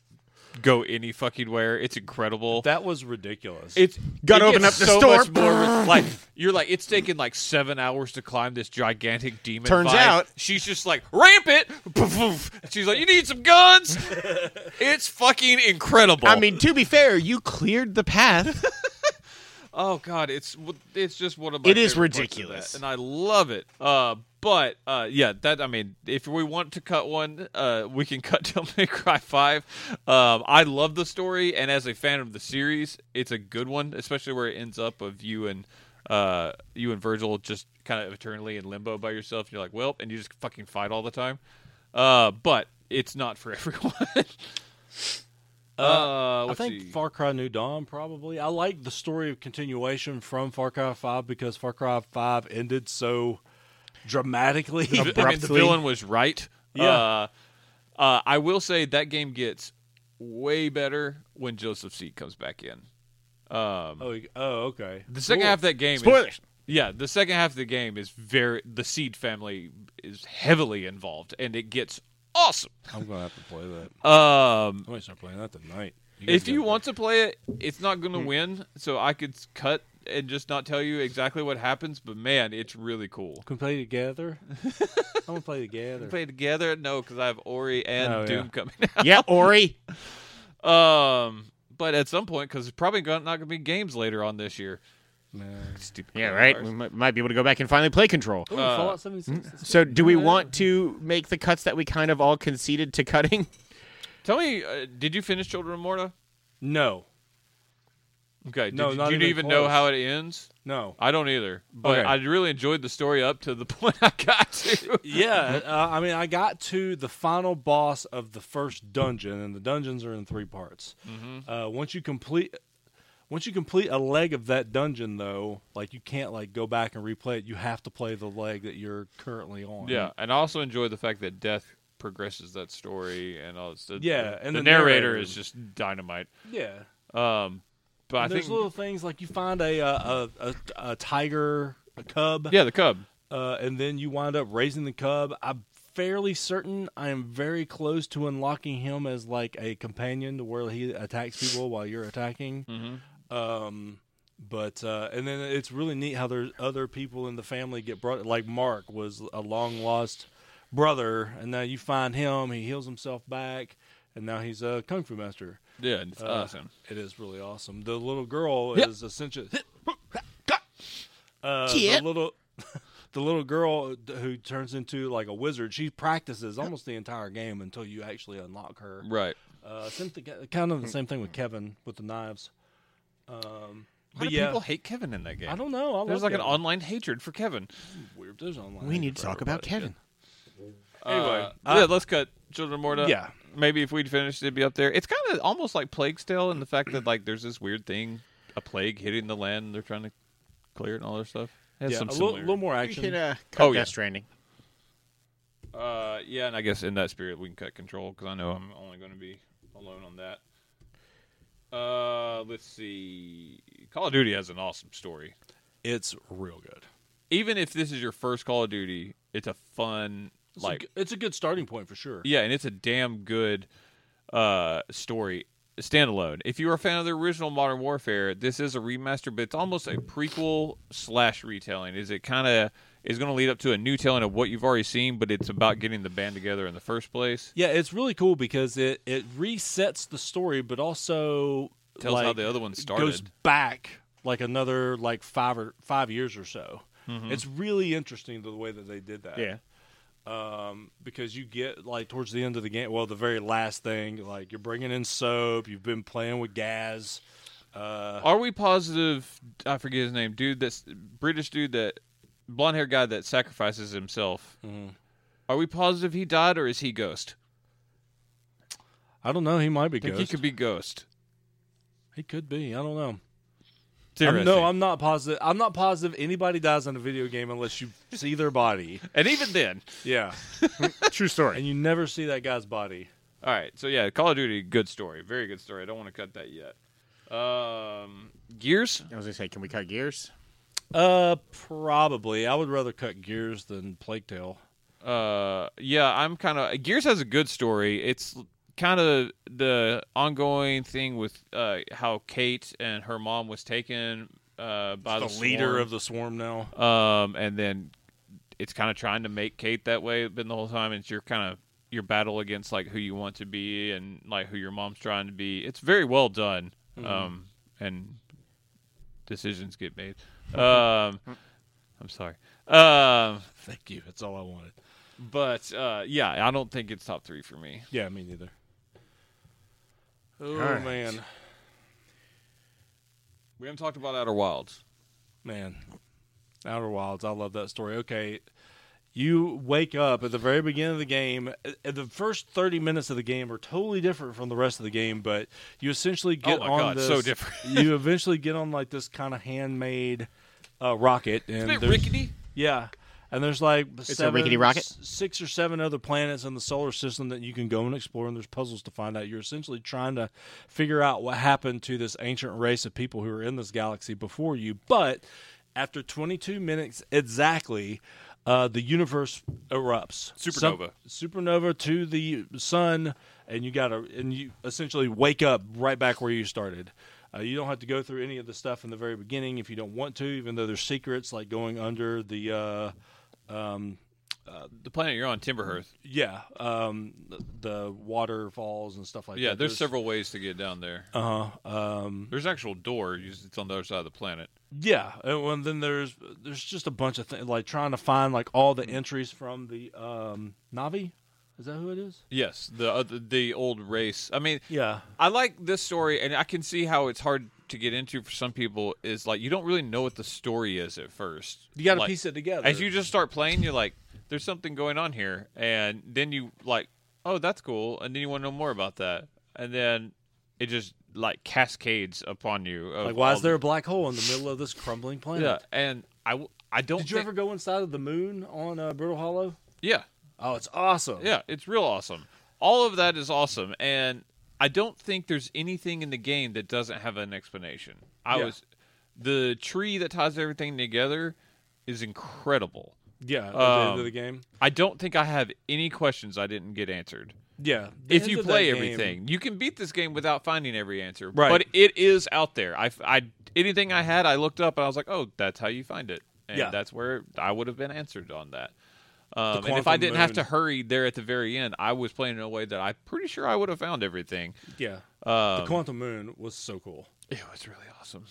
S1: go any fucking where. It's incredible.
S3: That was ridiculous.
S1: it's
S2: Gotta
S1: it
S2: open
S1: gets
S2: up the
S1: so
S2: store.
S1: Much
S2: (gasps)
S1: more, like you're like it's taking like seven hours to climb this gigantic demon.
S2: Turns
S1: vine.
S2: out-
S1: she's just like ramp it. (laughs) Poof, poof. She's like, you need some
S2: (laughs)
S1: guns. it's fucking incredible. (laughs)
S2: I mean, to be fair, you cleared the path.
S1: Oh God, it's it's just one of my
S2: It is
S1: favorite parts of that,
S2: ridiculous.
S1: and I love it. Uh, but uh, yeah, that I mean, if we want to cut one, uh, we can (laughs) cut Devil May Cry Five. Um, I love the story, and as a fan of the series, it's a good one, especially where it ends up of you and uh, you and Virgil just kind of eternally in limbo by yourself. And you're like, well, and you just fucking fight all the time. Uh, but it's not for (laughs) everyone. uh,
S3: I
S1: let's
S3: think
S1: see.
S3: Far Cry New Dawn probably. I like the story of continuation from Far Cry 5 because Far Cry 5 ended so dramatically.
S1: the, I
S3: (laughs)
S1: mean, the
S2: abruptly.
S1: villain was right.
S3: Yeah.
S1: Uh, uh, I will say that game gets way better when Joseph Seat comes back in. Um,
S3: oh, you- oh, okay.
S1: the second
S3: Cool.
S1: half of that game, is-
S2: Spoilers.
S1: yeah, the second half of the game is very the Seed family is heavily involved, and it gets awesome.
S3: I'm going to have to play that.
S1: Um,
S3: I might start playing that tonight. guys
S1: if
S3: got
S1: you
S3: me.
S1: want to play it, it's not going to win, so I could cut and just not tell you exactly what happens. But man, it's really cool.
S3: Can we play
S1: (laughs)
S3: together? I'm going to play together.
S1: Play together? No, because I have Ori and
S3: Oh, yeah.
S1: Doom coming (laughs)
S2: yeah, Ori.
S1: Um, but at some point, because it's probably go- not going to be games later on this year.
S3: Man.
S1: Stupid
S2: Yeah, right. We
S1: coronavirus.
S2: might, might be able to go back and finally play Control.
S3: Ooh,
S1: Uh,
S3: Fallout 76.
S2: So, do we want to make the cuts that we kind of all conceded
S1: (laughs)
S2: to cutting?
S1: Tell me, uh, did you finish Children of Morta?
S3: No.
S1: Okay, did
S3: No,
S1: you,
S3: not
S1: you
S3: even
S1: didn't even know
S3: close.
S1: how it ends.
S3: No.
S1: I don't either, but
S3: Okay.
S1: I really enjoyed the story up to the (laughs) point I got to.
S3: Yeah,
S1: (laughs)
S3: uh, I mean, I got to the final boss of the first dungeon, and the dungeons are in three parts.
S1: Mm-hmm.
S3: Uh, once you complete, once you complete a leg of that dungeon, though, like you can't like go back and replay it. You have to play the leg that you're currently on.
S1: yeah, and I also enjoyed the fact that death progresses that story and all. This, the,
S3: Yeah, and
S1: the,
S3: the
S1: narrator,
S3: narrator.
S1: is just dynamite.
S3: yeah.
S1: Um, but I
S3: And there's
S1: think
S3: little things like you find a uh, a, a, a tiger, a cub,
S1: yeah, the cub.
S3: uh, and then you wind up raising the cub. I'm fairly certain I am very close to unlocking him as like a companion to where he attacks people while you're attacking. Um, but uh, and then it's really neat how there's other people in the family get brought. Like Mark was a long lost brother, and now you find him. He heals himself back, and now he's a kung fu master.
S1: Yeah, and it's
S3: Uh,
S1: awesome.
S3: It is really awesome. The little girl
S1: Yeah.
S3: is essentially
S1: (laughs)
S3: uh,
S2: Yeah.
S3: the little (laughs) the little girl who turns into like a wizard. She practices almost the entire game until you actually unlock her.
S1: Right.
S3: Uh, same thing, kind of the same thing with Kevin with the knives. Um,
S1: Why
S3: but
S1: do
S3: yeah,
S1: people hate Kevin in that game?
S3: I don't know. I
S1: There's
S3: love
S1: like an
S3: Kevin.
S1: online hatred for Kevin.
S3: weird. There's online.
S2: We need to talk about
S3: everybody.
S2: Kevin.
S1: Anyway,
S3: Anyway, uh,
S1: yeah, let's cut Children of Morta.
S3: Yeah.
S1: maybe if we'd finished, it'd be up there. It's kind of almost like Plague's Tale, and the fact that like there's this weird thing, a plague hitting the land, and they're trying to clear it and all their stuff. It has
S3: Yeah,
S1: some
S3: a little,
S1: similar-
S3: little more
S2: We
S3: action.
S2: can uh, cut
S1: Oh,
S2: Death
S1: yeah.
S2: Stranding.
S1: uh, yeah, and I guess in that spirit we can cut Control because I know I'm only going to be alone on that. Uh, let's see. Call of Duty has an awesome story.
S3: It's real good.
S1: Even if this is your first Call of Duty, it's a fun
S3: It's a,
S1: like
S3: g- it's a good starting point for sure.
S1: Yeah, and it's a damn good uh, story standalone. If you are a fan of the original Modern Warfare, this is a remaster, but it's almost a prequel slash retelling. Is it kind of is going to lead up to a new telling of what you've already seen, but it's about getting the band together in the first place.
S3: Yeah, it's really cool because it it resets the story, but also
S1: Tells how
S3: like,
S1: the other one
S3: goes
S1: started.
S3: back like another like five or five years or so.
S1: Mm-hmm.
S3: It's really interesting the way that they did that. um, because you get like towards the end of the game. Well, the very last thing, like you're bringing in soap. You've been playing with gas. Uh,
S1: Are we positive? I forget his name, dude. That's British dude that blonde haired guy that sacrifices himself.
S3: Mm-hmm.
S1: Are we positive he died or is he ghost?
S3: I don't know. He might be
S1: I think
S3: ghost.
S1: he could be ghost.
S3: He could be. I don't know.
S1: It's
S3: I'm-
S1: interesting.
S3: no, I'm not positive. I'm not positive anybody dies in a video game unless you see their body.
S1: and even then,
S3: Yeah,
S2: (laughs) True story.
S3: and you never see that guy's body.
S1: All right, so yeah, Call of Duty, good story, very good story. I don't want to cut that yet. Um, Gears,
S2: I was gonna say, can we cut gears?
S3: Uh, probably. I would rather cut gears than Plague Tale.
S1: uh, yeah, I'm kind of Gears has a good story. It's kind of the ongoing thing with uh, how Kate and her mom was taken uh, by
S3: the,
S1: the,
S3: leader
S1: swarm.
S3: of the swarm now.
S1: um, and then it's kind of trying to make Kate that way. Been the whole time, it's your kind of your battle against like who you want to be
S3: Mm-hmm.
S1: and like who your mom's trying to be. It's very well done, um, and decisions get made. Um, I'm sorry. Um,
S3: Thank you. That's all I wanted.
S1: but uh, yeah, I don't think it's top three for me.
S3: Yeah, me neither. Oh
S2: Alright.
S3: man,
S1: We haven't talked about Outer Wilds.
S3: man, Outer Wilds. I love that story. Okay, you wake up at the very beginning of the game. a- and The first thirty minutes of the game are totally different from the rest of the game, but you essentially get
S1: Oh my
S3: on
S1: God,
S3: this.
S1: so different. (laughs)
S3: you eventually get on like this kind of handmade uh, rocket, and
S1: Isn't it
S3: there's-
S1: rickety?
S3: Yeah. And there's like
S2: a
S3: seven,
S2: rickety rocket?
S3: s- six or seven other planets in the solar system that you can go and explore, and there's puzzles to find out. You're essentially trying to figure out what happened to this ancient race of people who were in this galaxy before you. But after 22 minutes exactly, uh, the universe erupts. Some-
S1: Supernova.
S3: supernova to the sun, and you gotta and you essentially wake up right back where you started. Uh, you don't have to go through any of the stuff in the very beginning if you don't want to, even though there's secrets like going under the uh, um,
S1: The planet you're on, Timberhearth.
S3: yeah um, the, the waterfalls and stuff like
S1: Yeah,
S3: that.
S1: there's several ways to get down there.
S3: Uh huh. Um,
S1: There's an actual door. you just- It's on the other side of the planet.
S3: Yeah, and when- then there's there's just a bunch of things like trying to find like all the entries from the um, Navi. Is that who it is?
S1: Yes, the other the old race. I mean,
S3: Yeah,
S1: I like this story, and I can see how it's hard to get into for some people. Is like you don't really know what the story is at first.
S3: you got to
S1: Like,
S3: piece it together.
S1: as you just start playing. You're like, there's something going on here, and then you like, oh, that's cool, and then you want to know more about that, and then it just like cascades upon you. Of
S3: Like, why
S1: all
S3: is there a black hole in the middle of this crumbling
S1: The,
S3: planet?
S1: yeah, and I w- I don't.
S3: Did you
S1: think-
S3: ever go inside of the moon on uh, Brutal Hollow?
S1: Yeah,
S3: Oh, it's awesome.
S1: Yeah, it's real awesome. All of that is awesome, and I don't think there's anything in the game that doesn't have an explanation. I
S3: Yeah.
S1: was the tree that ties everything together is incredible.
S3: yeah. At the end
S1: Um,
S3: of the game.
S1: I don't think I have any questions I didn't get answered.
S3: Yeah. the
S1: If
S3: end
S1: you
S3: of that
S1: play
S3: game-
S1: everything, you can beat this game without finding every answer.
S3: Right.
S1: But it is out there. I, I anything I had, I looked up and I was like, oh, that's how you find it, and
S3: Yeah.
S1: that's where I would have been answered on that. Um, and
S3: The
S1: if I
S3: quantum
S1: didn't have to
S3: moon.
S1: hurry there at the very end, I was playing in a way that I'm pretty sure I would have found everything.
S3: Yeah. the
S1: Um,
S3: Quantum Moon was so cool.
S1: it was really awesome.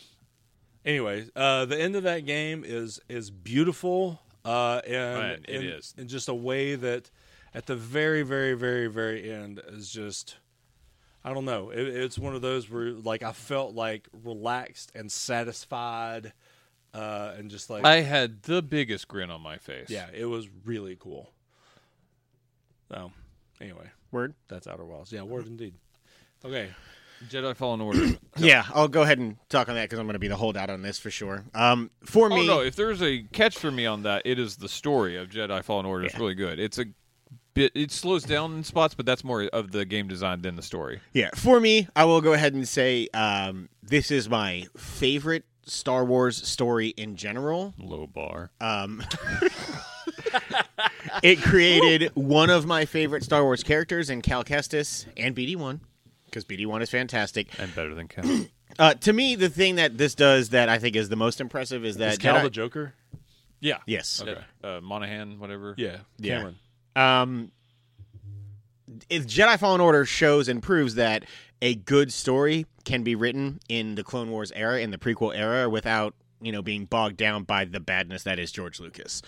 S3: Anyway, uh, the end of that game is is beautiful, uh, and
S1: Man, it
S3: in-
S1: is.
S3: in just a way that at the very, very, very, very end is just. I don't know. It, it's one of those where like I felt like relaxed and satisfied, uh, and just like
S1: I had the biggest grin on my face.
S3: Yeah, it was really cool. So, anyway,
S2: Word.
S3: that's Outer Wilds. Yeah, word indeed. Okay,
S1: Jedi Fallen Order.
S2: Yeah, I'll go ahead and talk on that because I'm going to be the holdout on this for sure. Um, for
S1: oh
S2: me,
S1: no! If there's a catch for me on that, it is the story of Jedi Fallen Order. It's really good. It's a bit. It slows down in spots, but that's more of the game design than the story.
S2: yeah, for me, I will go ahead and say um, this is my favorite Star Wars story in general.
S1: Low bar.
S2: Um, it created one of my favorite Star Wars characters in Cal Kestis and BD1 because BD1 is fantastic.
S1: and better than Cal.
S2: (coughs) Uh, to me, the thing that this does that I think is the most impressive is that
S3: is Cal
S2: Jedi-
S3: the Joker?
S1: yeah.
S2: yes,
S1: That, Uh, Monahan, whatever.
S3: Yeah,
S2: Yeah.
S3: Cameron.
S2: um, if Jedi Fallen Order shows and proves that a good story can be written in the Clone Wars era, in the prequel era, without you know being bogged down by the badness that is George Lucas.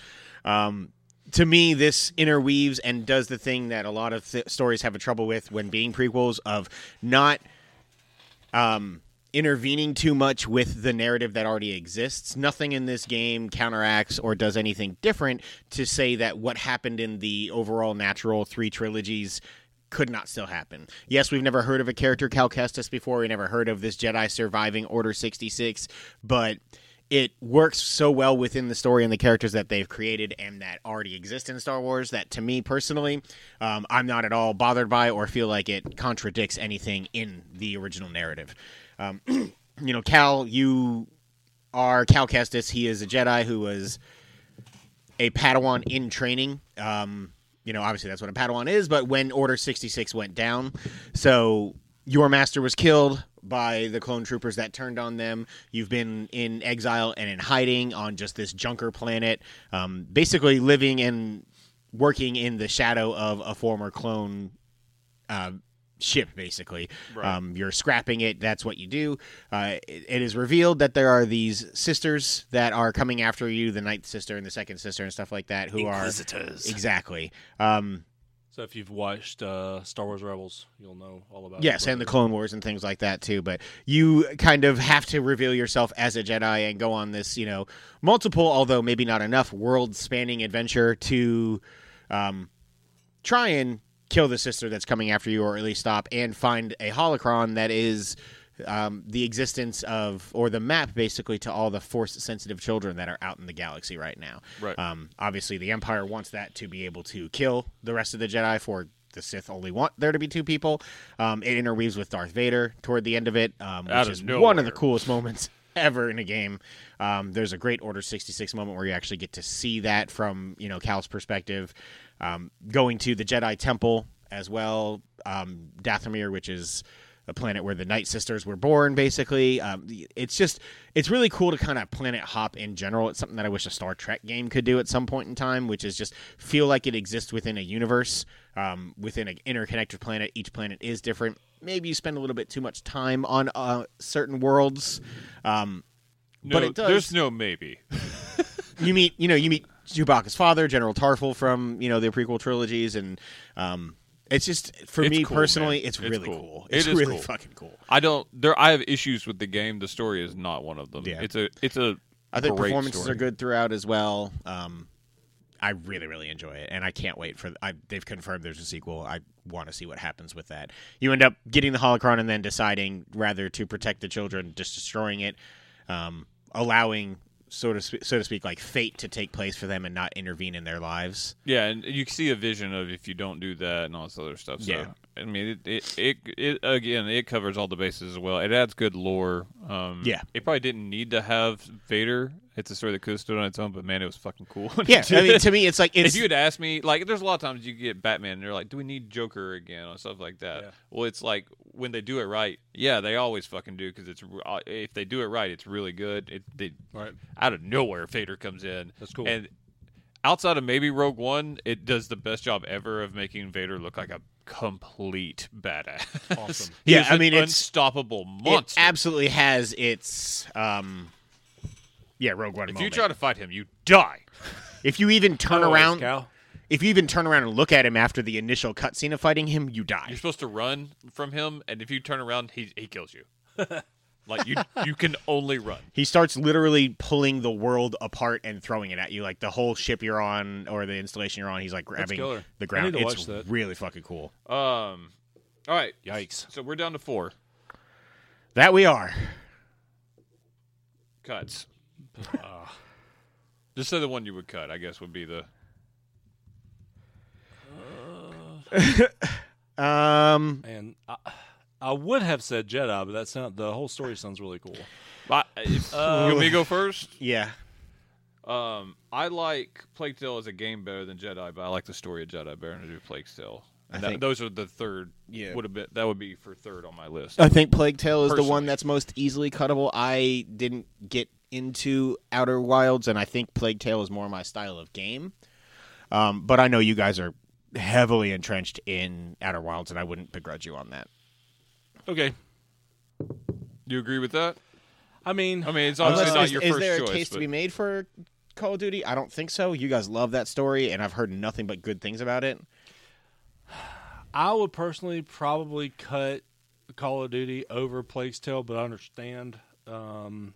S2: Um, to me, this interweaves and does the thing that a lot of th- stories have a trouble with when being prequels of not intervening too much with the narrative that already exists. Nothing in this game counteracts or does anything different to say that what happened in the overall natural three trilogies could not still happen. Yes, we've never heard of a character Cal Kestis before. We never heard of this Jedi surviving Order 66, but it works so well within the story and the characters that they've created and that already exist in Star Wars that to me personally, um, I'm not at all bothered by or feel like it contradicts anything in the original narrative. Um, (clears throat) you know, Cal, you are Cal Kestis. He is a Jedi who was a Padawan in training. Um, you know, obviously that's what a Padawan is, but when Order 66 went down, so your master was killed by the clone troopers that turned on them. You've been in exile and in hiding on just this junker planet, um, basically living and working in the shadow of a former clone ship basically
S1: Right.
S2: um, you're scrapping it that's what you do uh, it, it is revealed that there are these sisters that are coming after you the ninth sister and the second sister and stuff like that who are exactly um,
S3: So if you've watched uh, Star Wars Rebels, you'll know all about
S2: yes
S3: it.
S2: and the clone wars and things like that too but you kind of have to reveal yourself as a jedi and go on this you know multiple although maybe not enough world spanning adventure to um, try and kill the sister that's coming after you or at least stop and find a holocron that is um, the existence of or the map basically to all the force sensitive children that are out in the galaxy right now
S1: Right.
S2: um, obviously the empire wants that to be able to kill the rest of the jedi for the sith only want there to be two people um, it interweaves with darth vader toward the end of it um,
S1: Out
S2: which
S1: of
S2: is one of the
S1: nowhere.
S2: coolest moments (laughs) ever in a game. Um, there's a great Order 66 moment where you actually get to see that from you know Cal's perspective. Um, going to the Jedi Temple as well, um, Dathomir, which is a planet where the Night Sisters were born. Basically, um, it's just it's really cool to kind of planet hop in general. It's something that I wish a Star Trek game could do at some point in time, which is just feel like it exists within a universe, um, within an interconnected planet. Each planet is different maybe you spend a little bit too much time on uh, certain worlds. Um,
S1: No,
S2: but it does.
S1: There's no maybe.
S2: you meet, you know, you meet Chewbacca's father, General Tarful from you know the prequel trilogies, and um, it's just for
S1: It's
S2: me
S1: cool,
S2: personally,
S1: man.
S2: it's
S1: It's
S2: really
S1: cool.
S2: cool.
S1: It
S2: It's
S1: is
S2: really
S1: cool.
S2: fucking cool.
S1: I don't. There, I have issues with the game. The story is not one of them.
S2: Yeah.
S1: It's a. It's a.
S2: I think
S1: great
S2: performances
S1: story.
S2: are good throughout as well. Um, I really, really enjoy it, and I can't wait for. I, they've confirmed there's a sequel. I want to see what happens with that. You end up getting the holocron and then deciding rather to protect the children, just destroying it, um, allowing so to sp- so to speak, like fate to take place for them and not intervene in their lives.
S1: Yeah, and you see a vision of if you don't do that and all this other stuff. So,
S2: Yeah.
S1: I mean, it, it it it again, it covers all the bases as well. It adds good lore. Um,
S2: Yeah.
S1: it probably didn't need to have Vader. It's a story that could have stood on its own, but man, it was fucking cool. (laughs) when it
S2: Yeah, I
S1: did.
S2: mean, to me, it's like it's
S1: if you had asked me, like, there's a lot of times you get Batman, and they're like, "Do we need Joker again?" or stuff like that.
S3: Yeah.
S1: Well, it's like when they do it right, yeah, they always fucking do because it's re- uh, if they do it right, it's really good. It they
S3: Right.
S1: out of nowhere, Vader comes in.
S3: That's cool.
S1: And outside of maybe Rogue One, it does the best job ever of making Vader look like a complete badass.
S3: Awesome.
S1: (laughs) He
S2: Yeah,
S1: is
S2: I
S1: an
S2: mean, it's-
S1: unstoppable
S2: it
S1: monster.
S2: absolutely has its um, yeah, Rogue One.
S1: if you Oh,
S2: moment.
S1: try to fight him, you die.
S2: if you even turn
S3: Always,
S2: around,
S3: Cal.
S2: if you even turn around and look at him after the initial cutscene of fighting him, you
S1: You're
S2: die.
S1: supposed to run from him, and if you turn around, he he kills (laughs) you. like you, you can only run.
S2: He starts literally pulling the world apart and throwing it at you, like the whole ship you're on or the installation you're on. He's like grabbing
S3: killer.
S2: the
S3: I
S2: ground.
S3: need to
S2: It's
S3: watch that.
S2: really fucking cool.
S1: Um, all right.
S3: Yikes.
S1: So we're down to four
S2: That we are.
S1: cuts.
S3: Ah.
S1: Just say the one you would cut. I guess would be the
S2: Um,
S3: And I, I would have said Jedi, but that's not the whole story. Sounds really cool.
S1: Uh, you want me to go first?
S2: yeah.
S1: Um, I like Plague Tale as a game better than Jedi, but I like the story of Jedi better than I do Plague Tale. And
S2: I
S1: that,
S2: think-
S1: those are the third.
S2: Yeah.
S1: would have been that would be for third on my list.
S2: I think Plague Tale is the
S1: Personally.
S2: one that's most easily cuttable. I didn't get into Outer Wilds, and I think Plague Tale is more my style of game. Um, but I know you guys are heavily entrenched in Outer Wilds, and I wouldn't begrudge you on that.
S3: Okay.
S1: Do you agree with that?
S3: I mean,
S1: I mean, it's obviously
S2: Unless-
S1: not
S2: is,
S1: your
S2: is
S1: first
S2: there a
S1: choice.
S2: case
S1: but-
S2: to be made for Call of Duty? I don't think so. You guys love that story, and I've heard nothing but good things about it.
S3: I would personally probably cut Call of Duty over Plague's Tale, but I understand. Um,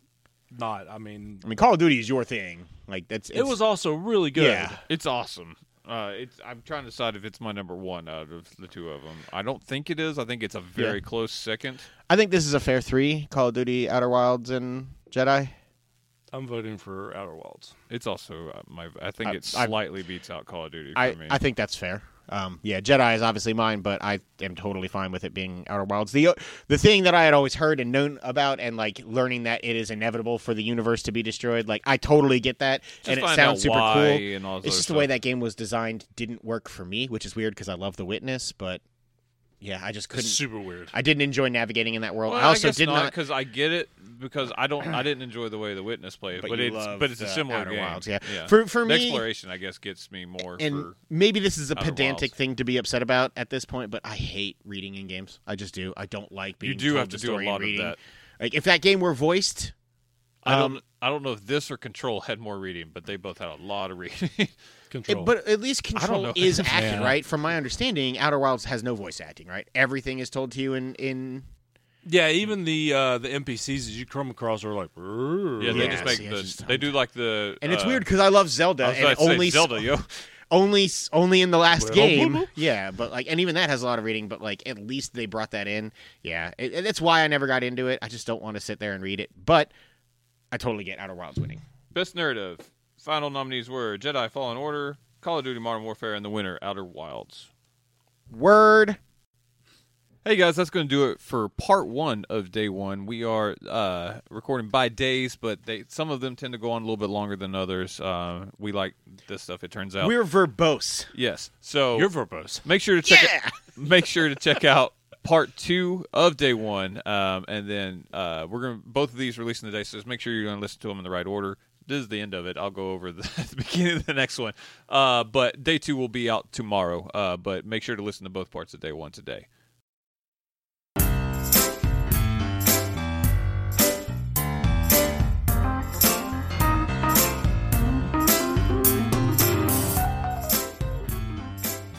S3: not. I mean,
S2: I mean, Call of Duty is your thing. Like that's
S3: it was also really good.
S2: Yeah.
S1: It's awesome. Uh, it's, I'm trying to decide if it's my number one out of the two of them. I don't think it is. I think it's a very close second.
S2: I think this is a fair three: Call of Duty, Outer Wilds, and Jedi.
S3: I'm voting for Outer Wilds.
S1: It's also uh, my. I think
S2: I-
S1: it
S2: I-
S1: slightly beats out Call of Duty for
S2: I
S1: me.
S2: I think that's fair. Um, yeah, Jedi is obviously mine, but I am totally fine with it being Outer Wilds. The the thing that I had always heard and known about, and like learning that it is inevitable for the universe to be destroyed, like I totally get that, and it
S1: find
S2: sounds
S1: out
S2: super
S1: why
S2: cool.
S1: and all this
S2: it's
S1: other
S2: just the way
S1: stuff.
S2: that game was designed didn't work for me, which is weird because I love The Witness, but yeah, I just
S3: It's
S2: couldn't.
S3: super weird.
S2: I didn't enjoy navigating in that world.
S1: Well,
S2: I also
S1: guess
S2: did not.
S1: because I get it because I don't I didn't enjoy the way the witness played,
S2: But
S1: but,
S2: you
S1: it's
S2: love
S1: but it's a
S2: the
S1: similar
S2: Outer
S1: game.
S2: Wilds, yeah. For- for
S1: The
S2: me-
S1: exploration I guess gets me more.
S2: and
S1: for,
S2: maybe this is a
S1: Outer Wilds.
S2: pedantic thing to be upset about at this point, but I hate reading in games. I just do. I don't like being.
S1: you do
S2: told
S1: have
S2: the
S1: to do a
S2: story and
S1: lot of
S2: reading.
S1: that.
S2: Like if that game were voiced,
S1: I
S2: Um,
S1: don't I don't know if this or Control had more reading, but they both had a lot of reading. (laughs)
S3: Control.
S2: it, but at least control
S1: know. (laughs)
S2: is acted,
S3: Yeah.
S2: right? From my understanding, Outer Wilds has no voice acting, right? Everything is told to you in in
S3: yeah, even the uh, the NPCs that you come across are like, "Brrr."
S1: yeah, they just
S2: Yes,
S1: make
S2: yes,
S1: the
S2: it's-
S1: they do like the
S2: and it's
S1: uh,
S2: weird because I love Zelda
S1: I was
S2: and
S1: about to say
S2: only s-
S1: Zelda, yo. (laughs)
S2: only s- only in the last
S3: Well,
S2: game.
S3: woo-woo.
S2: Yeah, but like and even that has a lot of reading, but like at least they brought that in. Yeah, it, and that's why I never got into it. I just don't want to sit there and read it, but I totally get Outer Wilds winning.
S1: Best narrative. Final nominees were Jedi Fallen Order, Call of Duty Modern Warfare, and the winner Outer Wilds.
S2: Word.
S1: Hey guys, that's going to do it for part one of day one. We are uh, recording by days, but they, some of them tend to go on a little bit longer than others. Uh, we like this stuff. It turns out.
S2: We're verbose.
S1: yes. So
S3: You're verbose.
S1: make sure to check. it-
S2: Yeah!
S1: make sure to check out part two of day one, um, and then uh, we're going to both of these releasing today. So just make sure you're going to listen to them in the right order. This is the end of it. I'll go over the, (laughs) the beginning of the next one. Uh, but day two will be out tomorrow. Uh, but make sure to listen to both parts of day one today.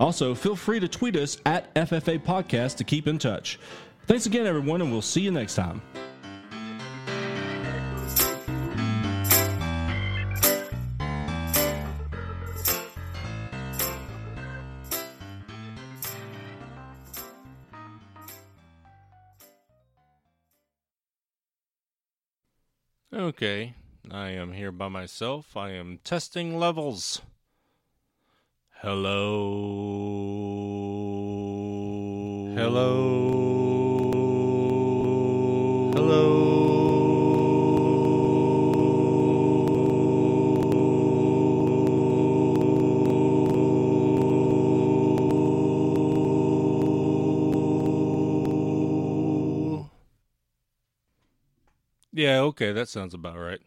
S3: Also, feel free to tweet us at FFA Podcast to keep in touch. Thanks again, everyone, and we'll see you next time. Okay, I am here by myself. I am testing levels. Hello. Hello. Hello. Yeah, okay, that sounds about right.